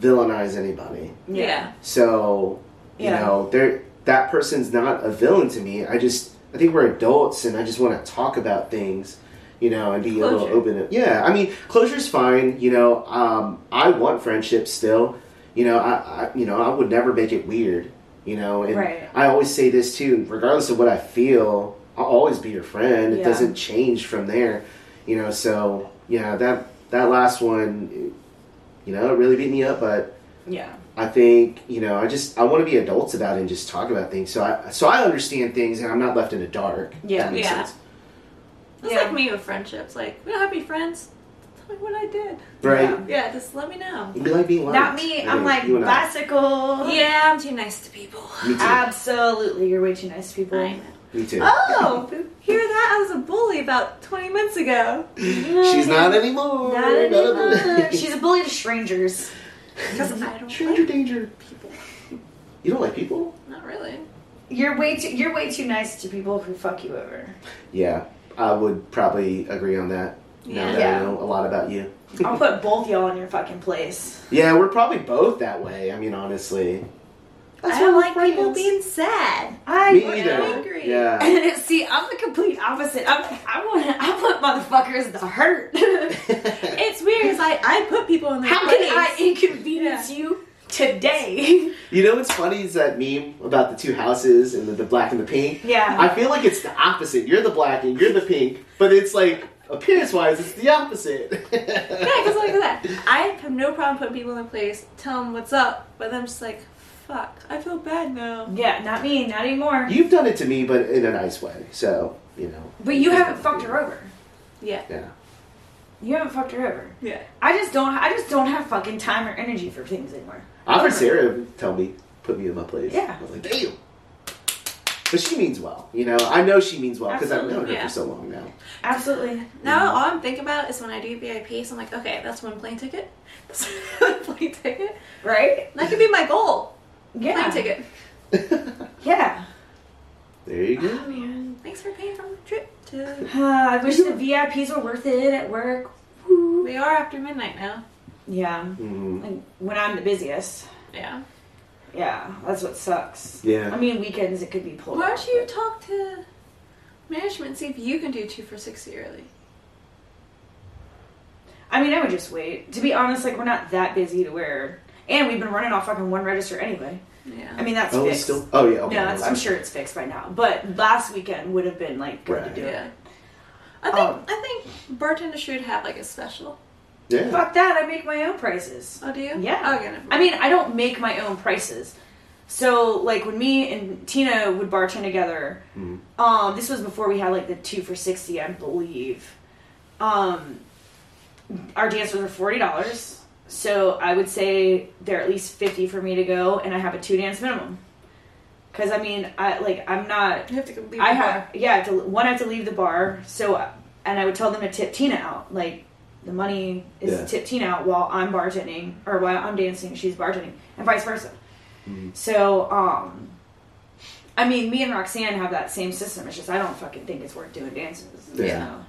[SPEAKER 2] villainize anybody.
[SPEAKER 1] Yeah.
[SPEAKER 2] So you
[SPEAKER 3] Yeah.
[SPEAKER 2] know, there that person's not a villain to me. I just I think we're adults, and I just want to talk about things, you know, and be a little
[SPEAKER 1] Closure.
[SPEAKER 2] open. Yeah, I mean, closure's fine. You know, um, I want friendship still. You know, I, I you know I would never make it weird. You know, and
[SPEAKER 3] Right.
[SPEAKER 2] I always say this too. Regardless of what I feel, I'll always be your friend. It
[SPEAKER 3] Yeah.
[SPEAKER 2] doesn't change from there. You know, so yeah, that that last one, you know, it really beat me up, but.
[SPEAKER 3] Yeah.
[SPEAKER 2] I think you know. I just I want to be adults about it and just talk about things. So I so I understand things and I'm not left in the dark. if
[SPEAKER 3] Yeah.
[SPEAKER 2] that makes
[SPEAKER 1] Yeah.
[SPEAKER 2] sense.
[SPEAKER 1] It's
[SPEAKER 3] Yeah.
[SPEAKER 1] like me with friendships. Like, we don't have any friends. Tell me what I did.
[SPEAKER 2] Right.
[SPEAKER 3] Yeah.
[SPEAKER 1] Yeah, just let me know.
[SPEAKER 2] We like being liked.
[SPEAKER 3] Not me.
[SPEAKER 2] I
[SPEAKER 3] I'm
[SPEAKER 2] mean,
[SPEAKER 3] like
[SPEAKER 2] you and I.
[SPEAKER 3] bicycle.
[SPEAKER 1] Yeah, I'm too nice to people.
[SPEAKER 2] Me too.
[SPEAKER 3] Absolutely, you're way too nice to people.
[SPEAKER 1] I know.
[SPEAKER 2] me too.
[SPEAKER 1] Oh, hear that? I was a bully about 20 minutes ago.
[SPEAKER 2] She's not anymore.
[SPEAKER 3] Not anymore. She's a bully to strangers.
[SPEAKER 1] Because I don't
[SPEAKER 2] stranger
[SPEAKER 1] like
[SPEAKER 2] danger.
[SPEAKER 1] people.
[SPEAKER 2] You don't like people?
[SPEAKER 1] Not really.
[SPEAKER 3] You're way too you're way too nice to people who fuck you over.
[SPEAKER 2] Yeah, I would probably agree on that. Now
[SPEAKER 1] Yeah.
[SPEAKER 2] that I
[SPEAKER 3] Yeah.
[SPEAKER 2] know a lot about you.
[SPEAKER 3] I'll put both y'all in your fucking place.
[SPEAKER 2] Yeah, we're probably both that way. I mean, honestly,
[SPEAKER 3] That's
[SPEAKER 1] I don't
[SPEAKER 3] what
[SPEAKER 1] like
[SPEAKER 3] friends-
[SPEAKER 1] people being sad.
[SPEAKER 3] I
[SPEAKER 2] me
[SPEAKER 3] know.
[SPEAKER 2] either.
[SPEAKER 1] angry.
[SPEAKER 2] Yeah.
[SPEAKER 3] And see, I'm the complete opposite. I'm, I want I want motherfuckers to hurt.
[SPEAKER 1] It's weird because I, I put people in their
[SPEAKER 3] How
[SPEAKER 1] place.
[SPEAKER 3] can I inconvenience you today?
[SPEAKER 2] you know what's funny is that meme about the two houses and the, the black and the pink.
[SPEAKER 3] Yeah.
[SPEAKER 2] I feel like it's the opposite. You're the black and you're the pink, but it's like appearance wise, it's the opposite.
[SPEAKER 1] Yeah, because like that. I have no problem putting people in place, tell them what's up, but then I'm just like, fuck, I feel bad now.
[SPEAKER 3] yeah, not me, not anymore.
[SPEAKER 2] You've done it to me, but in a nice way. So you know.
[SPEAKER 3] but you haven't fucked her over.
[SPEAKER 1] Yeah.
[SPEAKER 2] Yeah.
[SPEAKER 3] You haven't fucked her over.
[SPEAKER 1] Yeah.
[SPEAKER 3] I just don't. I just don't have fucking time or energy for things anymore.
[SPEAKER 2] I've heard Sarah tell me, put me in my place.
[SPEAKER 3] Yeah.
[SPEAKER 2] I was like, damn. But she means well, you know. I know she means well because I've known
[SPEAKER 1] Absolutely,
[SPEAKER 2] her
[SPEAKER 1] yeah.
[SPEAKER 2] for so long now.
[SPEAKER 3] Absolutely.
[SPEAKER 1] Now all I'm thinking about is when I do VIP, so I'm like, okay, that's one plane ticket. That's one plane ticket.
[SPEAKER 3] Right?
[SPEAKER 1] That could be my goal.
[SPEAKER 3] Yeah.
[SPEAKER 1] Plane ticket.
[SPEAKER 3] Yeah.
[SPEAKER 2] there you go.
[SPEAKER 1] Thanks for paying for the trip to
[SPEAKER 3] Uh, I wish the VIPs were worth it at work. Woo.
[SPEAKER 1] We are after midnight now.
[SPEAKER 3] Yeah.
[SPEAKER 2] Mhm.
[SPEAKER 3] Like when I'm the busiest.
[SPEAKER 1] Yeah.
[SPEAKER 3] Yeah, that's what sucks.
[SPEAKER 2] Yeah.
[SPEAKER 3] I mean, weekends it could be pulled.
[SPEAKER 1] Why
[SPEAKER 3] off,
[SPEAKER 1] don't you
[SPEAKER 3] but-
[SPEAKER 1] talk to management and see if you can do two for sixty early?
[SPEAKER 3] I mean, I would just wait. To be honest, like we're not that busy to where, and we've been running off fucking one register anyway.
[SPEAKER 1] Yeah.
[SPEAKER 3] I mean, that's
[SPEAKER 2] oh, it's
[SPEAKER 3] fixed.
[SPEAKER 2] still. Oh yeah.
[SPEAKER 3] no,
[SPEAKER 2] Okay.
[SPEAKER 3] that's, I'm sure it's fixed by now. But last weekend would have been like good
[SPEAKER 2] Right.
[SPEAKER 3] to do
[SPEAKER 1] yeah.
[SPEAKER 3] it.
[SPEAKER 1] I think
[SPEAKER 3] Um,
[SPEAKER 1] I think bartenders should have like a special.
[SPEAKER 2] Yeah.
[SPEAKER 3] Fuck that! I make my own prices.
[SPEAKER 1] Oh, do you?
[SPEAKER 3] Yeah.
[SPEAKER 1] Okay. never
[SPEAKER 3] I
[SPEAKER 1] mind.
[SPEAKER 3] mean, I don't make my own prices. So, like when me and Tina would bartend together,
[SPEAKER 2] Mm-hmm.
[SPEAKER 3] um, this was before we had like the two for sixty, I believe. Um, our dancers were forty dollars, so I would say they're at least fifty for me to go, and I have a two dance minimum. Because I mean, I like I'm not
[SPEAKER 1] you have to leave
[SPEAKER 3] I
[SPEAKER 1] the bar.
[SPEAKER 3] have yeah. I have to, one, I have to leave the bar. So, and I would tell them to tip Tina out. Like the money is
[SPEAKER 2] Yeah.
[SPEAKER 3] to tip Tina out while I'm bartending or while I'm dancing, she's bartending, and vice versa. So, um, I mean, me and Roxanne have that same system. It's just I don't fucking think it's worth doing dances. you
[SPEAKER 2] Yeah.
[SPEAKER 3] know?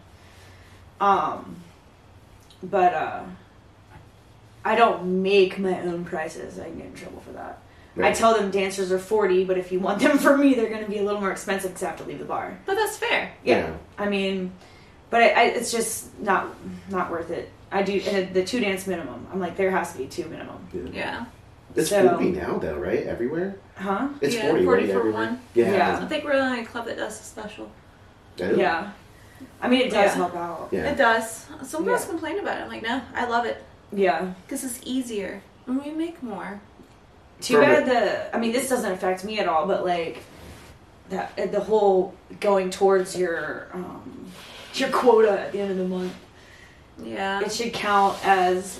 [SPEAKER 3] Um, but uh, I don't make my own prices. I can get in trouble for that. I
[SPEAKER 2] Right.
[SPEAKER 3] tell them dancers are 40, but if you want them for me, they're going to be a little more expensive because I have to leave the bar.
[SPEAKER 1] But that's fair.
[SPEAKER 3] Yeah.
[SPEAKER 2] Mm-hmm. Yeah.
[SPEAKER 3] I mean, but I, I, it's just not not worth it. I do and the two dance minimum. I'm like, there has to be two minimum.
[SPEAKER 1] Yeah.
[SPEAKER 2] It's
[SPEAKER 3] So-
[SPEAKER 2] forty now, though, right? Everywhere.
[SPEAKER 3] Huh?
[SPEAKER 2] It's
[SPEAKER 1] Yeah,
[SPEAKER 2] forty,
[SPEAKER 1] 40
[SPEAKER 2] right?
[SPEAKER 1] for
[SPEAKER 2] Everywhere.
[SPEAKER 1] one.
[SPEAKER 3] Yeah.
[SPEAKER 1] I think we're the only club that does a special.
[SPEAKER 2] Oh.
[SPEAKER 3] Yeah. I mean, it does
[SPEAKER 1] Yeah.
[SPEAKER 3] help out.
[SPEAKER 2] Yeah.
[SPEAKER 1] It does. Some girls
[SPEAKER 3] Yeah.
[SPEAKER 1] complain about it. I'm like, no, I love it
[SPEAKER 3] Yeah.
[SPEAKER 1] because it's easier and we make more.
[SPEAKER 3] Too
[SPEAKER 2] From
[SPEAKER 3] bad the. I mean, this doesn't affect me at all, but like that the whole going towards your um, your quota at the end of the month.
[SPEAKER 1] Yeah.
[SPEAKER 3] It should count as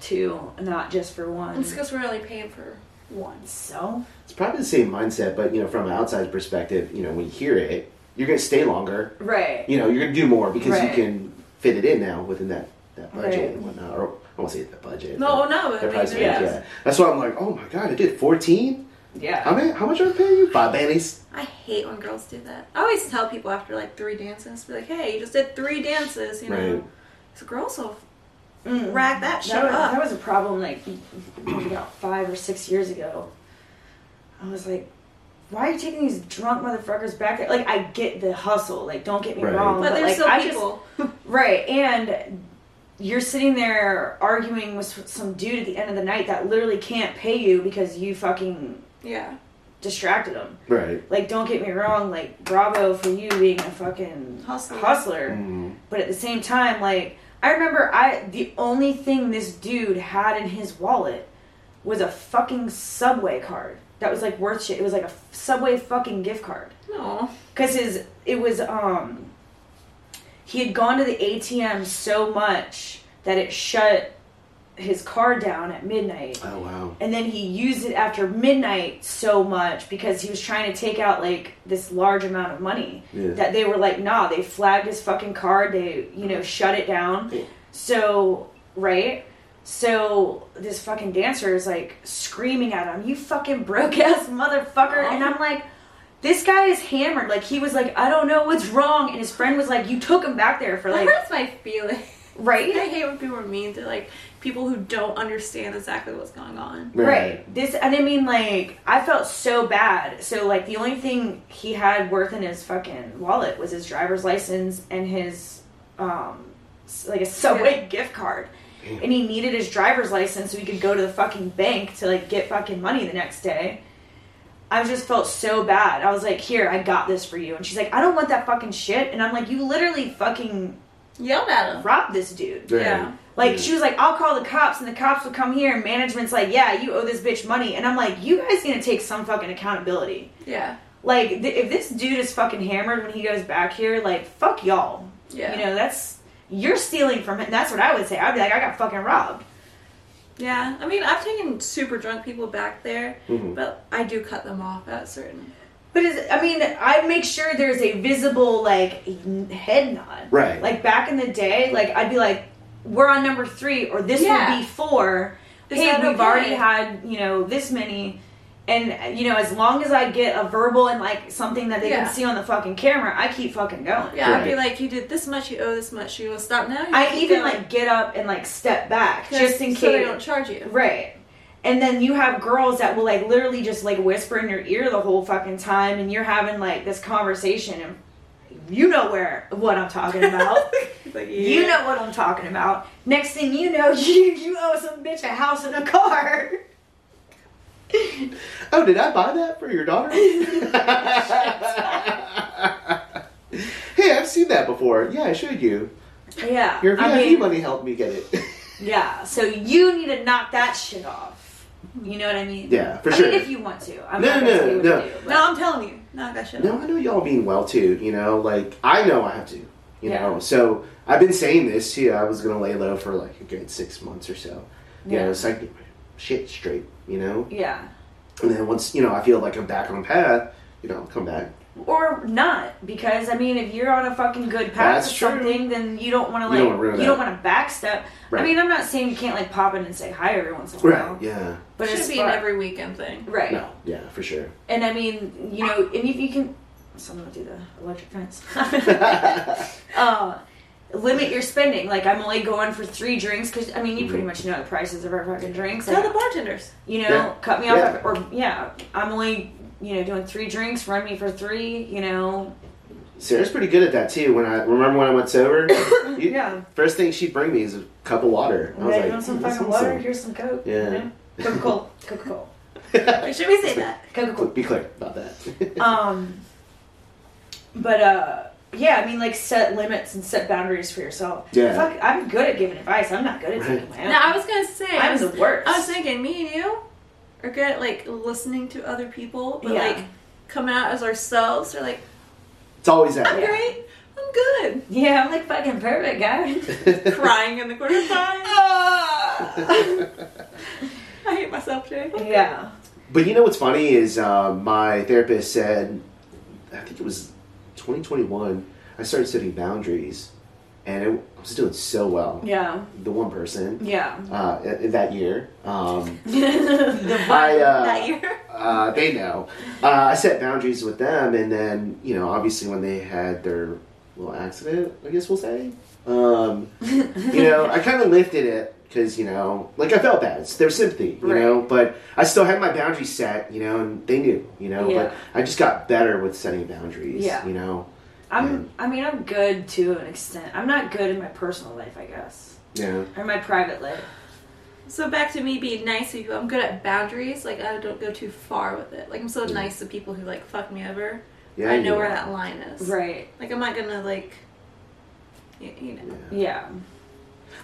[SPEAKER 3] two, not just for one.
[SPEAKER 1] It's because we're only paying for one.
[SPEAKER 3] So
[SPEAKER 2] It's probably the same mindset, but you know, from an outside perspective, you know, when you hear it, you're going to stay longer.
[SPEAKER 3] right,
[SPEAKER 2] You know, you're going to do more because
[SPEAKER 3] Right.
[SPEAKER 2] you can fit it in now within that that budget
[SPEAKER 3] Right.
[SPEAKER 2] and whatnot. Or I won't say the budget.
[SPEAKER 1] No,
[SPEAKER 2] but
[SPEAKER 1] no, I
[SPEAKER 2] the
[SPEAKER 1] mean,
[SPEAKER 2] price range,
[SPEAKER 1] yeah.
[SPEAKER 2] yeah. That's why I'm like, oh my god, I did 14. How
[SPEAKER 3] yeah.
[SPEAKER 2] many? How much are I paying you? Five bannies.
[SPEAKER 1] I hate when girls do that. I always tell people after like three dances, be like, hey, you just did three dances, you know.
[SPEAKER 2] Right.
[SPEAKER 1] So girls will
[SPEAKER 3] Mm.
[SPEAKER 1] rack that shit
[SPEAKER 3] That was,
[SPEAKER 1] up.
[SPEAKER 3] that was a problem like probably about five or six years ago. I was like, why are you taking these drunk motherfuckers back there? Like, I get the hustle. Like, don't get me
[SPEAKER 2] Right.
[SPEAKER 3] wrong.
[SPEAKER 1] but there's
[SPEAKER 3] like,
[SPEAKER 1] still
[SPEAKER 3] I just-
[SPEAKER 1] people.
[SPEAKER 3] right. And you're sitting there arguing with some dude at the end of the night that literally can't pay you because you fucking
[SPEAKER 1] yeah.
[SPEAKER 3] distracted him.
[SPEAKER 2] Right.
[SPEAKER 3] Like, don't get me wrong. Like, bravo for you being a fucking
[SPEAKER 1] Hustler.
[SPEAKER 3] hustler.
[SPEAKER 1] Mm-hmm.
[SPEAKER 2] Mm.
[SPEAKER 3] But at the same time, like I remember, I the only thing this dude had in his wallet was a fucking Subway card that was like worth shit. It was like a f- Subway fucking gift card
[SPEAKER 1] No.
[SPEAKER 3] because his it was um he had gone to the ATM so much that it shut his card down at midnight
[SPEAKER 2] Oh wow.
[SPEAKER 3] and then he used it after midnight so much because he was trying to take out like this large amount of money
[SPEAKER 2] Yeah.
[SPEAKER 3] that they were like nah they flagged his fucking card they you know shut it down
[SPEAKER 2] Yeah.
[SPEAKER 3] so right so this fucking dancer is like screaming at him you fucking broke ass motherfucker and i'm like this guy is hammered like he was like i don't know what's wrong and his friend was like you took him back there for
[SPEAKER 1] That
[SPEAKER 3] like
[SPEAKER 1] hurts my feelings.
[SPEAKER 3] right
[SPEAKER 1] I hate when people are mean to like people who don't understand exactly what's going on.
[SPEAKER 3] Right. This, and I mean, like, I felt so bad. So, like, the only thing he had worth in his fucking wallet was his driver's license and his, um, s- like a Subway gift card. And he needed his driver's license so he could go to the fucking bank to, like, get fucking money the next day. I just felt so bad. I was like, here, I got this for you. And she's like, I don't want that fucking shit. And I'm like, you literally fucking
[SPEAKER 1] Yelled at them.
[SPEAKER 3] robbed this dude.
[SPEAKER 2] Right.
[SPEAKER 1] Yeah.
[SPEAKER 3] Like she was like, I'll call the cops, and the cops will come here, and management's like, Yeah, you owe this bitch money, and I'm like, You guys gonna take some fucking accountability.
[SPEAKER 1] Yeah.
[SPEAKER 3] Like th- if this dude is fucking hammered when he goes back here, like fuck y'all.
[SPEAKER 1] Yeah.
[SPEAKER 3] You know that's you're stealing from him. That's what I would say. I'd be like, I got fucking robbed.
[SPEAKER 1] Yeah. I mean, I've taken super drunk people back there,
[SPEAKER 2] Mm-hmm.
[SPEAKER 1] but I do cut them off at certain.
[SPEAKER 3] But is, I mean, I make sure there's a visible like n- head nod.
[SPEAKER 2] Right.
[SPEAKER 3] Like back in the day, like I'd be like, we're on number three, or this
[SPEAKER 1] Yeah.
[SPEAKER 3] would be four.
[SPEAKER 1] Is
[SPEAKER 3] hey,
[SPEAKER 1] that
[SPEAKER 3] we've
[SPEAKER 1] okay?
[SPEAKER 3] already had you know this many, and you know as long as I get a verbal and like something that they
[SPEAKER 1] Yeah.
[SPEAKER 3] can see on the fucking camera, I keep fucking going.
[SPEAKER 1] Yeah, I'd be like, you did this much, you owe this much, you will stop now. You
[SPEAKER 3] I
[SPEAKER 1] keep
[SPEAKER 3] even
[SPEAKER 1] going."
[SPEAKER 3] like get up and like step back just in
[SPEAKER 1] so they
[SPEAKER 3] case.
[SPEAKER 1] don't charge you.
[SPEAKER 3] Right. And then you have girls that will like literally just like whisper in your ear the whole fucking time and you're having like this conversation and you know where what I'm talking about.
[SPEAKER 1] Like,
[SPEAKER 3] You know what I'm talking about. Next thing you know, you you owe some bitch a house and a car.
[SPEAKER 2] Oh, did I buy that for your daughter? hey, I've seen that before. Yeah, I showed you.
[SPEAKER 3] Yeah.
[SPEAKER 2] Your VIP
[SPEAKER 3] I mean,
[SPEAKER 2] money helped me get it.
[SPEAKER 3] yeah. So you need to knock that shit off. You know what I mean?
[SPEAKER 2] yeah, for
[SPEAKER 3] I
[SPEAKER 2] sure.
[SPEAKER 3] mean, if you want to. I'm
[SPEAKER 2] No,
[SPEAKER 3] not
[SPEAKER 2] no,
[SPEAKER 3] gonna tell you what
[SPEAKER 2] no.
[SPEAKER 3] to do, but-
[SPEAKER 1] No, I'm telling you. No, that shit.
[SPEAKER 2] No, I know y'all being well too. You know, like I know I have to. You
[SPEAKER 3] Yeah.
[SPEAKER 2] know, so I've been saying this too. I was gonna lay low for like a good six months or so. You
[SPEAKER 3] Yeah.
[SPEAKER 2] know, so I can get my shit straight. You know,
[SPEAKER 3] Yeah.
[SPEAKER 2] and then once you know I feel like I'm back on path, you know, I'll come back.
[SPEAKER 3] or not because I mean if you're on a fucking good path
[SPEAKER 2] That's
[SPEAKER 3] or
[SPEAKER 2] true.
[SPEAKER 3] something then you don't want to
[SPEAKER 2] You
[SPEAKER 3] like
[SPEAKER 2] don't wanna ruin
[SPEAKER 3] you don't
[SPEAKER 2] that.
[SPEAKER 3] want to backstep. I
[SPEAKER 2] Right.
[SPEAKER 3] mean I'm not saying you can't like pop in and say hi every once in a
[SPEAKER 2] Right?
[SPEAKER 3] while,
[SPEAKER 2] Yeah.
[SPEAKER 3] but
[SPEAKER 1] should
[SPEAKER 3] it's
[SPEAKER 1] be an every weekend thing.
[SPEAKER 3] right.
[SPEAKER 2] No. Yeah, for sure.
[SPEAKER 3] And I mean you know and if you can, so I'm gonna do the electric fence. uh, limit your spending. Like I'm only going for three drinks because I mean you
[SPEAKER 2] Mm-hmm.
[SPEAKER 3] pretty much know the prices of our fucking drinks.
[SPEAKER 1] Tell
[SPEAKER 3] Like,
[SPEAKER 1] the bartenders.
[SPEAKER 3] you know,
[SPEAKER 2] Yeah.
[SPEAKER 3] cut me off
[SPEAKER 2] Yeah.
[SPEAKER 3] or yeah, I'm only you know doing three drinks. Run me for three. You know,
[SPEAKER 2] Sarah's pretty good at that too. When I remember when I went sober, you-
[SPEAKER 3] Yeah.
[SPEAKER 2] First thing she'd bring me is a cup of water. I was
[SPEAKER 3] Right,
[SPEAKER 2] like,
[SPEAKER 3] you want some
[SPEAKER 2] "That's
[SPEAKER 3] fucking
[SPEAKER 2] awesome."
[SPEAKER 3] water? Here's some Coke.
[SPEAKER 2] Yeah.
[SPEAKER 3] Coca Cola. Coca Cola.
[SPEAKER 1] Wait, should we say that?
[SPEAKER 3] Coca Cola.
[SPEAKER 2] Be clear about that.
[SPEAKER 3] Um, but, uh, yeah, I mean, like, set limits and set boundaries for yourself.
[SPEAKER 2] Yeah.
[SPEAKER 3] Fuck, I'm good at giving advice. I'm not good at taking my own.
[SPEAKER 1] No, I was gonna say. I
[SPEAKER 3] I'm
[SPEAKER 1] was,
[SPEAKER 3] the worst.
[SPEAKER 1] I was thinking, me and you, are good at like listening to other people, but
[SPEAKER 3] Yeah.
[SPEAKER 1] like come out as ourselves. They're like,
[SPEAKER 2] It's always
[SPEAKER 1] I'm
[SPEAKER 2] that. way.
[SPEAKER 1] great, I'm good.
[SPEAKER 4] Yeah, I'm like fucking perfect, guy.
[SPEAKER 1] Crying in the corner, fine. I hate myself, Jay.
[SPEAKER 3] yeah.
[SPEAKER 2] But you know what's funny is uh, my therapist said, I think it was 2021. I started setting boundaries, and it, I was doing so well.
[SPEAKER 3] Yeah.
[SPEAKER 2] The one person
[SPEAKER 3] Yeah.
[SPEAKER 2] uh, in- in that year, um,
[SPEAKER 4] the
[SPEAKER 2] I uh,
[SPEAKER 1] that year.
[SPEAKER 2] Uh, they know. Uh, I set boundaries with them, and then you know, obviously, when they had their little accident, I guess we'll say, um, you know, I kind of lifted it because you know, like I felt bad. It's their sympathy, you
[SPEAKER 3] Right.
[SPEAKER 2] know, but I still had my boundaries set, you know, and they knew, you know,
[SPEAKER 3] Yeah.
[SPEAKER 2] but I just got better with setting boundaries,
[SPEAKER 3] Yeah.
[SPEAKER 2] you know,
[SPEAKER 3] I'm. I mean, I'm good to an extent. I'm not good in my personal life, I guess,
[SPEAKER 2] yeah.
[SPEAKER 3] or my private life.
[SPEAKER 1] So back to me being nice to you. I'm good at boundaries. Like I don't go too far with it. Like I'm so nice to people who like fuck me over.
[SPEAKER 2] Yeah,
[SPEAKER 1] I
[SPEAKER 2] you
[SPEAKER 1] know where
[SPEAKER 2] are.
[SPEAKER 1] that line is.
[SPEAKER 3] Right.
[SPEAKER 1] Like I'm not gonna like. You, you know.
[SPEAKER 3] Yeah.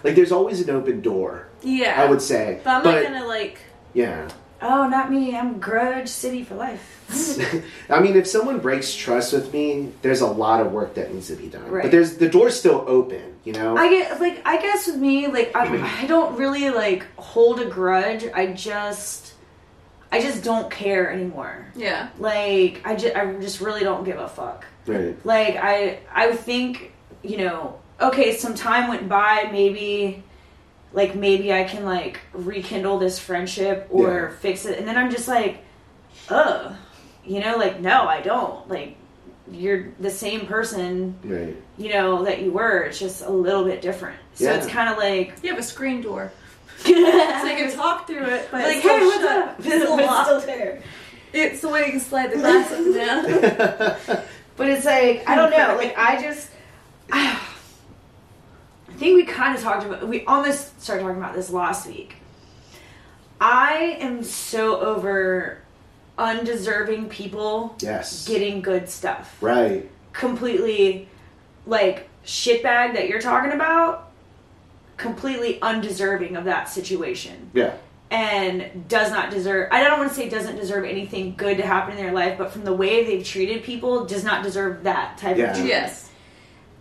[SPEAKER 2] Like, there's always an open door.
[SPEAKER 1] Yeah.
[SPEAKER 2] I would say,
[SPEAKER 1] But I'm
[SPEAKER 2] but
[SPEAKER 1] not gonna like.
[SPEAKER 2] yeah.
[SPEAKER 3] Oh, not me. I'm Grudge City for life.
[SPEAKER 2] I mean, if someone breaks trust with me, there's a lot of work that needs to be done. But
[SPEAKER 3] Right.
[SPEAKER 2] there's the door's still open, you know.
[SPEAKER 3] I get like I guess with me like I, I don't really like hold a grudge. I just I just don't care anymore.
[SPEAKER 1] Yeah.
[SPEAKER 3] Like I just I just really don't give a fuck.
[SPEAKER 2] right.
[SPEAKER 3] Like I I would think, you know, okay, some time went by, maybe like maybe I can like rekindle this friendship or
[SPEAKER 2] Yeah.
[SPEAKER 3] fix it. And then I'm just like, ugh. You know, like no, I don't. Like you're the same person,
[SPEAKER 2] Right.
[SPEAKER 3] you know, that you were. It's just a little bit different. So
[SPEAKER 2] Yeah.
[SPEAKER 3] it's kind of like
[SPEAKER 1] You have a screen door, so you
[SPEAKER 3] like,
[SPEAKER 1] can talk through it. But it's
[SPEAKER 3] hey,
[SPEAKER 1] still
[SPEAKER 3] what's
[SPEAKER 1] shut.
[SPEAKER 3] up?
[SPEAKER 1] It's still
[SPEAKER 3] But it's
[SPEAKER 1] locked.
[SPEAKER 3] still there.
[SPEAKER 1] It's the way you can slide the glass up and down.
[SPEAKER 3] But it's like I don't know. Like I just, I think we kind of talked about. We almost started talking about this last week. I am so over undeserving people
[SPEAKER 2] yes.
[SPEAKER 3] getting good stuff.
[SPEAKER 2] right.
[SPEAKER 3] Completely, like shitbag that you're talking about. Completely undeserving of that situation
[SPEAKER 2] Yeah.
[SPEAKER 3] and does not deserve I don't want to say doesn't deserve anything good to happen in their life, but from the way they've treated people does not deserve that type
[SPEAKER 2] Yeah.
[SPEAKER 3] of treatment.
[SPEAKER 1] yes.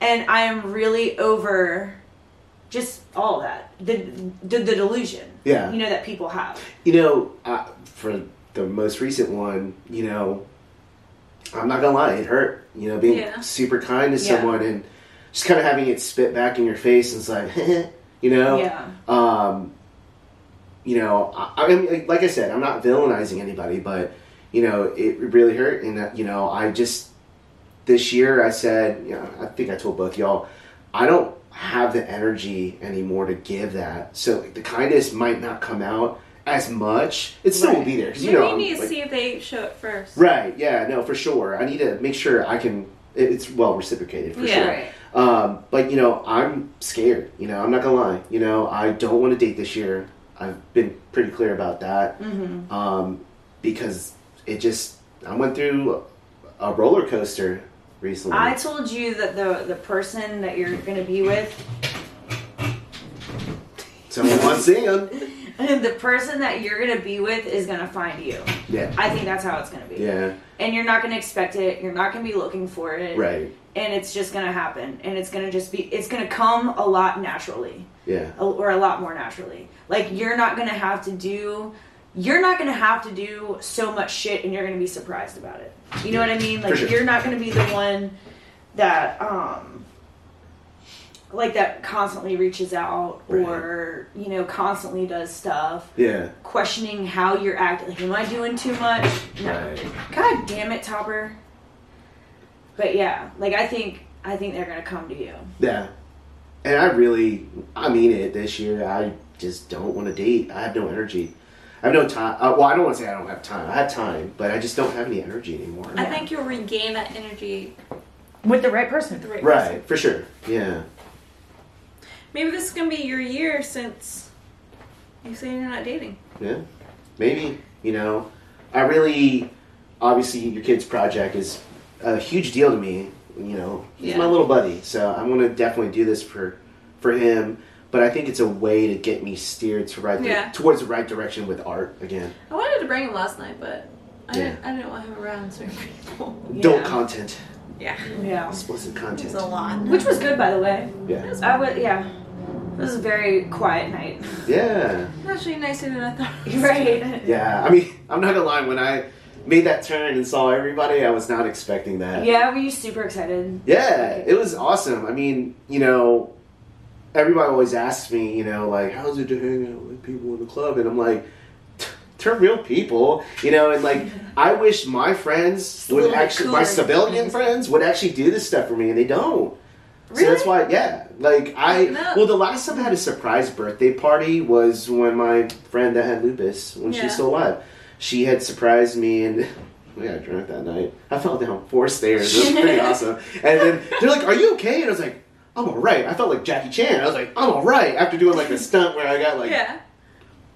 [SPEAKER 3] And I am really over just all that. The, the the delusion.
[SPEAKER 2] Yeah.
[SPEAKER 3] You know that people have.
[SPEAKER 2] You know, I, for the most recent one, you know, I'm not gonna lie, it hurt. You know, being
[SPEAKER 1] Yeah.
[SPEAKER 2] super kind to
[SPEAKER 3] Yeah.
[SPEAKER 2] someone and just kind of having it spit back in your face, and it's like, you know,
[SPEAKER 3] Yeah.
[SPEAKER 2] um, you know, I, I mean, like- like I said, I'm not villainizing anybody, but you know, it really hurt, and uh, you know, I just this year I said, you know, I think I told both y'all, I don't have the energy anymore to give that, so like, the kindness might not come out as much. It still will
[SPEAKER 3] Right.
[SPEAKER 2] be there, 'cause,
[SPEAKER 1] Maybe
[SPEAKER 2] you know,
[SPEAKER 1] you
[SPEAKER 2] I'm,
[SPEAKER 1] need to
[SPEAKER 2] like-
[SPEAKER 1] see if they show it first.
[SPEAKER 2] right? Yeah, no, for sure. I need to make sure I can. it- It's well reciprocated for
[SPEAKER 1] Yeah.
[SPEAKER 2] sure. Um, but you know, I'm scared. You know, I'm not gonna lie. You know, I don't want to date this year. I've been pretty clear about that
[SPEAKER 3] Mm-hmm.
[SPEAKER 2] um, because it just I went through a roller coaster recently.
[SPEAKER 3] I told you that the the person that you're gonna be with
[SPEAKER 2] Someone wants in.
[SPEAKER 3] the person that you're gonna be with is gonna find you.
[SPEAKER 2] Yeah,
[SPEAKER 3] I think that's how it's gonna be.
[SPEAKER 2] yeah,
[SPEAKER 3] And you're not gonna expect it, you're not gonna be looking for it.
[SPEAKER 2] right,
[SPEAKER 3] and it's just gonna happen and it's gonna just be it's gonna come a lot naturally
[SPEAKER 2] yeah,
[SPEAKER 3] a- or a lot more naturally like you're not gonna have to do you're not gonna have to do so much shit and you're gonna be surprised about it you know what i mean like
[SPEAKER 2] For sure.
[SPEAKER 3] you're not gonna be the one that um like that constantly reaches out or you know constantly does stuff
[SPEAKER 2] yeah.
[SPEAKER 3] questioning how you're acting like am i doing too much no
[SPEAKER 2] Right.
[SPEAKER 3] God damn it, Topper. But yeah, like I think I think they're gonna come to you.
[SPEAKER 2] Yeah. And I really, I mean it this year. I just don't want to date. I have no energy. I have no time. Uh, well, I don't want to say I don't have time. I have time, but I just don't have any energy anymore.
[SPEAKER 1] I think you'll regain that energy.
[SPEAKER 3] With the right
[SPEAKER 1] with
[SPEAKER 3] person.
[SPEAKER 1] The right. person.
[SPEAKER 2] Right, for sure. Yeah.
[SPEAKER 1] Maybe this is gonna be your year since you say you're not dating.
[SPEAKER 2] Yeah, maybe. You know, I really, obviously, your kid's project is a huge deal to me. You know, he's
[SPEAKER 1] Yeah.
[SPEAKER 2] my little buddy, so I'm gonna definitely do this for for him. But I think it's a way to get me steered to right
[SPEAKER 1] Yeah.
[SPEAKER 2] towards the right direction with art again.
[SPEAKER 1] I wanted to bring him last night, but I
[SPEAKER 2] Yeah.
[SPEAKER 1] didn't. I didn't want him around certain people.
[SPEAKER 2] Don't content.
[SPEAKER 1] Yeah,
[SPEAKER 3] Yeah.
[SPEAKER 2] Explicit
[SPEAKER 1] it's
[SPEAKER 2] content.
[SPEAKER 1] a lot.
[SPEAKER 3] Which was good, by the way.
[SPEAKER 2] Yeah.
[SPEAKER 3] I would, yeah. It was a very quiet night.
[SPEAKER 2] Yeah.
[SPEAKER 1] actually nicer than I thought. it was.
[SPEAKER 3] Right.
[SPEAKER 2] Yeah. I mean, I'm not gonna lie, when I made that turn and saw everybody, I was not expecting that.
[SPEAKER 3] Yeah, were you super excited?
[SPEAKER 2] Yeah, it was awesome. I mean, you know, everybody always asks me, you know, like, how's it to hang out with people in the club? And I'm like, "T- they're real people, you know, and like, I wish my friends
[SPEAKER 1] a
[SPEAKER 2] would
[SPEAKER 1] little bit
[SPEAKER 2] actually, my
[SPEAKER 1] cooler.
[SPEAKER 2] civilian friends would actually do this stuff for me, and they don't. So that's
[SPEAKER 1] Really?
[SPEAKER 2] why, yeah. Like I,
[SPEAKER 1] Fucking up.
[SPEAKER 2] well, the last time I had a surprise birthday party was when my friend that had lupus, when
[SPEAKER 1] Yeah.
[SPEAKER 2] she's still alive, she had surprised me and we got drunk that night. I fell down four stairs. It was pretty awesome. And then they're like, "Are you okay?" And I was like, "I'm all right." I felt like Jackie Chan. I was like, "I'm all right." After doing like a stunt where I got like
[SPEAKER 1] Yeah.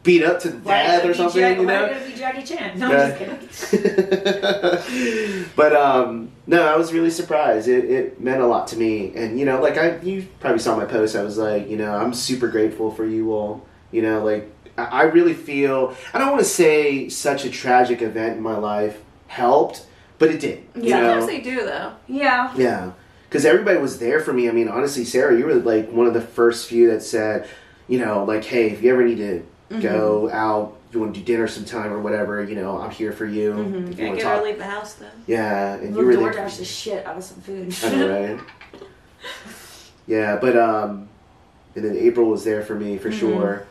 [SPEAKER 2] beat up to death or something, you know.
[SPEAKER 4] Why would it be Jackie Chan? No,
[SPEAKER 2] Yeah.
[SPEAKER 4] I'm just kidding.
[SPEAKER 2] but um, no, I was really surprised. It, it meant a lot to me, and you know, like I, you probably saw my post. I was like, you know, I'm super grateful for you all. You know, like I, I really feel. I don't want to say such a tragic event in my life helped, but it did. you
[SPEAKER 3] Yeah.
[SPEAKER 2] know?
[SPEAKER 1] Sometimes they do though.
[SPEAKER 3] Yeah.
[SPEAKER 2] Yeah, because everybody was there for me. I mean, honestly, Sarah, you were like one of the first few that said, you know, like, hey, if you ever need to go out, you want to do dinner sometime or whatever, you know, I'm here for you. If you
[SPEAKER 1] Yeah,
[SPEAKER 2] want
[SPEAKER 1] get
[SPEAKER 2] to
[SPEAKER 1] her to
[SPEAKER 2] talk.
[SPEAKER 1] leave the house though.
[SPEAKER 2] Yeah, and
[SPEAKER 3] We'll
[SPEAKER 2] you were there.
[SPEAKER 3] DoorDash the shit out of some food.
[SPEAKER 2] I know, right? yeah, but um, and then April was there for me for sure.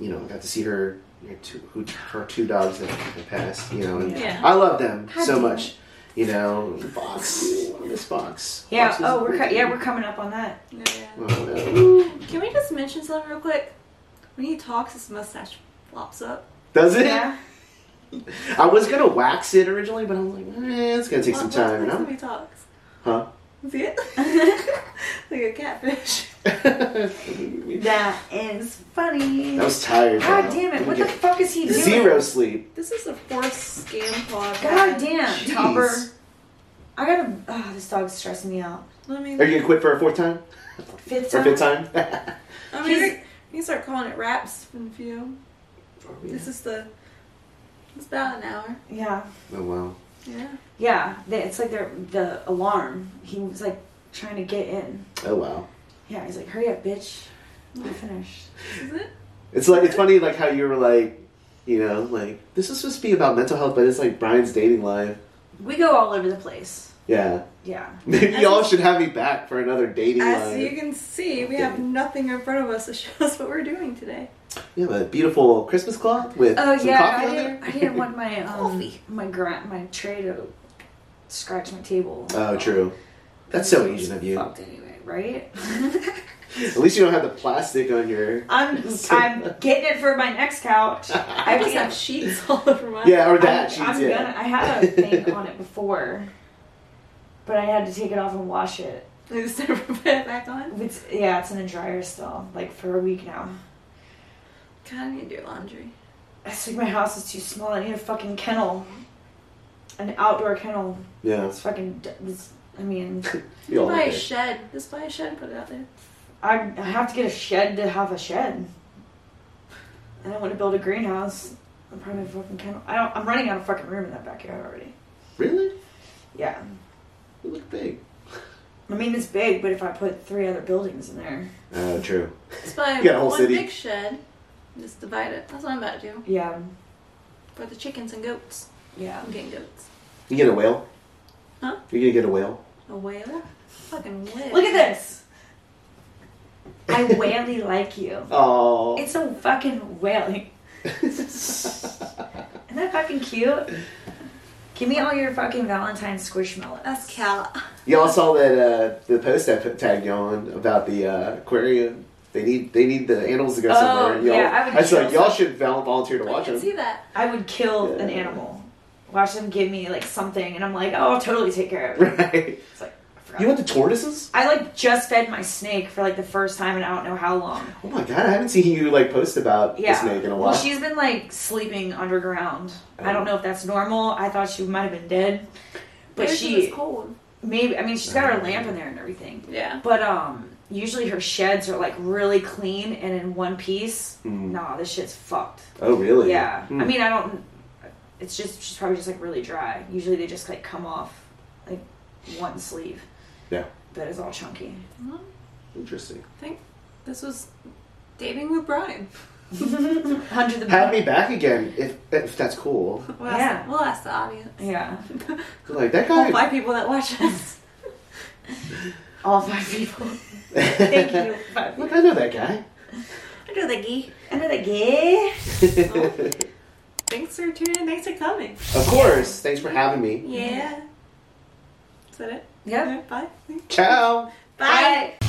[SPEAKER 2] You know, I got to see her, her two, who, her two dogs that, that passed. You know, and
[SPEAKER 1] Yeah.
[SPEAKER 2] I love them
[SPEAKER 3] God
[SPEAKER 2] so
[SPEAKER 3] damn
[SPEAKER 2] much. You know, Fox, this Fox.
[SPEAKER 3] Yeah.
[SPEAKER 2] Fox is-
[SPEAKER 3] Oh, we're co- yeah we're coming up on that.
[SPEAKER 1] Yeah.
[SPEAKER 2] Oh, no.
[SPEAKER 1] Can we just mention something real quick? When he talks, his mustache flops up.
[SPEAKER 2] Does it?
[SPEAKER 3] Yeah.
[SPEAKER 2] I was gonna wax it originally, but I was like, eh, it's gonna take some
[SPEAKER 1] What's the
[SPEAKER 2] time.
[SPEAKER 1] next time
[SPEAKER 2] And
[SPEAKER 1] he talks.
[SPEAKER 2] Huh?
[SPEAKER 1] See it? like a catfish.
[SPEAKER 2] I'm...
[SPEAKER 4] That is funny.
[SPEAKER 2] I was tired.
[SPEAKER 4] God
[SPEAKER 2] though.
[SPEAKER 4] damn it!
[SPEAKER 2] Didn't
[SPEAKER 4] What the
[SPEAKER 2] get
[SPEAKER 4] fuck is he doing?
[SPEAKER 2] Zero sleep.
[SPEAKER 1] This is the fourth scam podcast.
[SPEAKER 3] God damn.
[SPEAKER 2] Jeez.
[SPEAKER 3] Topper. I gotta. Oh, this dog's stressing me out.
[SPEAKER 1] Let me.
[SPEAKER 2] Are you gonna quit for a fourth time
[SPEAKER 3] Fifth
[SPEAKER 2] or
[SPEAKER 3] time.
[SPEAKER 2] fifth time?
[SPEAKER 1] I mean,
[SPEAKER 3] He's-
[SPEAKER 1] you can start calling it wraps in a few. This is the. It's about an hour.
[SPEAKER 3] Yeah.
[SPEAKER 2] oh wow.
[SPEAKER 1] Yeah.
[SPEAKER 3] Yeah. They, it's like their the alarm. He was like trying to get in.
[SPEAKER 2] Oh wow.
[SPEAKER 3] Yeah. He's like, hurry up, bitch. We finished.
[SPEAKER 1] This is it?
[SPEAKER 2] It's like it's funny, like how you were like, you know, like this is supposed to be about mental health, but it's like Brian's dating life.
[SPEAKER 3] We go all over the place.
[SPEAKER 2] Yeah.
[SPEAKER 3] Yeah.
[SPEAKER 2] Maybe
[SPEAKER 1] As-
[SPEAKER 2] y'all should have me back for another dating
[SPEAKER 1] As
[SPEAKER 2] life.
[SPEAKER 1] you can see, we have nothing in front of us to show us what we're doing today.
[SPEAKER 2] You have a beautiful Christmas cloth with
[SPEAKER 3] Oh
[SPEAKER 2] some
[SPEAKER 3] yeah,
[SPEAKER 2] coffee
[SPEAKER 3] I
[SPEAKER 2] on
[SPEAKER 3] didn't,
[SPEAKER 2] there.
[SPEAKER 3] I didn't want my um,
[SPEAKER 1] Coffee.
[SPEAKER 3] my gra- my tray to scratch my table.
[SPEAKER 2] Oh, true. That's so Asian of you.
[SPEAKER 3] Fucked anyway, right?
[SPEAKER 2] At least you don't have the plastic on your.
[SPEAKER 3] I'm I'm getting it for my next couch.
[SPEAKER 1] I
[SPEAKER 3] I
[SPEAKER 1] just have
[SPEAKER 3] was
[SPEAKER 1] sheets all over my.
[SPEAKER 2] Yeah, or
[SPEAKER 3] I'm,
[SPEAKER 2] that. she's
[SPEAKER 3] I'm
[SPEAKER 2] yeah.
[SPEAKER 3] gonna. I had a thing on it before, but I had to take it off and wash it.
[SPEAKER 1] I just never put it back on.
[SPEAKER 3] It's yeah, it's in the dryer still, like for a week now.
[SPEAKER 1] God, I need to do laundry.
[SPEAKER 3] It's like my house is too small. I need a fucking kennel, an outdoor kennel.
[SPEAKER 2] Yeah.
[SPEAKER 3] It's fucking. d- It's, I mean.
[SPEAKER 2] We all
[SPEAKER 1] buy
[SPEAKER 2] look
[SPEAKER 1] a
[SPEAKER 2] good.
[SPEAKER 1] shed. Just buy a shed and put it out there.
[SPEAKER 3] I I have to get a shed to have a shed. And I want to build a greenhouse. I'm probably gonna fucking kennel. I don't. I'm running out of fucking room in that backyard already.
[SPEAKER 2] Really?
[SPEAKER 3] Yeah.
[SPEAKER 2] You look big.
[SPEAKER 3] I mean it's big, but if I put three other buildings in there,
[SPEAKER 2] Oh, true.
[SPEAKER 1] Just buy
[SPEAKER 2] You got a whole
[SPEAKER 1] one
[SPEAKER 2] city.
[SPEAKER 1] big shed. and Just divide it. That's what I'm about to do.
[SPEAKER 3] yeah,
[SPEAKER 1] For the chickens and goats.
[SPEAKER 3] yeah.
[SPEAKER 1] I'm getting goats.
[SPEAKER 2] You get a whale?
[SPEAKER 1] Huh?
[SPEAKER 2] You're gonna get a whale?
[SPEAKER 1] A whale? Fucking whale.
[SPEAKER 3] Look at this. I whaley like you.
[SPEAKER 2] Oh.
[SPEAKER 3] It's a fucking whaley. Isn't that fucking cute? Give me all your fucking Valentine squishmallows.
[SPEAKER 1] That's Cal.
[SPEAKER 2] Y'all saw that uh, the post I put- tagged you on about the uh, aquarium. They need they need the animals to go
[SPEAKER 3] Oh,
[SPEAKER 2] somewhere. Y'all,
[SPEAKER 3] yeah, I would
[SPEAKER 2] was like,
[SPEAKER 3] kill
[SPEAKER 2] y'all should vol- volunteer to
[SPEAKER 1] I
[SPEAKER 2] watch
[SPEAKER 1] can
[SPEAKER 2] them.
[SPEAKER 1] see that.
[SPEAKER 3] I would kill an
[SPEAKER 2] Yeah.
[SPEAKER 3] animal. Watch them give me like something, and I'm like, oh, I'll totally take care of it.
[SPEAKER 2] Right?
[SPEAKER 3] It's like, I forgot.
[SPEAKER 2] You want the tortoises?
[SPEAKER 3] I like just fed my snake for like the first time and I don't know how long.
[SPEAKER 2] Oh my god, I haven't seen you like post about
[SPEAKER 3] Yeah.
[SPEAKER 2] the snake in a
[SPEAKER 3] Well,
[SPEAKER 2] while.
[SPEAKER 3] she's been like sleeping underground. I
[SPEAKER 2] Oh.
[SPEAKER 3] don't know if that's normal. I thought she might have been dead, but
[SPEAKER 1] Maybe 'cause
[SPEAKER 3] she
[SPEAKER 1] It's cold.
[SPEAKER 3] maybe. I mean, she's got her
[SPEAKER 2] Oh.
[SPEAKER 3] lamp in there and everything.
[SPEAKER 1] Yeah.
[SPEAKER 3] But um, usually her sheds are like really clean and in one piece. Nah, this shit's fucked.
[SPEAKER 2] Oh, Mm. really?
[SPEAKER 3] Yeah.
[SPEAKER 2] Hmm.
[SPEAKER 3] I mean, I don't. It's just she's probably just like really dry. Usually they just like come off like one sleeve,
[SPEAKER 2] yeah.
[SPEAKER 3] but it's all chunky.
[SPEAKER 2] Interesting.
[SPEAKER 1] I think this was dating with Brian.
[SPEAKER 3] Under the
[SPEAKER 2] Have me back again if if that's cool.
[SPEAKER 1] We'll ask,
[SPEAKER 3] Yeah.
[SPEAKER 1] we'll ask the audience.
[SPEAKER 3] Yeah.
[SPEAKER 2] Like that
[SPEAKER 1] All five
[SPEAKER 2] guy.
[SPEAKER 1] people that watch us.
[SPEAKER 3] All five people.
[SPEAKER 2] Thank
[SPEAKER 3] you. Five
[SPEAKER 2] Look, I know that guy.
[SPEAKER 1] Under the gee.
[SPEAKER 3] Under the gay. Oh.
[SPEAKER 1] Thanks for tuning in. Thanks for coming.
[SPEAKER 2] Of course. Thanks for having me.
[SPEAKER 1] Yeah. Is that it?
[SPEAKER 3] Yep.
[SPEAKER 1] Alright, Bye.
[SPEAKER 2] Ciao.
[SPEAKER 1] Bye.